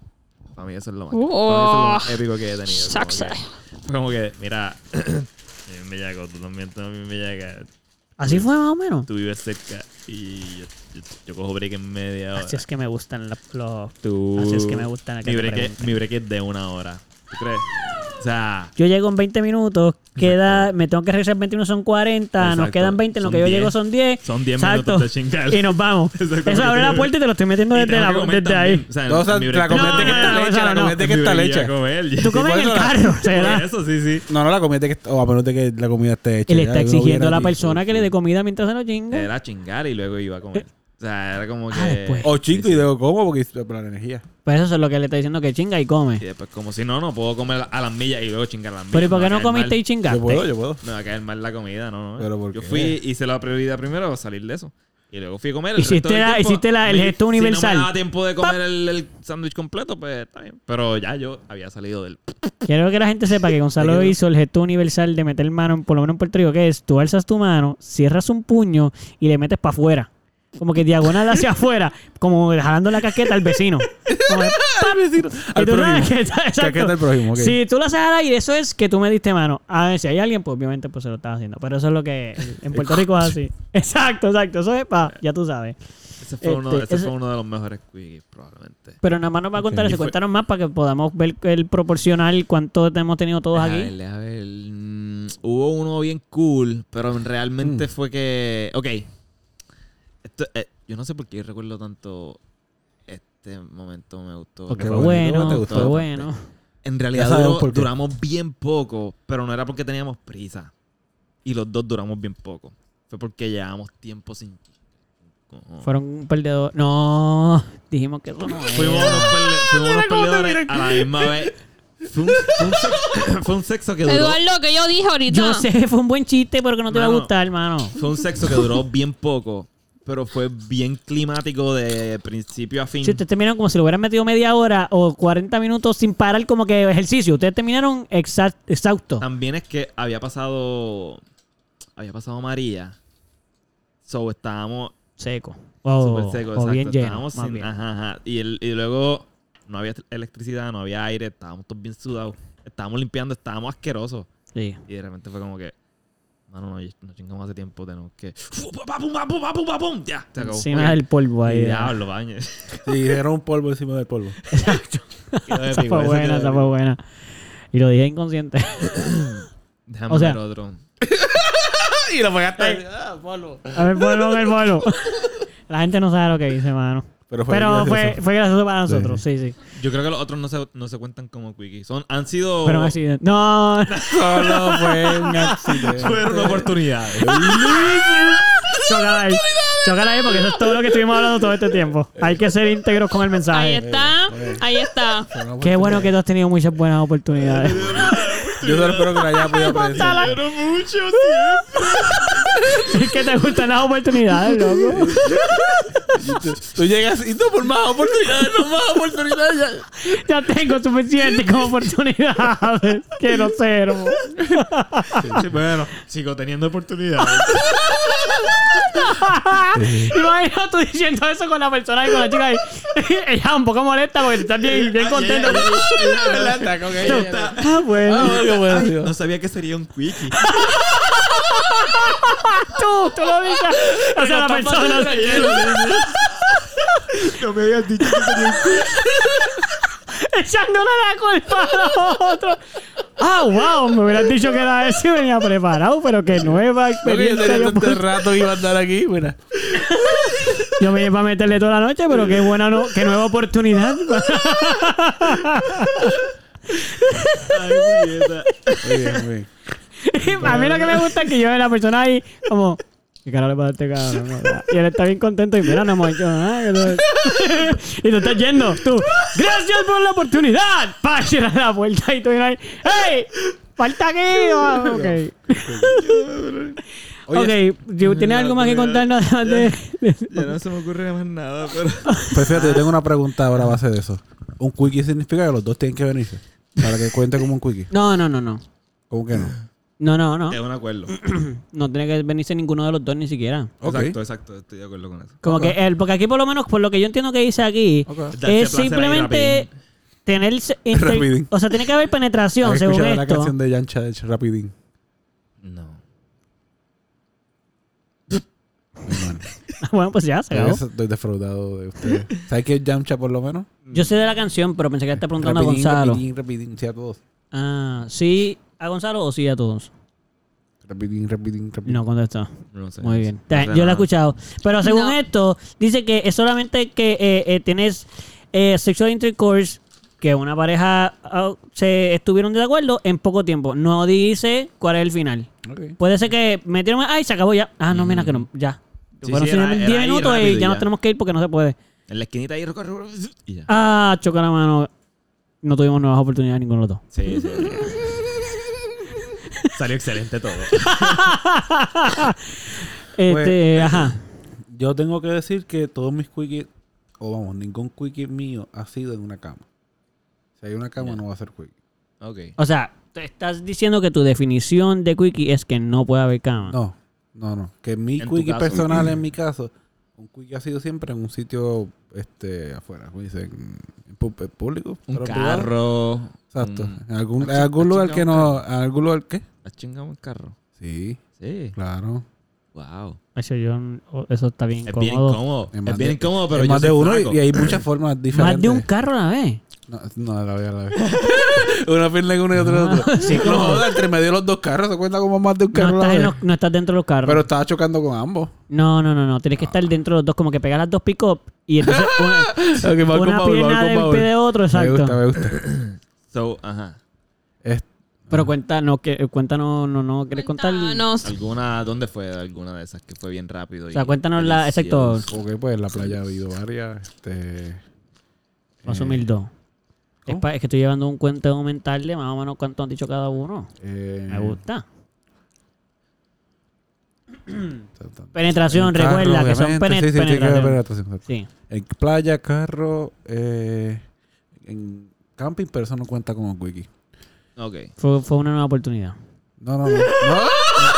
[SPEAKER 1] Para mí eso es lo más,
[SPEAKER 2] Oh.
[SPEAKER 1] para mí eso es lo más épico que he tenido. Como
[SPEAKER 2] Sucks.
[SPEAKER 1] que- Fue como que, mira, <clears throat> bien bellaco, tú también, tú también bellaca,
[SPEAKER 3] Así fue más o menos.
[SPEAKER 1] tú vives cerca y yo, yo- yo cojo break en media hora.
[SPEAKER 3] Así es que me gustan la- los...
[SPEAKER 1] Tú-
[SPEAKER 3] así es que me gusta la que
[SPEAKER 1] mi
[SPEAKER 3] te
[SPEAKER 1] break, es,
[SPEAKER 3] pregunten.
[SPEAKER 1] mi break es de una hora. ¿Tú crees? O sea,
[SPEAKER 3] Yo llego en 20 minutos, queda, me tengo que regresar 21, son 40, nos
[SPEAKER 1] Exacto.
[SPEAKER 3] quedan 20, en lo
[SPEAKER 1] Son
[SPEAKER 3] que yo
[SPEAKER 1] 10.
[SPEAKER 3] llego son 10.
[SPEAKER 1] son 10
[SPEAKER 3] Exacto.
[SPEAKER 1] minutos de chingar.
[SPEAKER 3] Y nos vamos.
[SPEAKER 1] <laughs> Exacto.
[SPEAKER 3] Eso abre la puerta y te lo estoy metiendo
[SPEAKER 1] Y
[SPEAKER 3] desde,
[SPEAKER 1] tengo
[SPEAKER 3] la-
[SPEAKER 1] que comer
[SPEAKER 3] desde ahí.
[SPEAKER 1] también. O sea,
[SPEAKER 4] No, o sea,
[SPEAKER 1] mi
[SPEAKER 4] la
[SPEAKER 1] break-
[SPEAKER 4] comida
[SPEAKER 3] No,
[SPEAKER 4] tiene que
[SPEAKER 3] no,
[SPEAKER 4] está
[SPEAKER 3] no,
[SPEAKER 4] lecha.
[SPEAKER 3] no,
[SPEAKER 4] La
[SPEAKER 3] no.
[SPEAKER 4] comida tiene que
[SPEAKER 1] mi
[SPEAKER 4] está
[SPEAKER 1] break iba
[SPEAKER 4] lecha.
[SPEAKER 1] a comer.
[SPEAKER 3] <laughs>
[SPEAKER 1] <laughs>
[SPEAKER 3] Tú comes en el
[SPEAKER 4] Igual no-
[SPEAKER 3] carro, ¿será?
[SPEAKER 1] Eso sí, <laughs> sí.
[SPEAKER 4] No, no, la comida tiene que estar. O a menos de que la comida esté hecha.
[SPEAKER 3] Él
[SPEAKER 4] ya,
[SPEAKER 3] está
[SPEAKER 4] yo no
[SPEAKER 3] exigiendo a
[SPEAKER 1] pues,
[SPEAKER 4] hubiera
[SPEAKER 3] la
[SPEAKER 4] dicho.
[SPEAKER 3] persona que le dé comida mientras se lo chinga.
[SPEAKER 1] Era chingar y luego iba a comer. O sea, era como que.
[SPEAKER 3] Ah, después.
[SPEAKER 4] O chico y digo, ¿cómo? Porque es para
[SPEAKER 3] <laughs>
[SPEAKER 4] la energía.
[SPEAKER 3] Pues eso es lo que le está diciendo que chinga y come.
[SPEAKER 1] Y después, como si no, no puedo comer a las millas y luego chingar a las millas.
[SPEAKER 3] Pero ¿y por qué
[SPEAKER 1] Me va
[SPEAKER 3] no
[SPEAKER 1] a caer
[SPEAKER 3] comiste
[SPEAKER 1] mal.
[SPEAKER 3] y chingaste?
[SPEAKER 4] Yo puedo, yo puedo.
[SPEAKER 1] Me va a caer mal la comida, no, no.
[SPEAKER 4] ¿Pero por
[SPEAKER 1] yo
[SPEAKER 4] qué?
[SPEAKER 1] fui, hice la prioridad primero para salir de eso. Y luego fui a comer. El
[SPEAKER 3] Hiciste
[SPEAKER 1] resto del
[SPEAKER 3] la-
[SPEAKER 1] tiempo,
[SPEAKER 3] hiciste la- el
[SPEAKER 1] me-
[SPEAKER 3] gesto
[SPEAKER 1] Si no
[SPEAKER 3] universal.
[SPEAKER 1] me daba tiempo de comer el, el sándwich completo, pues está bien. Pero ya yo había salido del.
[SPEAKER 3] Quiero que la gente sepa que Gonzalo
[SPEAKER 4] Ahí va.
[SPEAKER 3] hizo el gesto universal de meter mano, por lo menos en Puerto Rico, que es tú alzas tu mano, cierras un puño y le metes para afuera. Como que diagonal hacia <laughs> afuera, como jalando la casqueta al vecino. Como de, ¡pam!
[SPEAKER 4] Al
[SPEAKER 3] Y tú la <laughs>
[SPEAKER 4] prójimo.
[SPEAKER 3] casqueta, exacto.
[SPEAKER 4] Chaqueta al prójimo, ok.
[SPEAKER 3] Si tú lo haces al aire, eso es que tú me diste mano. A ver, si hay alguien, pues obviamente pues se lo estás haciendo. Pero eso es lo que en Puerto Rico es así. <laughs> Exacto, exacto. Eso es pa, ya tú sabes.
[SPEAKER 1] Ese fue, uno,
[SPEAKER 3] Este,
[SPEAKER 1] ese
[SPEAKER 3] ese-
[SPEAKER 1] fue uno de los mejores quickies, probablemente.
[SPEAKER 3] Pero nada más nos va a contar,
[SPEAKER 4] Ok.
[SPEAKER 3] se
[SPEAKER 1] Y fue-
[SPEAKER 3] contaron más para que podamos ver el proporcional, cuánto hemos tenido todos
[SPEAKER 1] Deja
[SPEAKER 3] aquí.
[SPEAKER 1] ver, deja ver. Mm, Hubo uno bien cool, pero
[SPEAKER 3] Mm.
[SPEAKER 1] realmente fue que. Ok. Esto, eh, yo no sé por qué recuerdo tanto este momento. Me gustó.
[SPEAKER 4] Porque
[SPEAKER 1] Que
[SPEAKER 4] fue
[SPEAKER 1] fue-
[SPEAKER 3] bueno,
[SPEAKER 4] ¿Cómo te
[SPEAKER 3] fue
[SPEAKER 4] gustó?
[SPEAKER 3] bueno.
[SPEAKER 1] En realidad
[SPEAKER 4] Ya sabemos
[SPEAKER 1] duró-
[SPEAKER 4] por qué.
[SPEAKER 1] duramos bien poco, pero no era porque teníamos prisa. Y los dos duramos bien poco. Fue porque llevábamos tiempo sin. Cojones.
[SPEAKER 3] Fueron un perdedor. No, dijimos que eso no es.
[SPEAKER 1] Fuimos unos, perde- fuimos unos perdedores a la misma vez. Fue un, fue un sexo, <coughs> fue un sexo que duró.
[SPEAKER 2] Eduardo, que yo dije ahorita.
[SPEAKER 3] Yo sé que fue un buen chiste, pero que no te va a
[SPEAKER 1] Mano.
[SPEAKER 3] gustar, hermano.
[SPEAKER 1] Fue un sexo que duró bien poco, pero fue bien climático de principio a fin.
[SPEAKER 3] Si ustedes terminaron como si lo hubieran metido media hora o 40 minutos sin parar como que ejercicio. Ustedes terminaron exa- exhausto.
[SPEAKER 1] También es que había pasado. Había pasado María. So estábamos
[SPEAKER 3] Seco. O,
[SPEAKER 1] súper seco,
[SPEAKER 3] o
[SPEAKER 1] exacto.
[SPEAKER 3] Oh, bien lleno.
[SPEAKER 1] estábamos
[SPEAKER 3] más
[SPEAKER 1] sin-
[SPEAKER 3] bien.
[SPEAKER 1] ajá, ajá. Y, el- y luego no había electricidad, no había aire, estábamos todos bien sudados. Estábamos limpiando, estábamos asquerosos.
[SPEAKER 3] Sí.
[SPEAKER 1] Y de repente fue como que. Mano, no, no chingamos hace tiempo, tenemos que. ¡Fu- pa- pum, pa- pum, pa- pum, pa- pum! Ya, se acabó.
[SPEAKER 3] Encima
[SPEAKER 1] Ok.
[SPEAKER 3] del polvo
[SPEAKER 1] Y
[SPEAKER 3] ahí.
[SPEAKER 1] Diablo, baño.
[SPEAKER 4] Sí, era un polvo encima del polvo.
[SPEAKER 3] <laughs> Esa fue buena, esa fue
[SPEAKER 1] <laughs>
[SPEAKER 3] buena. Y lo dije inconsciente.
[SPEAKER 1] <laughs> Déjame
[SPEAKER 3] O sea-
[SPEAKER 1] ver otro.
[SPEAKER 4] y lo pegaste.
[SPEAKER 3] A ver, polvo, a
[SPEAKER 1] <laughs>
[SPEAKER 3] ver, polvo. La gente no sabe lo que dice, hermano.
[SPEAKER 4] Pero fue
[SPEAKER 3] Pero fue,
[SPEAKER 4] gracioso.
[SPEAKER 3] fue gracioso para nosotros, sí, sí.
[SPEAKER 1] Yo creo que los otros no se, no se cuentan como quickies. Son, han sido.
[SPEAKER 3] Pero un
[SPEAKER 1] <laughs>
[SPEAKER 3] accidente. No,
[SPEAKER 4] Solo fue un accidente.
[SPEAKER 1] fueron oportunidades.
[SPEAKER 3] Chócala ahí. Chócala ahí porque eso es todo lo que estuvimos hablando todo este tiempo. Hay que ser íntegros con el
[SPEAKER 2] Ahí
[SPEAKER 3] mensaje.
[SPEAKER 2] está,
[SPEAKER 4] Eh.
[SPEAKER 2] ahí está.
[SPEAKER 4] Fueron oportunidades.
[SPEAKER 3] Qué bueno que tú has tenido muchas
[SPEAKER 1] <laughs>
[SPEAKER 3] buenas oportunidades. <laughs>
[SPEAKER 4] Yo solo espero que lo haya podido apreciar.
[SPEAKER 1] Pero mucho,
[SPEAKER 3] es que te gustan las oportunidades, loco.
[SPEAKER 4] Tú, tú llegas y no, por más oportunidades, no más oportunidades. ya.
[SPEAKER 3] Ya tengo suficiente con <laughs> oportunidades. Qué grosero.
[SPEAKER 1] Bueno, sigo teniendo <laughs> oportunidades.
[SPEAKER 3] Ah, Imagino tú diciendo eso con la persona y con la chica ahí. <laughs> Ella un poco molesta porque estás bien, bien contento. Ah, bueno.
[SPEAKER 4] Ah, qué bueno, tío.
[SPEAKER 1] No sabía que sería un <laughs> quickie.
[SPEAKER 3] Tú, tú lo <laughs> dices. O sea, la <laughs> persona.
[SPEAKER 1] <laughs> No me habías dicho que sería un
[SPEAKER 3] echándole la culpa a los otros. Ah, wow, me hubieran dicho que era eso y venía preparado, pero qué nueva
[SPEAKER 4] Creo que yo
[SPEAKER 3] experiencia.
[SPEAKER 4] tenía
[SPEAKER 3] Yo, este
[SPEAKER 4] tanto rato que iba a andar aquí. Mira.
[SPEAKER 3] yo me iba a meterle toda la noche, pero qué buena, no- qué nueva oportunidad. <laughs>
[SPEAKER 1] Ay, <laughs> puñeta.
[SPEAKER 4] Muy bien, muy bien.
[SPEAKER 3] a mí lo que me gusta es que yo veo a la persona ahí como, ¿qué carajo le pasa a este cabrón? ¿verdad? Y él está bien contento y mira, no hemos hecho nada. que no- y tú estás yendo, tú, gracias por la oportunidad. Pa, cierra la puerta y tú vienes ahí, ¡hey! ¡Falta aquí! Ah, ok.
[SPEAKER 4] Oye,
[SPEAKER 3] ok, ¿tú ¿tienes algo más que contarnos además de, de-
[SPEAKER 1] Ya no se me ocurre más nada, <laughs> pero.
[SPEAKER 4] pues fíjate, yo tengo una pregunta ahora a base de eso. Un quickie significa que los dos tienen que venirse. Para que cuente como un quickie.
[SPEAKER 3] No, no, no, no.
[SPEAKER 4] ¿Cómo que no?
[SPEAKER 3] No, no, no.
[SPEAKER 1] Es un acuerdo.
[SPEAKER 3] No tiene que venirse ninguno de los dos ni siquiera.
[SPEAKER 4] Ok.
[SPEAKER 1] Exacto, exacto. Estoy de acuerdo con eso.
[SPEAKER 3] Como que él, porque aquí por lo menos, por lo que yo entiendo que dice aquí,
[SPEAKER 4] Ok.
[SPEAKER 1] Darse
[SPEAKER 3] es
[SPEAKER 1] placer ahí
[SPEAKER 3] simplemente tener... se- inter-
[SPEAKER 4] Rapidín.
[SPEAKER 3] o sea, tiene que haber penetración,
[SPEAKER 4] ¿Has
[SPEAKER 3] según
[SPEAKER 4] escuchado la
[SPEAKER 3] esto.
[SPEAKER 4] canción de Yancha de Rapidín?
[SPEAKER 1] No.
[SPEAKER 4] Bueno,
[SPEAKER 3] <laughs> bueno, pues ya, se acabó.
[SPEAKER 4] estoy defraudado de ustedes. ¿Sabes qué es Yancha por lo menos?
[SPEAKER 3] Yo sé de la canción, pero pensé que le está preguntando a Gonzalo.
[SPEAKER 4] Rapidín, rapidín, sí a todos.
[SPEAKER 3] Ah, ¿sí a Gonzalo o sí a todos?
[SPEAKER 4] Rapidín, rapidín, rapidín.
[SPEAKER 3] No contestó.
[SPEAKER 1] No sé.
[SPEAKER 3] Muy bien.
[SPEAKER 1] No sé
[SPEAKER 3] Yo la he
[SPEAKER 1] nada.
[SPEAKER 3] escuchado. Pero según
[SPEAKER 2] No.
[SPEAKER 3] esto, dice que es solamente que eh, eh, tienes eh, sexual intercourse que una pareja ah, se estuvieron de acuerdo en poco tiempo. No dice cuál es el final.
[SPEAKER 4] Ok.
[SPEAKER 3] Puede ser que metieron, ay, se acabó ya. Ah, no, mira que no, ya.
[SPEAKER 1] Sí,
[SPEAKER 3] Fueron
[SPEAKER 1] sí,
[SPEAKER 3] cien-
[SPEAKER 1] era- era
[SPEAKER 3] 10
[SPEAKER 1] ahí
[SPEAKER 3] minutos
[SPEAKER 1] rápido
[SPEAKER 3] y
[SPEAKER 1] y
[SPEAKER 3] ya, nos
[SPEAKER 1] ya.
[SPEAKER 3] tenemos que ir porque no se puede.
[SPEAKER 1] En la esquinita ahí, roca, roca, y ya.
[SPEAKER 3] Ah, choca la mano. No tuvimos nuevas oportunidades ninguno de los dos.
[SPEAKER 1] Sí, sí. Salió excelente todo.
[SPEAKER 3] Este,
[SPEAKER 4] Pues-
[SPEAKER 3] ajá.
[SPEAKER 4] Yo tengo que decir que todos mis quickies, o vamos, ningún quickie mío ha sido en una cama. Si hay una cama, no va a ser quickie.
[SPEAKER 1] Ok.
[SPEAKER 3] O sea, te estás diciendo que tu definición de quickie es que no puede haber cama.
[SPEAKER 4] No, no, no. Que mi
[SPEAKER 1] Ah. En tu
[SPEAKER 4] quickie
[SPEAKER 1] caso.
[SPEAKER 4] personal, en mi caso, un quickie ha sido siempre en un sitio este afuera, como dicen, en pu- en público.
[SPEAKER 1] Un
[SPEAKER 4] pero privado.
[SPEAKER 1] carro.
[SPEAKER 4] Exacto.
[SPEAKER 1] un-
[SPEAKER 4] En algún, en
[SPEAKER 1] Ah,
[SPEAKER 4] algún
[SPEAKER 1] ah,
[SPEAKER 4] lugar
[SPEAKER 1] chica,
[SPEAKER 4] que
[SPEAKER 1] un
[SPEAKER 4] no. ¿En algún lugar qué?
[SPEAKER 1] ¿Has chingado un carro?
[SPEAKER 4] Sí,
[SPEAKER 1] Sí.
[SPEAKER 4] claro.
[SPEAKER 1] Wow.
[SPEAKER 3] Eso, yo, eso está bien
[SPEAKER 1] Es
[SPEAKER 3] incómodo.
[SPEAKER 1] bien incómodo.
[SPEAKER 4] Es
[SPEAKER 1] Es,
[SPEAKER 4] más
[SPEAKER 1] bien
[SPEAKER 4] de-
[SPEAKER 1] incómodo, pero
[SPEAKER 4] Pero
[SPEAKER 1] yo
[SPEAKER 4] más de
[SPEAKER 1] soy
[SPEAKER 4] uno y,
[SPEAKER 1] flaco. <laughs>
[SPEAKER 4] y hay muchas formas diferentes.
[SPEAKER 3] Más de un carro a la vez.
[SPEAKER 4] No, no, a la vez, <laughs> a la vez. una pierna en uno y otra en otro.
[SPEAKER 3] Sí,
[SPEAKER 4] no, joda, entre medio de los dos carros se cuenta como más de un carro
[SPEAKER 3] No
[SPEAKER 4] a la
[SPEAKER 3] estás, en
[SPEAKER 4] vez.
[SPEAKER 3] los- no estás dentro de los carros.
[SPEAKER 4] Pero estaba chocando con ambos.
[SPEAKER 3] No, no, no, no. Tienes que estar dentro de los dos, como que pegar las dos pick-up y entonces una,
[SPEAKER 4] Ok, va con
[SPEAKER 3] una
[SPEAKER 4] Paul, va
[SPEAKER 3] pierna
[SPEAKER 4] con
[SPEAKER 3] del
[SPEAKER 4] Paul.
[SPEAKER 3] pie de otro, exacto.
[SPEAKER 4] Me gusta, me gusta. Este,
[SPEAKER 1] So, ajá.
[SPEAKER 4] Es- Ah.
[SPEAKER 3] Pero cuenta, no, que, eh, cuenta, no, no, no, <laughs> ¿quieres contar?
[SPEAKER 2] Cuéntanos.
[SPEAKER 1] ¿Alguna, ¿Dónde fue alguna de esas que fue bien rápido?
[SPEAKER 3] O sea, cuéntanos la- exacto.
[SPEAKER 4] ok, pues en la playa ha habido varias. Este,
[SPEAKER 3] Voy a asumir dos. Es,
[SPEAKER 4] ¿cómo?
[SPEAKER 3] pa- es que estoy llevando un cuento mental de más o menos cuánto han dicho cada uno.
[SPEAKER 4] eh,
[SPEAKER 3] Me gusta.
[SPEAKER 4] ta- ta-
[SPEAKER 3] Penetración,
[SPEAKER 4] carro,
[SPEAKER 3] recuerda que son
[SPEAKER 4] obviamente.
[SPEAKER 3] pene-
[SPEAKER 4] Sí, sí, sí, que era
[SPEAKER 3] penetración.
[SPEAKER 4] penetración, exacto.
[SPEAKER 3] Sí.
[SPEAKER 4] En playa, carro, eh, en camping, pero eso no cuenta como wiki.
[SPEAKER 1] Ok.
[SPEAKER 3] Fue, fue una nueva
[SPEAKER 4] <laughs>
[SPEAKER 3] oportunidad. <laughs>
[SPEAKER 4] No, no, eh, no. No.
[SPEAKER 3] Ah,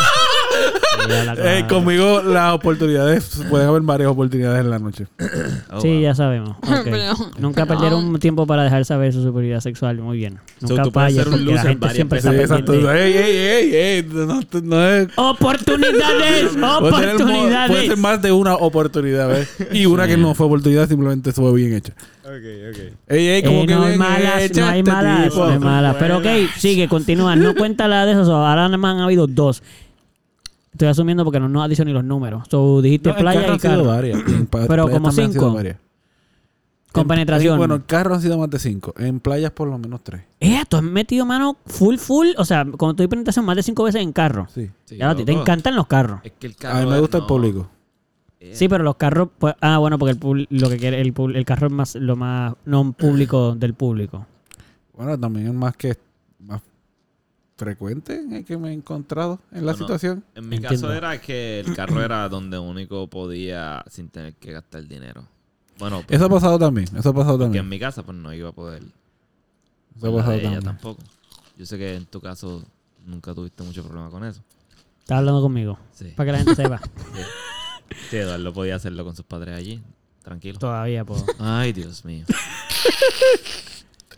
[SPEAKER 3] Ya la
[SPEAKER 4] Eh,
[SPEAKER 3] acabamos.
[SPEAKER 4] conmigo las oportunidades, pueden haber varias oportunidades en la noche.
[SPEAKER 1] Oh,
[SPEAKER 3] Sí,
[SPEAKER 1] wow.
[SPEAKER 3] ya sabemos. <laughs> Ok.
[SPEAKER 2] Perdón.
[SPEAKER 3] Nunca perdieron tiempo para dejar saber su superioridad sexual. Muy bien.
[SPEAKER 1] So,
[SPEAKER 3] Nunca
[SPEAKER 1] tú puedes
[SPEAKER 3] falles
[SPEAKER 1] ser un
[SPEAKER 3] porque la
[SPEAKER 1] loser
[SPEAKER 3] gente
[SPEAKER 1] varias
[SPEAKER 3] siempre
[SPEAKER 1] veces.
[SPEAKER 3] está
[SPEAKER 4] Sí, exacto.
[SPEAKER 3] pendiente.
[SPEAKER 4] Ey, ey, ey, ey. No, no es...
[SPEAKER 3] <laughs> ¡Oportunidades!
[SPEAKER 4] puede tener mo- Puede
[SPEAKER 3] ¡Oportunidades!
[SPEAKER 4] ser más de una oportunidad, ¿ves? Y una que no fue oportunidad, simplemente fue bien hecha.
[SPEAKER 1] Ok, ok.
[SPEAKER 4] Ey, ey, como
[SPEAKER 3] Eh,
[SPEAKER 4] que
[SPEAKER 3] no hay
[SPEAKER 4] bien
[SPEAKER 3] malas,
[SPEAKER 4] hecha
[SPEAKER 3] no hay
[SPEAKER 4] este
[SPEAKER 3] malas,
[SPEAKER 4] tipo. pues,
[SPEAKER 3] no hay malas. Pero ok, sigue, continúa. No cuenta la de esos. Ahora nada más han habido dos. Estoy asumiendo porque no nos ha dicho ni los números. So, dijiste
[SPEAKER 4] No, en
[SPEAKER 3] playa
[SPEAKER 4] carro
[SPEAKER 3] y
[SPEAKER 4] han sido
[SPEAKER 3] carro.
[SPEAKER 4] varias. En pa-
[SPEAKER 3] Pero
[SPEAKER 4] playa
[SPEAKER 3] como
[SPEAKER 4] también han sido
[SPEAKER 3] cinco.
[SPEAKER 4] varias.
[SPEAKER 3] Con
[SPEAKER 4] En-
[SPEAKER 3] penetración.
[SPEAKER 4] en- Eh, Bueno, en carro han sido más de cinco. En playas por lo menos tres.
[SPEAKER 3] Eh, tú has metido mano full, full. O sea, cuando estoy presentación más de cinco veces en carro.
[SPEAKER 4] Sí.
[SPEAKER 1] Sí,
[SPEAKER 3] Ya, te, te
[SPEAKER 1] loco.
[SPEAKER 3] encantan los carros.
[SPEAKER 1] Es que el carro
[SPEAKER 4] A mí me
[SPEAKER 1] es-
[SPEAKER 4] gusta el
[SPEAKER 1] no.
[SPEAKER 4] público.
[SPEAKER 1] Eh,
[SPEAKER 3] Sí, pero los carros, pues, ah, bueno, porque el pub- lo que quiere, el, pub- el carro es más lo más no público del público.
[SPEAKER 4] Bueno, también es más que más frecuente en el que me he encontrado en la
[SPEAKER 1] No, no.
[SPEAKER 4] situación.
[SPEAKER 1] En mi
[SPEAKER 3] Entiendo.
[SPEAKER 1] caso era que el carro era donde único podía sin tener que gastar dinero. Bueno, pues,
[SPEAKER 4] Eso ha pasado también. Eso ha pasado
[SPEAKER 1] porque en
[SPEAKER 4] también.
[SPEAKER 1] mi casa pues no iba a poder.
[SPEAKER 4] Eso
[SPEAKER 1] Con
[SPEAKER 4] ha
[SPEAKER 1] la
[SPEAKER 4] pasado
[SPEAKER 1] de ella
[SPEAKER 4] también.
[SPEAKER 1] tampoco. Yo sé que en tu caso nunca tuviste mucho problema con eso.
[SPEAKER 3] Estás hablando conmigo.
[SPEAKER 1] Sí.
[SPEAKER 3] Para que la gente sepa. <laughs>
[SPEAKER 1] Sí, Eduardo podía hacerlo con sus padres allí. Tranquilo.
[SPEAKER 3] Todavía, puedo.
[SPEAKER 1] Ay, Dios
[SPEAKER 3] <laughs>
[SPEAKER 1] mío.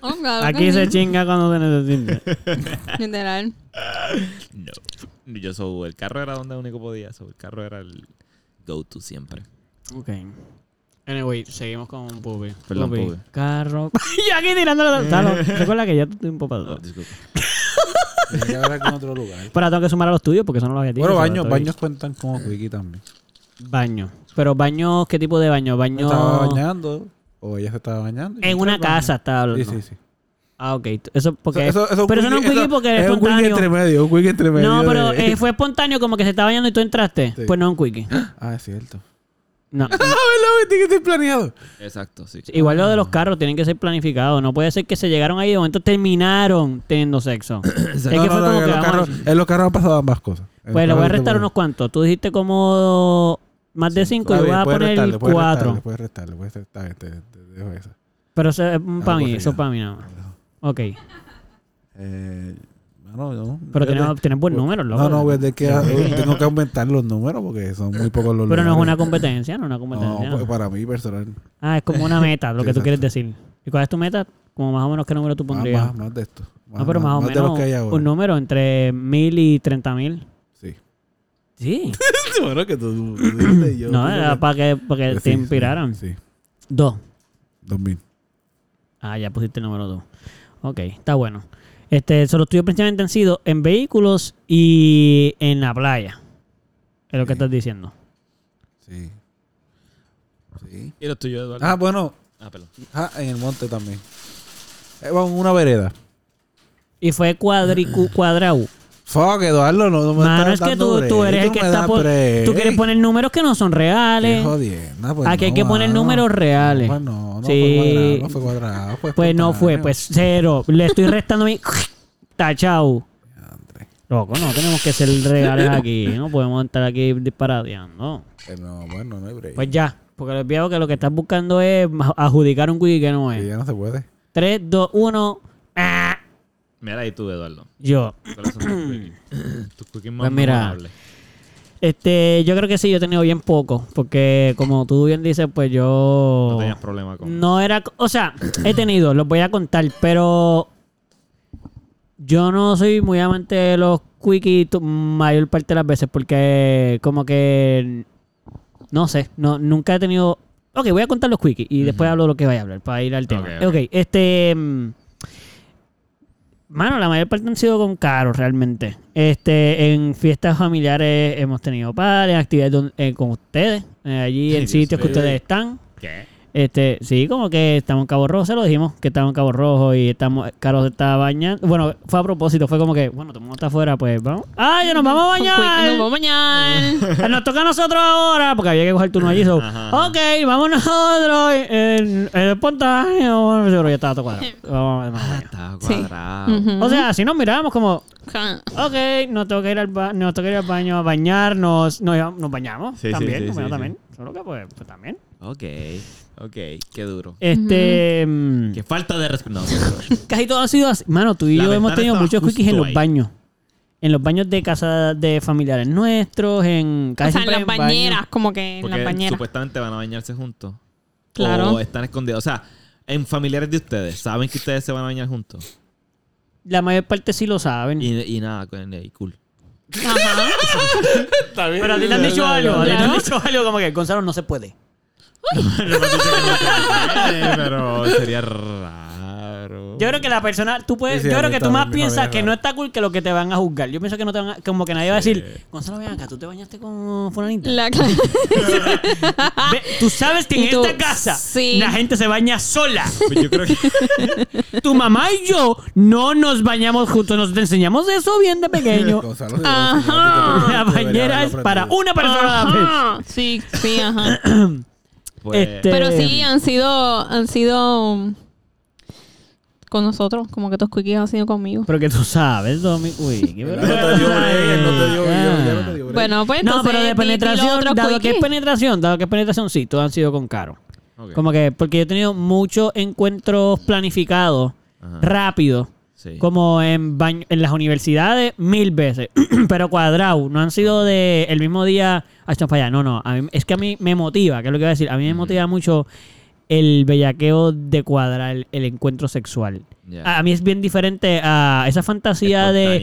[SPEAKER 2] Oh, claro
[SPEAKER 3] Aquí
[SPEAKER 2] que
[SPEAKER 3] se
[SPEAKER 2] sí.
[SPEAKER 3] chinga cuando se necesita.
[SPEAKER 2] Literal.
[SPEAKER 1] No. Yo soy el carro era donde único podía. so, el carro era el go to siempre.
[SPEAKER 3] ok. Anyway, seguimos con un pubi.
[SPEAKER 1] Perdón,
[SPEAKER 3] Pubi,
[SPEAKER 1] pubi.
[SPEAKER 4] <laughs>
[SPEAKER 3] Carro. y aquí tirándolo. Talo, Recuerda que ya tú tienes un poco
[SPEAKER 1] Oh,
[SPEAKER 3] para
[SPEAKER 1] disculpa.
[SPEAKER 4] Tiene que haber algún otro lugar.
[SPEAKER 3] Pero tengo que sumar a los tuyos porque eso no lo había dicho.
[SPEAKER 4] Bueno,
[SPEAKER 3] sobre
[SPEAKER 4] baños,
[SPEAKER 3] todo.
[SPEAKER 4] baños cuentan como wiki también.
[SPEAKER 3] Baño. Pero baños, ¿qué tipo de baño?
[SPEAKER 4] Me
[SPEAKER 3] Baño.
[SPEAKER 4] Estaba bañando o ella se estaba bañando. y
[SPEAKER 3] En
[SPEAKER 4] yo
[SPEAKER 3] una
[SPEAKER 4] estaba
[SPEAKER 3] casa estaba
[SPEAKER 4] bañando.
[SPEAKER 3] hablando.
[SPEAKER 4] Sí, sí, sí.
[SPEAKER 3] Ah, ok. Eso porque.
[SPEAKER 4] Eso- eso- eso
[SPEAKER 3] pero eso no es un
[SPEAKER 4] eso-
[SPEAKER 3] wiki porque es
[SPEAKER 4] es un wiki
[SPEAKER 3] espontáneo.
[SPEAKER 4] entre medio, un wiki entre medio.
[SPEAKER 3] No, pero
[SPEAKER 4] de- <laughs>
[SPEAKER 3] eh, fue espontáneo, como que se estaba bañando y tú entraste.
[SPEAKER 4] Sí.
[SPEAKER 3] Pues no es un quickie.
[SPEAKER 4] Ah, es cierto.
[SPEAKER 3] No.
[SPEAKER 4] Ah, ¿verdad? Tiene que ser planeado.
[SPEAKER 1] Exacto, sí.
[SPEAKER 3] Igual lo de los carros tienen que ser planificados. No puede ser que se llegaron ahí y de momento terminaron teniendo
[SPEAKER 4] <coughs>
[SPEAKER 3] sexo. es que
[SPEAKER 4] No,
[SPEAKER 3] fue
[SPEAKER 4] no, no,
[SPEAKER 3] como
[SPEAKER 4] en
[SPEAKER 3] que
[SPEAKER 4] los
[SPEAKER 3] vamos
[SPEAKER 4] carros-
[SPEAKER 3] a-
[SPEAKER 4] En los carros han pasado ambas cosas. En
[SPEAKER 3] Pues
[SPEAKER 4] los
[SPEAKER 3] le voy a
[SPEAKER 4] carros
[SPEAKER 3] restar
[SPEAKER 4] te-
[SPEAKER 3] unos cuantos. Tú dijiste como más de cinco y
[SPEAKER 4] Está
[SPEAKER 3] voy
[SPEAKER 4] bien,
[SPEAKER 3] a
[SPEAKER 4] puedes
[SPEAKER 3] poner
[SPEAKER 4] restarle, puedes restarle,
[SPEAKER 3] cuatro.
[SPEAKER 4] Puedes restarle, puedes restarle. Te te dejo esa.
[SPEAKER 3] Pero eso es para mí,
[SPEAKER 4] corrida.
[SPEAKER 3] eso es para mí nada más. Ok.
[SPEAKER 4] Eh, no, no.
[SPEAKER 3] Pero
[SPEAKER 4] Yo
[SPEAKER 3] tenemos,
[SPEAKER 4] te-
[SPEAKER 3] tenemos buenos números, loco.
[SPEAKER 4] No, no, voy
[SPEAKER 3] <laughs>
[SPEAKER 4] a tener que, tengo que aumentar los números porque son muy pocos los
[SPEAKER 3] Pero no es una
[SPEAKER 4] lugares.
[SPEAKER 3] competencia, no es una competencia.
[SPEAKER 4] <laughs> No, pues, para mí personal.
[SPEAKER 3] Ah, es como una meta,
[SPEAKER 4] <laughs>
[SPEAKER 3] lo que tú
[SPEAKER 4] Exacto.
[SPEAKER 3] quieres decir. ¿Y cuál es tu meta? Como más o menos qué número tú
[SPEAKER 4] Más-
[SPEAKER 3] pondrías.
[SPEAKER 4] Más, más de esto.
[SPEAKER 3] no, pero más, o
[SPEAKER 4] de los
[SPEAKER 3] menos
[SPEAKER 4] que hay ahora.
[SPEAKER 3] un número entre mil y treinta mil.
[SPEAKER 4] Sí.
[SPEAKER 3] Sí.
[SPEAKER 4] <laughs> bueno, que tú, tú dijiste y yo.
[SPEAKER 3] no, era para que, para que
[SPEAKER 4] Sí,
[SPEAKER 3] te
[SPEAKER 4] sí,
[SPEAKER 3] inspiraran.
[SPEAKER 4] Sí,
[SPEAKER 3] Dos.
[SPEAKER 4] 2000.
[SPEAKER 3] Ah, ya pusiste el número dos. Ok, está bueno. Este, solo estudios principalmente han sido en vehículos y en la playa. Es lo que
[SPEAKER 4] Sí.
[SPEAKER 3] estás diciendo.
[SPEAKER 4] Sí. Sí.
[SPEAKER 1] ¿Y los tuyos, Eduardo?
[SPEAKER 4] Ah, bueno.
[SPEAKER 1] Ah, perdón.
[SPEAKER 4] Ah, en el monte también. Eh, vamos, una vereda. <clears throat>
[SPEAKER 3] Y fue cuadricu cuadrado.
[SPEAKER 4] Fuck, Eduardo, no, no me
[SPEAKER 3] Mano, es
[SPEAKER 4] estás
[SPEAKER 3] que
[SPEAKER 4] dando
[SPEAKER 3] tú,
[SPEAKER 4] break,
[SPEAKER 3] tú eres el
[SPEAKER 4] no
[SPEAKER 3] que
[SPEAKER 4] me
[SPEAKER 3] está
[SPEAKER 4] das
[SPEAKER 3] por...
[SPEAKER 4] break.
[SPEAKER 3] Tú quieres poner números que no son
[SPEAKER 4] Qué
[SPEAKER 3] reales.
[SPEAKER 4] jodienda, pues
[SPEAKER 3] Aquí hay
[SPEAKER 4] no,
[SPEAKER 3] que poner
[SPEAKER 4] mano.
[SPEAKER 3] números reales.
[SPEAKER 4] Pues no, no
[SPEAKER 3] Sí.
[SPEAKER 4] fue cuadrado, fue cuadrado. Fue
[SPEAKER 3] Pues no fue,
[SPEAKER 4] espontáneo.
[SPEAKER 3] pues cero. Le estoy restando mi... <laughs> Tachau.
[SPEAKER 4] Andre,
[SPEAKER 3] Loco, no tenemos que ser reales aquí. No podemos estar aquí disparateando.
[SPEAKER 4] pues no, bueno, no hay break.
[SPEAKER 3] Pues ya. Porque les veo que lo que estás buscando es adjudicar un quick que no
[SPEAKER 4] Y
[SPEAKER 3] es.
[SPEAKER 4] ya no se puede.
[SPEAKER 3] 3, 2, 1. Ah,
[SPEAKER 1] Mira ahí tú, Eduardo.
[SPEAKER 3] yo.
[SPEAKER 1] ¿Cuáles son tus <coughs> quickies? tus quickies más
[SPEAKER 3] Pues mira.
[SPEAKER 1] memorables?
[SPEAKER 3] Este, yo creo que sí, yo he tenido bien poco. Porque como tú bien dices, pues yo.
[SPEAKER 1] No tenías problema con...
[SPEAKER 3] No era. O sea, he tenido, los voy a contar, pero. Yo no soy muy amante de los quickies tu- mayor parte de las veces porque, como que. No sé, no, nunca he tenido. Ok, voy a contar los quickies y después hablo de lo que vaya a hablar para ir al tema.
[SPEAKER 1] Ok, ok.
[SPEAKER 3] ok, este. mm, Mano, la mayor parte han sido con caros realmente. Este, en fiestas familiares hemos tenido pares, actividades don- eh, con ustedes, eh, allí en
[SPEAKER 1] Dios
[SPEAKER 3] sitios que
[SPEAKER 1] mío.
[SPEAKER 3] ustedes están.
[SPEAKER 1] ¿Qué?
[SPEAKER 3] Este, sí, como que estamos en Cabo Rojo, se lo dijimos, que estamos en Cabo Rojo y estamos, Carlos estaba bañando. Bueno, fue a propósito, fue como que, bueno, todo el mundo está afuera, pues vamos. ¡Ah, ya nos vamos a
[SPEAKER 2] Un quick- Nos vamos
[SPEAKER 3] bañar! Eh,
[SPEAKER 2] a bañar.
[SPEAKER 3] Nos toca a nosotros ahora, porque había que coger turno allí. So,
[SPEAKER 1] Ajá.
[SPEAKER 3] ok, vamos nosotros. En el espontáneo, bueno, seguro ya estaba
[SPEAKER 2] <laughs>
[SPEAKER 3] todo cuadrado. Vamos, vamos, vamos.
[SPEAKER 1] Está
[SPEAKER 2] Sí.
[SPEAKER 1] cuadrado.
[SPEAKER 3] O sea, si nos mirábamos como,
[SPEAKER 2] Ujú.
[SPEAKER 3] ok, nos toca ir al, ba- nos toca ir al baño a bañarnos, nos, íbamos- nos bañamos
[SPEAKER 1] Sí, sí,
[SPEAKER 3] también,
[SPEAKER 1] sí,
[SPEAKER 3] nos bañamos
[SPEAKER 1] sí,
[SPEAKER 3] también. Solo que, pues, pues, también.
[SPEAKER 1] Ok, ok. Qué duro.
[SPEAKER 3] Este. mm,
[SPEAKER 1] Qué falta de respeto. No,
[SPEAKER 3] Casi todo ha sido así. Mano, tú y
[SPEAKER 1] La
[SPEAKER 3] yo hemos
[SPEAKER 1] ventana
[SPEAKER 3] tenido
[SPEAKER 1] estaba
[SPEAKER 3] muchos quickies en
[SPEAKER 1] justo
[SPEAKER 3] los
[SPEAKER 1] ahí.
[SPEAKER 3] baños. En los baños de casa de familiares nuestros, en
[SPEAKER 2] O
[SPEAKER 3] casi
[SPEAKER 2] sea, en
[SPEAKER 3] siempre
[SPEAKER 2] las
[SPEAKER 3] en baños.
[SPEAKER 2] bañeras, como que en las
[SPEAKER 1] porque
[SPEAKER 2] bañeras.
[SPEAKER 1] supuestamente van a bañarse juntos.
[SPEAKER 2] Claro.
[SPEAKER 1] O están escondidos. O sea, en familiares de ustedes, ¿saben que ustedes se van a bañar juntos?
[SPEAKER 3] La mayor parte sí lo saben.
[SPEAKER 1] Y, y nada, con el
[SPEAKER 4] <laughs>
[SPEAKER 1] cool.
[SPEAKER 2] Ajá.
[SPEAKER 3] Pero a ti te han dicho algo. A ti te han dicho algo como que Gonzalo no se puede.
[SPEAKER 1] Pero sería raro.
[SPEAKER 3] Yo creo que la persona, tú puedes,
[SPEAKER 4] Sí, sí,
[SPEAKER 3] yo
[SPEAKER 4] a
[SPEAKER 3] creo
[SPEAKER 4] mí
[SPEAKER 3] que tú
[SPEAKER 4] también
[SPEAKER 3] más
[SPEAKER 4] me
[SPEAKER 3] piensas
[SPEAKER 4] parece
[SPEAKER 3] que
[SPEAKER 4] raro.
[SPEAKER 3] no está cool que lo que te van a juzgar. Yo pienso que no te van a, como que nadie va a decir, Gonzalo, ven acá, tú te bañaste con fulanita.
[SPEAKER 2] La-
[SPEAKER 3] <laughs> Ve, tú sabes que
[SPEAKER 2] Y
[SPEAKER 3] en
[SPEAKER 2] tú,
[SPEAKER 3] esta casa
[SPEAKER 2] sí.
[SPEAKER 3] la gente se baña sola.
[SPEAKER 1] Pues yo creo
[SPEAKER 3] <laughs>
[SPEAKER 1] que...
[SPEAKER 3] Tu mamá y yo no nos bañamos juntos, nos enseñamos eso bien de
[SPEAKER 4] <laughs>
[SPEAKER 3] pequeño.
[SPEAKER 4] Gonzalo, si
[SPEAKER 2] Ajá.
[SPEAKER 4] no, si no, te-
[SPEAKER 3] La
[SPEAKER 4] debería
[SPEAKER 3] bañera es
[SPEAKER 4] haberlo
[SPEAKER 3] para
[SPEAKER 4] aprendido.
[SPEAKER 3] una persona.
[SPEAKER 4] Ah,
[SPEAKER 3] Ah.
[SPEAKER 2] Ajá. Sí, sí, ajá.
[SPEAKER 1] Pues,
[SPEAKER 3] Este-
[SPEAKER 2] Pero sí, han sido, han sido um, con nosotros, como que tus quickies han sido conmigo.
[SPEAKER 3] Pero que tú sabes, Domi. Uy, qué
[SPEAKER 4] Él No te dio break, él no te dio break,
[SPEAKER 1] ah,
[SPEAKER 4] él no te dio break.
[SPEAKER 2] Bueno, pues
[SPEAKER 3] No,
[SPEAKER 2] entonces,
[SPEAKER 3] pero de
[SPEAKER 2] di- pues, di los
[SPEAKER 3] penetración,
[SPEAKER 2] otros
[SPEAKER 3] dado que es
[SPEAKER 2] quickies.
[SPEAKER 3] penetración, dado que es penetración, sí, todos han sido con caro.
[SPEAKER 1] ok.
[SPEAKER 3] Como que, porque yo he tenido muchos encuentros planificados,
[SPEAKER 1] Ajá.
[SPEAKER 3] rápidos,
[SPEAKER 1] Sí.
[SPEAKER 3] como en baño, en las universidades, mil veces, <clears throat> pero cuadrado, no han sido de el mismo día a para allá. No, no, a mí- es que a mí me motiva, que es lo que iba a decir, a mí me motiva mucho el bellaqueo de cuadrar, el, el encuentro sexual.
[SPEAKER 1] Ya.
[SPEAKER 3] A- A mí es bien diferente a esa fantasía de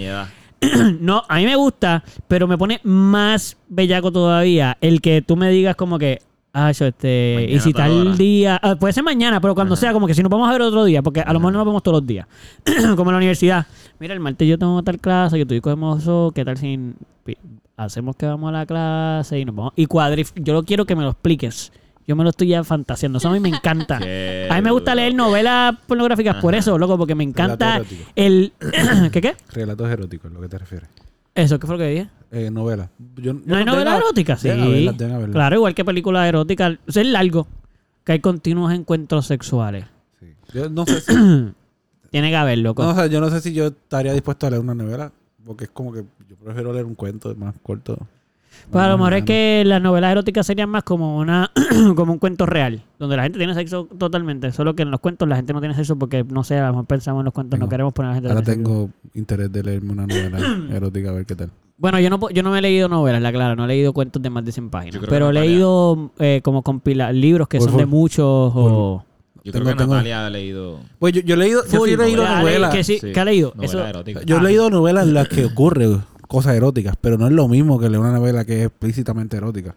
[SPEAKER 1] Espontaneidad.
[SPEAKER 3] <clears throat> no, a mí me gusta, pero me pone más bellaco todavía el que tú me digas como que, ah, yo este,
[SPEAKER 1] Mañana
[SPEAKER 3] y si
[SPEAKER 1] tal hora".
[SPEAKER 3] tal día, ah, puede ser mañana, pero cuando sea, como que si nos vamos a ver otro día, porque a lo mejor no nos vemos todos los días, <clears throat> como en la universidad. Mira, el martes yo tengo tal clase, yo estoy cogemos eso, ¿qué tal si pi- hacemos que vamos a la clase y nos vamos? Y cuadrif, yo lo quiero que me lo expliques. Yo me lo estoy ya fantaseando, eso a mí me
[SPEAKER 1] <laughs>
[SPEAKER 3] encanta.
[SPEAKER 1] Qué
[SPEAKER 3] <laughs> A mí me gusta
[SPEAKER 1] duro.
[SPEAKER 3] leer novelas pornográficas por
[SPEAKER 1] Ajá.
[SPEAKER 3] eso, loco, porque me encanta
[SPEAKER 4] Relato erótico.
[SPEAKER 3] el... <clears throat> ¿Qué qué?
[SPEAKER 4] Relatos eróticos, lo que te refieres.
[SPEAKER 3] Eso, ¿qué fue lo que dije?
[SPEAKER 4] Eh, novela. Yo-
[SPEAKER 3] No hay
[SPEAKER 4] bueno,
[SPEAKER 3] novela
[SPEAKER 4] deben-
[SPEAKER 3] erótica, sí.
[SPEAKER 4] deben haberla, deben haberla.
[SPEAKER 3] Claro, igual que películas eróticas. O sea, es largo. Que hay continuos encuentros sexuales.
[SPEAKER 4] Sí. Yo no
[SPEAKER 3] <coughs>
[SPEAKER 4] sé si...
[SPEAKER 3] Tiene que haberlo.
[SPEAKER 4] No, o sea, yo no sé si yo estaría dispuesto a leer una novela, porque es como que yo prefiero leer un cuento más corto.
[SPEAKER 3] pues a lo
[SPEAKER 4] Más
[SPEAKER 3] mejor es
[SPEAKER 4] liviano.
[SPEAKER 3] que las novelas eróticas serían más como una <clears throat> como un cuento real, donde la gente tiene sexo totalmente. Solo que en los cuentos la gente no tiene sexo porque, no sé, a lo mejor pensamos en los cuentos, no
[SPEAKER 4] Tengo-
[SPEAKER 3] queremos poner a la gente a <laughs>
[SPEAKER 4] Ahora
[SPEAKER 3] tener sexo.
[SPEAKER 4] tengo interés de leerme una novela erótica, a ver qué tal.
[SPEAKER 3] Bueno, yo no, po- yo no me he leído novelas, la clara, no he leído cuentos de más de 100 páginas.
[SPEAKER 1] Yo creo
[SPEAKER 3] Pero he
[SPEAKER 1] que Natalia-
[SPEAKER 3] leído eh, como compila libros que
[SPEAKER 4] Full,
[SPEAKER 3] son de
[SPEAKER 4] full.
[SPEAKER 3] muchos o...
[SPEAKER 1] Yo
[SPEAKER 4] Tengo-
[SPEAKER 1] creo que
[SPEAKER 4] tengo-
[SPEAKER 1] Natalia ha leído...
[SPEAKER 4] Pues yo, yo he leído, yo sí he
[SPEAKER 1] Full
[SPEAKER 4] leído
[SPEAKER 1] novela.
[SPEAKER 4] novelas.
[SPEAKER 3] Que sí,
[SPEAKER 1] Sí,
[SPEAKER 3] ¿Qué ha leído?
[SPEAKER 1] novela
[SPEAKER 3] Eso-
[SPEAKER 1] erótica. Ah,
[SPEAKER 4] Yo he leído novelas en las que ocurre cosas eróticas, pero no es lo mismo que leer una novela que es explícitamente erótica.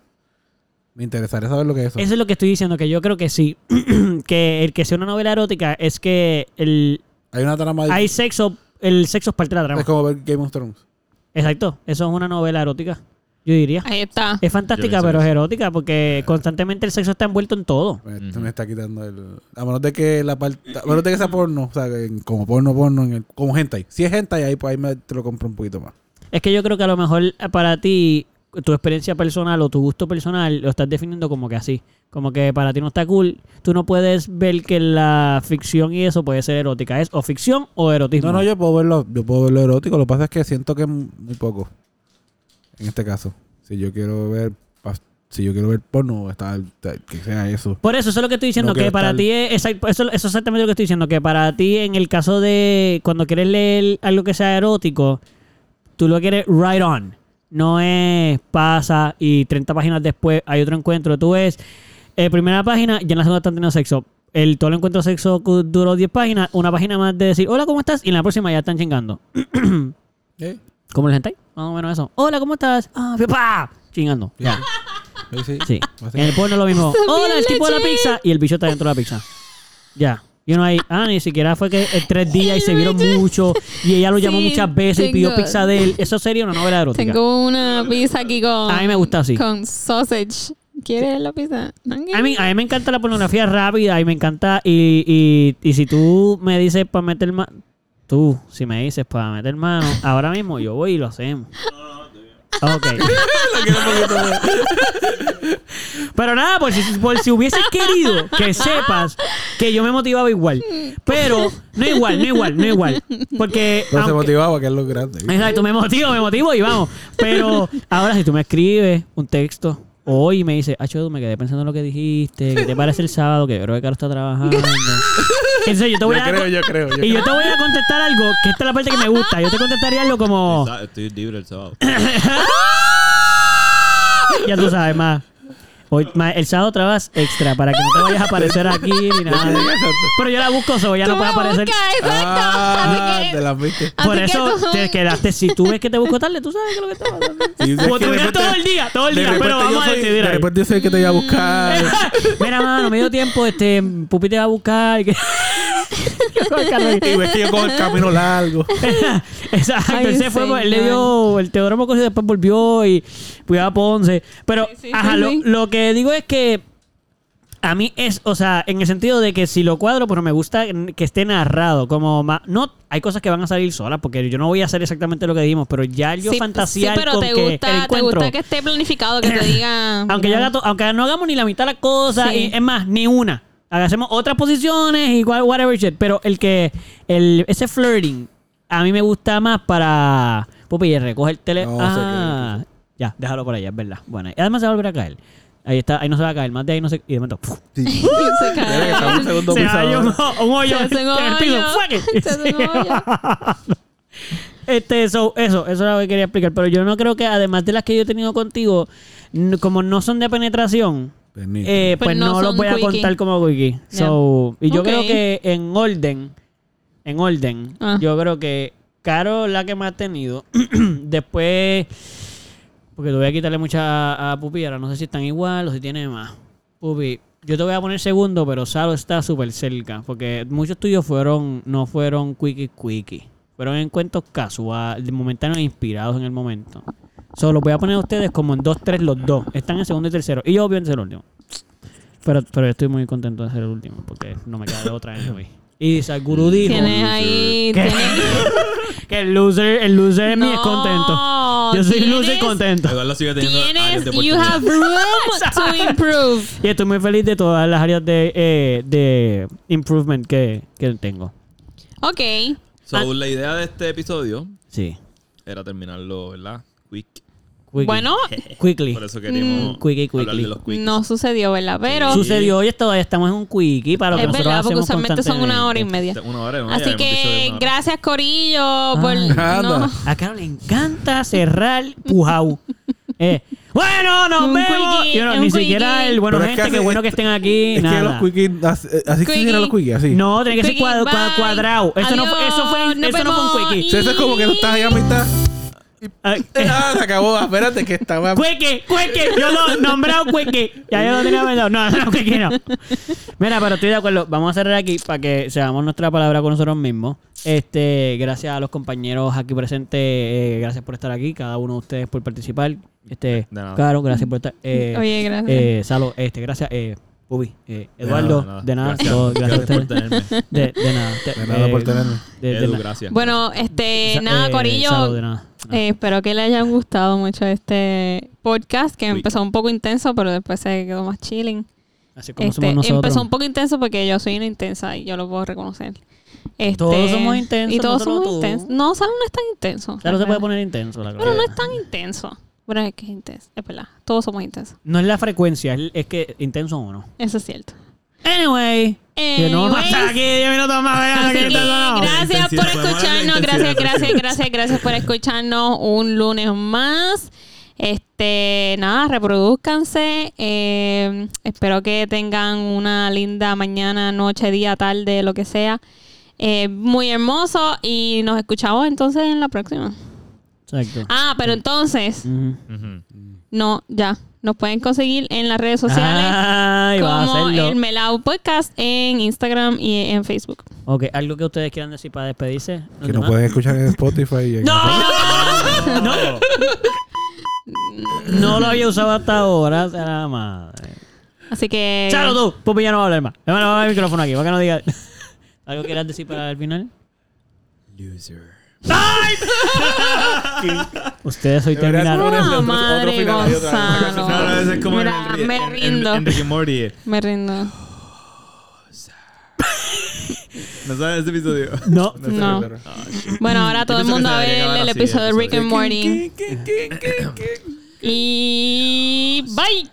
[SPEAKER 4] Me interesaría saber lo que es eso.
[SPEAKER 3] Eso es lo que estoy diciendo, que yo creo que sí. <clears throat> que el que sea una novela erótica es que el,
[SPEAKER 4] Hay una trama
[SPEAKER 3] hay sexo, el sexo es parte de la trama.
[SPEAKER 4] Es como ver Game of Thrones.
[SPEAKER 3] Exacto, eso es una novela erótica, yo diría.
[SPEAKER 2] Ahí está.
[SPEAKER 3] Es fantástica,
[SPEAKER 1] Yo pienso
[SPEAKER 3] pero
[SPEAKER 1] que
[SPEAKER 3] es
[SPEAKER 1] sí.
[SPEAKER 3] erótica porque constantemente el sexo está envuelto en todo.
[SPEAKER 4] Me, me está quitando el... A menos de que la parte... A menos de que sea porno, o sea, en- como porno, porno, en el, como hentai. Si es hentai, ahí, pues, ahí me te lo compro un poquito más.
[SPEAKER 3] Es que yo creo que a lo mejor eh, para ti, tu experiencia personal o tu gusto personal lo estás definiendo como que así. Como que para ti no está cool. Tú no puedes ver que la ficción y eso puede ser erótica. Es o ficción o erotismo.
[SPEAKER 4] No, no, yo puedo verlo, yo puedo verlo erótico. Lo que pasa es que siento que es muy poco. En este caso. Si yo quiero ver pas- si yo quiero ver porno, está, está- que sea eso.
[SPEAKER 3] Por eso, eso es lo que estoy diciendo,
[SPEAKER 4] No
[SPEAKER 3] que
[SPEAKER 4] quiero
[SPEAKER 3] para
[SPEAKER 4] estar-
[SPEAKER 3] ti es, exact- eso, eso es exactamente lo que estoy diciendo, que para ti en el caso de cuando quieres leer algo que sea erótico, tú lo quieres right on. No es pasa y 30 páginas después hay otro encuentro. Tú ves, eh, primera página, ya en la segunda están teniendo sexo. El todo el encuentro sexo cu- duró 10 páginas, una página más de decir, hola, ¿cómo estás? Y en la próxima ya están chingando.
[SPEAKER 4] ¿Eh?
[SPEAKER 3] Como el hentai, más o menos eso. Hola, ¿cómo estás? Ah, pa, chingando.
[SPEAKER 4] Ya. Sí, sí.
[SPEAKER 3] Sí. En el
[SPEAKER 4] Básicamente.
[SPEAKER 3] porno
[SPEAKER 2] <laughs>
[SPEAKER 3] lo mismo.
[SPEAKER 2] Bien
[SPEAKER 3] Hola, el tipo de la
[SPEAKER 2] lechero.
[SPEAKER 3] pizza. Y el bicho está dentro de la pizza. Ya. Y uno ahí, ah, ni siquiera fue que en
[SPEAKER 2] <laughs>
[SPEAKER 3] tres días y se vieron mucho. Y ella lo llamó
[SPEAKER 2] Sí,
[SPEAKER 3] muchas veces y pidió
[SPEAKER 2] tengo-
[SPEAKER 3] pizza de él. Eso sería una novela erótica.
[SPEAKER 2] Tengo una pizza aquí con.
[SPEAKER 3] A mí me gusta así.
[SPEAKER 2] Con sausage. ¿Quieres la pizza? No,
[SPEAKER 3] A mí, a mí me encanta la pornografía rápida y me encanta. Y, y, y si tú me dices para meter mano. Tú, si me dices para meter mano, ahora mismo yo voy y lo hacemos. Ok. Pero nada, por si, por si hubieses querido que sepas que yo me motivaba igual. Pero no igual, no igual, no igual. Porque.
[SPEAKER 4] Pero se
[SPEAKER 3] aunque-
[SPEAKER 4] motivaba, que es lo grande.
[SPEAKER 3] Exacto, me motivo, me motivo y vamos. Pero ahora si tú me escribes un texto hoy y me dices, ah, Edu, me quedé pensando en lo que dijiste, ¿qué te parece el sábado? Que creo que Caro está
[SPEAKER 2] <laughs>
[SPEAKER 3] trabajando. Entonces yo te voy
[SPEAKER 4] Yo
[SPEAKER 3] a...
[SPEAKER 4] creo, yo creo.
[SPEAKER 3] <laughs>
[SPEAKER 4] yo
[SPEAKER 3] y yo
[SPEAKER 4] creo.
[SPEAKER 3] te voy a contestar algo, que esta es la parte que me gusta. Yo te contestaría algo como...
[SPEAKER 1] Está- Estoy libre el sábado.
[SPEAKER 3] Ya tú sabes, más. Hoy, ma, el sábado trabas extra para que no te vayas a aparecer aquí ni nada. Pero yo la busco, so ya no puede aparecer.
[SPEAKER 2] Exacto.
[SPEAKER 4] Ah,
[SPEAKER 2] Así que-
[SPEAKER 4] te la viste.
[SPEAKER 2] Así
[SPEAKER 3] Por
[SPEAKER 2] que
[SPEAKER 3] eso
[SPEAKER 2] tú-
[SPEAKER 3] te quedaste. Si tú ves que te busco tarde, tú sabes que lo que estaba pasando.
[SPEAKER 4] Y de
[SPEAKER 3] Como
[SPEAKER 4] que de
[SPEAKER 3] tuvieras
[SPEAKER 4] repente-
[SPEAKER 3] todo el día, todo el
[SPEAKER 4] de
[SPEAKER 3] día,
[SPEAKER 4] repente
[SPEAKER 3] pero
[SPEAKER 4] yo
[SPEAKER 3] vamos a
[SPEAKER 4] soy-
[SPEAKER 3] decidir
[SPEAKER 4] De
[SPEAKER 3] ahí.
[SPEAKER 4] repente yo soy el que te iba a
[SPEAKER 3] <laughs>
[SPEAKER 4] buscar.
[SPEAKER 3] Mira, mano, medio tiempo, este, Pupi te va a buscar. y que-
[SPEAKER 4] y ves que yo cojo el camino largo.
[SPEAKER 3] Eh, Exacto,
[SPEAKER 2] Ay,
[SPEAKER 3] él se fue,
[SPEAKER 2] señor.
[SPEAKER 3] pues, él le dio el teorema y después volvió y cuidaba a Ponce. Pero,
[SPEAKER 2] Sí, sí,
[SPEAKER 3] ajá,
[SPEAKER 2] sí,
[SPEAKER 3] lo,
[SPEAKER 2] sí.
[SPEAKER 3] lo que digo es que a mí es, o sea, en el sentido de que si lo cuadro, pero me gusta que esté narrado, como ma- no, hay cosas que van a salir solas, porque yo no voy a hacer exactamente lo que dijimos, pero ya yo
[SPEAKER 2] sí,
[SPEAKER 3] fantasear
[SPEAKER 2] sí, pero
[SPEAKER 3] con
[SPEAKER 2] te
[SPEAKER 3] que
[SPEAKER 2] gusta,
[SPEAKER 3] el
[SPEAKER 2] te
[SPEAKER 3] encuentro,
[SPEAKER 2] gusta que esté planificado, que te diga.
[SPEAKER 3] <laughs> aunque yo
[SPEAKER 2] mira,
[SPEAKER 3] haga to- aunque no hagamos ni la mitad de las cosas,
[SPEAKER 2] Sí.
[SPEAKER 3] y es más, ni una. Hacemos otras posiciones, igual, whatever shit. Pero el que, el, ese flirting, a mí me gusta más para. Pupi, recoge el teléfono.
[SPEAKER 4] No, se
[SPEAKER 3] ah, ya, déjalo por allá, es verdad. Bueno, y además se va a volver a caer. Ahí está, ahí no se va a caer, más de ahí no se. Y de momento, ¡puf!
[SPEAKER 2] <laughs>
[SPEAKER 4] Sí.
[SPEAKER 3] <laughs>
[SPEAKER 2] se cae.
[SPEAKER 4] Debe que está un segundo
[SPEAKER 3] se
[SPEAKER 4] piso
[SPEAKER 3] va un,
[SPEAKER 4] ahora.
[SPEAKER 3] un hoyo
[SPEAKER 2] Se
[SPEAKER 3] en
[SPEAKER 2] hace un
[SPEAKER 3] el
[SPEAKER 2] hoyo.
[SPEAKER 3] piso. ¡Fuck it!
[SPEAKER 2] Se hace un hoyo.
[SPEAKER 3] <laughs> Este, eso, eso, eso era lo que quería explicar. Pero yo no creo que, además de las que yo he tenido contigo, n- como no son de penetración,
[SPEAKER 4] Vení.
[SPEAKER 3] eh,
[SPEAKER 2] Pues
[SPEAKER 3] pues
[SPEAKER 2] no
[SPEAKER 3] no, los
[SPEAKER 2] son
[SPEAKER 3] voy a
[SPEAKER 2] quickie.
[SPEAKER 3] contar como wiki.
[SPEAKER 2] Yeah.
[SPEAKER 3] So, y yo
[SPEAKER 2] Ok.
[SPEAKER 3] creo que en orden, en orden,
[SPEAKER 2] Ah.
[SPEAKER 3] yo creo que Caro la que más ha tenido. <clears throat> Después, porque te voy a quitarle mucha a, a Pupi, ahora no sé si están igual o si tiene más. Pupi, yo te voy a poner segundo, pero Saro está súper cerca, porque muchos tuyos fueron, no fueron quickie quickie. Fueron encuentros casuales, momentáneos inspirados en el momento. Solo los voy a poner a ustedes como en 2-3 los dos. Están en segundo y tercero. Y yo obviamente el último. Pero, pero estoy muy contento de ser el último porque no me queda de otra en hoy. Y Sakuru dijo
[SPEAKER 2] Tienes ahí.
[SPEAKER 3] que, <laughs> que el loser, el loser es mi
[SPEAKER 2] No,
[SPEAKER 3] descontento. Yo soy loser
[SPEAKER 2] tienes-
[SPEAKER 3] contento.
[SPEAKER 1] Eduardo sigue teniendo áreas
[SPEAKER 2] Tienes.
[SPEAKER 1] de
[SPEAKER 2] You
[SPEAKER 1] oportunidad.
[SPEAKER 2] have
[SPEAKER 3] <laughs>
[SPEAKER 2] room to improve.
[SPEAKER 3] Y estoy muy feliz de todas las áreas de, eh, de improvement que, que tengo.
[SPEAKER 2] Ok.
[SPEAKER 3] Ah.
[SPEAKER 1] So, la idea de este episodio
[SPEAKER 3] Sí.
[SPEAKER 1] era terminarlo, ¿verdad? Quick.
[SPEAKER 3] Quickly.
[SPEAKER 2] Bueno,
[SPEAKER 3] Quickly.
[SPEAKER 1] Por eso queríamos
[SPEAKER 3] Mm. Quickie,
[SPEAKER 1] hablar
[SPEAKER 3] quickly.
[SPEAKER 1] de los quicks.
[SPEAKER 2] no sucedió, ¿verdad? Pero.
[SPEAKER 3] Sucedió hoy, todavía estamos en un quickie para lo que
[SPEAKER 2] Es
[SPEAKER 3] nosotros
[SPEAKER 2] verdad, porque
[SPEAKER 3] hacemos
[SPEAKER 2] usualmente son una hora y
[SPEAKER 3] constantemente.
[SPEAKER 2] media.
[SPEAKER 1] Una hora, ¿no? Ya
[SPEAKER 2] Así
[SPEAKER 1] habíamos dicho de
[SPEAKER 2] que
[SPEAKER 1] una hora.
[SPEAKER 2] gracias
[SPEAKER 3] Ah.
[SPEAKER 2] Corillo
[SPEAKER 1] <laughs>
[SPEAKER 2] por no.
[SPEAKER 4] anda.
[SPEAKER 3] A Carol le encanta cerrar
[SPEAKER 2] <laughs>
[SPEAKER 3] pujau. Eh, bueno, nos
[SPEAKER 2] Un
[SPEAKER 3] vemos.
[SPEAKER 2] quickie,
[SPEAKER 3] Yo no-
[SPEAKER 2] un
[SPEAKER 3] ni
[SPEAKER 2] quickie.
[SPEAKER 3] siquiera el bueno,
[SPEAKER 4] Pero es
[SPEAKER 3] gente,
[SPEAKER 4] que
[SPEAKER 3] qué
[SPEAKER 4] hace-
[SPEAKER 3] bueno que estén aquí.
[SPEAKER 4] Es que
[SPEAKER 3] nada.
[SPEAKER 4] los quickies, así, eh, así que
[SPEAKER 2] Quickie.
[SPEAKER 4] funcionan los quickies, así.
[SPEAKER 3] No, tiene que ser
[SPEAKER 2] Quickie,
[SPEAKER 3] cuadrado,
[SPEAKER 2] bye.
[SPEAKER 3] cuadrado. Eso no, fue-
[SPEAKER 2] Adiós,
[SPEAKER 3] eso, fue,
[SPEAKER 2] nos
[SPEAKER 3] eso no fue un
[SPEAKER 2] vemos.
[SPEAKER 3] quickie.
[SPEAKER 4] Sí, eso es como que tú estás ahí a mitad.
[SPEAKER 3] Ah, eh,
[SPEAKER 4] <laughs> Ah, se acabó. Espérate que estaba.
[SPEAKER 3] Quickie, quickie. Yo lo he nombrado quickie. Ya yo lo tenía pensado. No, no, quickie no. Mira, pero estoy de acuerdo. Vamos a cerrar aquí para que seamos nuestra palabra con nosotros mismos. Este, gracias a los compañeros aquí presentes. eh, gracias por estar aquí. Cada uno de ustedes por participar. Este,
[SPEAKER 1] De nada.
[SPEAKER 3] Caro, gracias por estar. eh,
[SPEAKER 2] Oye, gracias.
[SPEAKER 3] Eh, Salo, este, gracias. Eh, Bubi, eh, Eduardo,
[SPEAKER 1] nada,
[SPEAKER 3] de nada.
[SPEAKER 1] gracias.
[SPEAKER 3] todo, Gracias,
[SPEAKER 1] Gracias por
[SPEAKER 3] a ustedes.
[SPEAKER 1] tenerme.
[SPEAKER 3] De, de nada.
[SPEAKER 4] De nada por
[SPEAKER 3] eh,
[SPEAKER 4] tenerme.
[SPEAKER 3] de- de
[SPEAKER 1] Edu,
[SPEAKER 3] na-
[SPEAKER 1] gracias.
[SPEAKER 2] Bueno, este,
[SPEAKER 3] Sa-
[SPEAKER 2] nada,
[SPEAKER 3] eh,
[SPEAKER 2] Corillo.
[SPEAKER 3] Salu, de nada.
[SPEAKER 1] Ah.
[SPEAKER 2] eh, espero que le hayan gustado mucho este podcast, que
[SPEAKER 1] Sí.
[SPEAKER 2] empezó un poco intenso, pero después se quedó más chilling.
[SPEAKER 3] Así como
[SPEAKER 2] Este,
[SPEAKER 3] somos nosotros.
[SPEAKER 2] empezó un poco intenso porque yo soy una intensa y yo lo puedo reconocer. Este,
[SPEAKER 3] Todos somos intensos,
[SPEAKER 2] Y todos
[SPEAKER 3] no solo
[SPEAKER 2] somos
[SPEAKER 3] tú.
[SPEAKER 2] intensos. No, Salu no es tan intenso.
[SPEAKER 3] Claro, se
[SPEAKER 2] la
[SPEAKER 3] puede
[SPEAKER 2] verdad.
[SPEAKER 3] poner intenso la
[SPEAKER 2] Pero
[SPEAKER 3] cosa.
[SPEAKER 2] no es tan intenso. Bueno, es que es intenso. Es verdad. Todos somos intensos.
[SPEAKER 3] No es la frecuencia, es es que intenso o no.
[SPEAKER 2] Eso es cierto.
[SPEAKER 3] Anyway. Que no
[SPEAKER 2] Anyways.
[SPEAKER 3] hasta aquí 10 minutos más. vean,
[SPEAKER 2] Así <laughs>
[SPEAKER 3] que
[SPEAKER 2] que
[SPEAKER 3] está sonado.
[SPEAKER 2] gracias por
[SPEAKER 1] Intensidad, podemos darle
[SPEAKER 2] escucharnos, gracias,
[SPEAKER 1] intensidad,
[SPEAKER 2] gracias,
[SPEAKER 1] tranquilo.
[SPEAKER 2] gracias, gracias por escucharnos un lunes más. Este, nada, reproduzcanse. eh, espero que tengan una linda mañana, noche, día, tarde, lo que sea. Eh, muy hermoso y nos escuchamos entonces en la próxima.
[SPEAKER 3] Exacto.
[SPEAKER 2] Ah, pero entonces,
[SPEAKER 3] Ujú.
[SPEAKER 1] Ujú.
[SPEAKER 2] no, ya, nos pueden conseguir en las redes sociales
[SPEAKER 3] Ay, Ah, va a
[SPEAKER 2] Pues como
[SPEAKER 3] hacerlo.
[SPEAKER 2] el Melao Podcast en Instagram y en Facebook.
[SPEAKER 3] Ok, algo que ustedes quieran decir para despedirse. ¿Los
[SPEAKER 4] Que no
[SPEAKER 3] demás?
[SPEAKER 4] pueden escuchar en Spotify. Y en
[SPEAKER 3] No, no lo había usado hasta ahora, sea la madre.
[SPEAKER 2] Así que.
[SPEAKER 3] Chalo tú, Pupi ya no va a hablar más. Hermano, va a el micrófono aquí, para que no diga. <laughs> ¿Algo quieras decir para el final?
[SPEAKER 1] Loser.
[SPEAKER 3] <laughs> Ustedes hoy
[SPEAKER 4] Deberías
[SPEAKER 3] terminaron.
[SPEAKER 4] ponerle
[SPEAKER 2] Ah,
[SPEAKER 4] otro-
[SPEAKER 2] madre,
[SPEAKER 4] otro final ahí otra vez.
[SPEAKER 2] Gonzalo.
[SPEAKER 1] No, no, ese es como
[SPEAKER 2] Mira,
[SPEAKER 1] en el,
[SPEAKER 2] me
[SPEAKER 1] en- en-
[SPEAKER 2] rindo.
[SPEAKER 1] en Rick and Morty.
[SPEAKER 2] Me rindo.
[SPEAKER 1] ¿No sabes ese episodio?
[SPEAKER 3] No.
[SPEAKER 2] No.
[SPEAKER 4] Ah,
[SPEAKER 2] Bueno, ahora todo el
[SPEAKER 1] pienso que
[SPEAKER 2] mundo
[SPEAKER 1] se
[SPEAKER 2] a ver
[SPEAKER 1] debería acabar
[SPEAKER 2] el
[SPEAKER 1] así,
[SPEAKER 2] episodio de
[SPEAKER 1] el
[SPEAKER 2] Rick and Morty.
[SPEAKER 4] ¿Qué, qué, qué, qué, qué?
[SPEAKER 2] Y. Bye.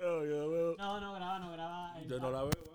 [SPEAKER 3] No, no, graba, no, graba.
[SPEAKER 4] Yo no la veo.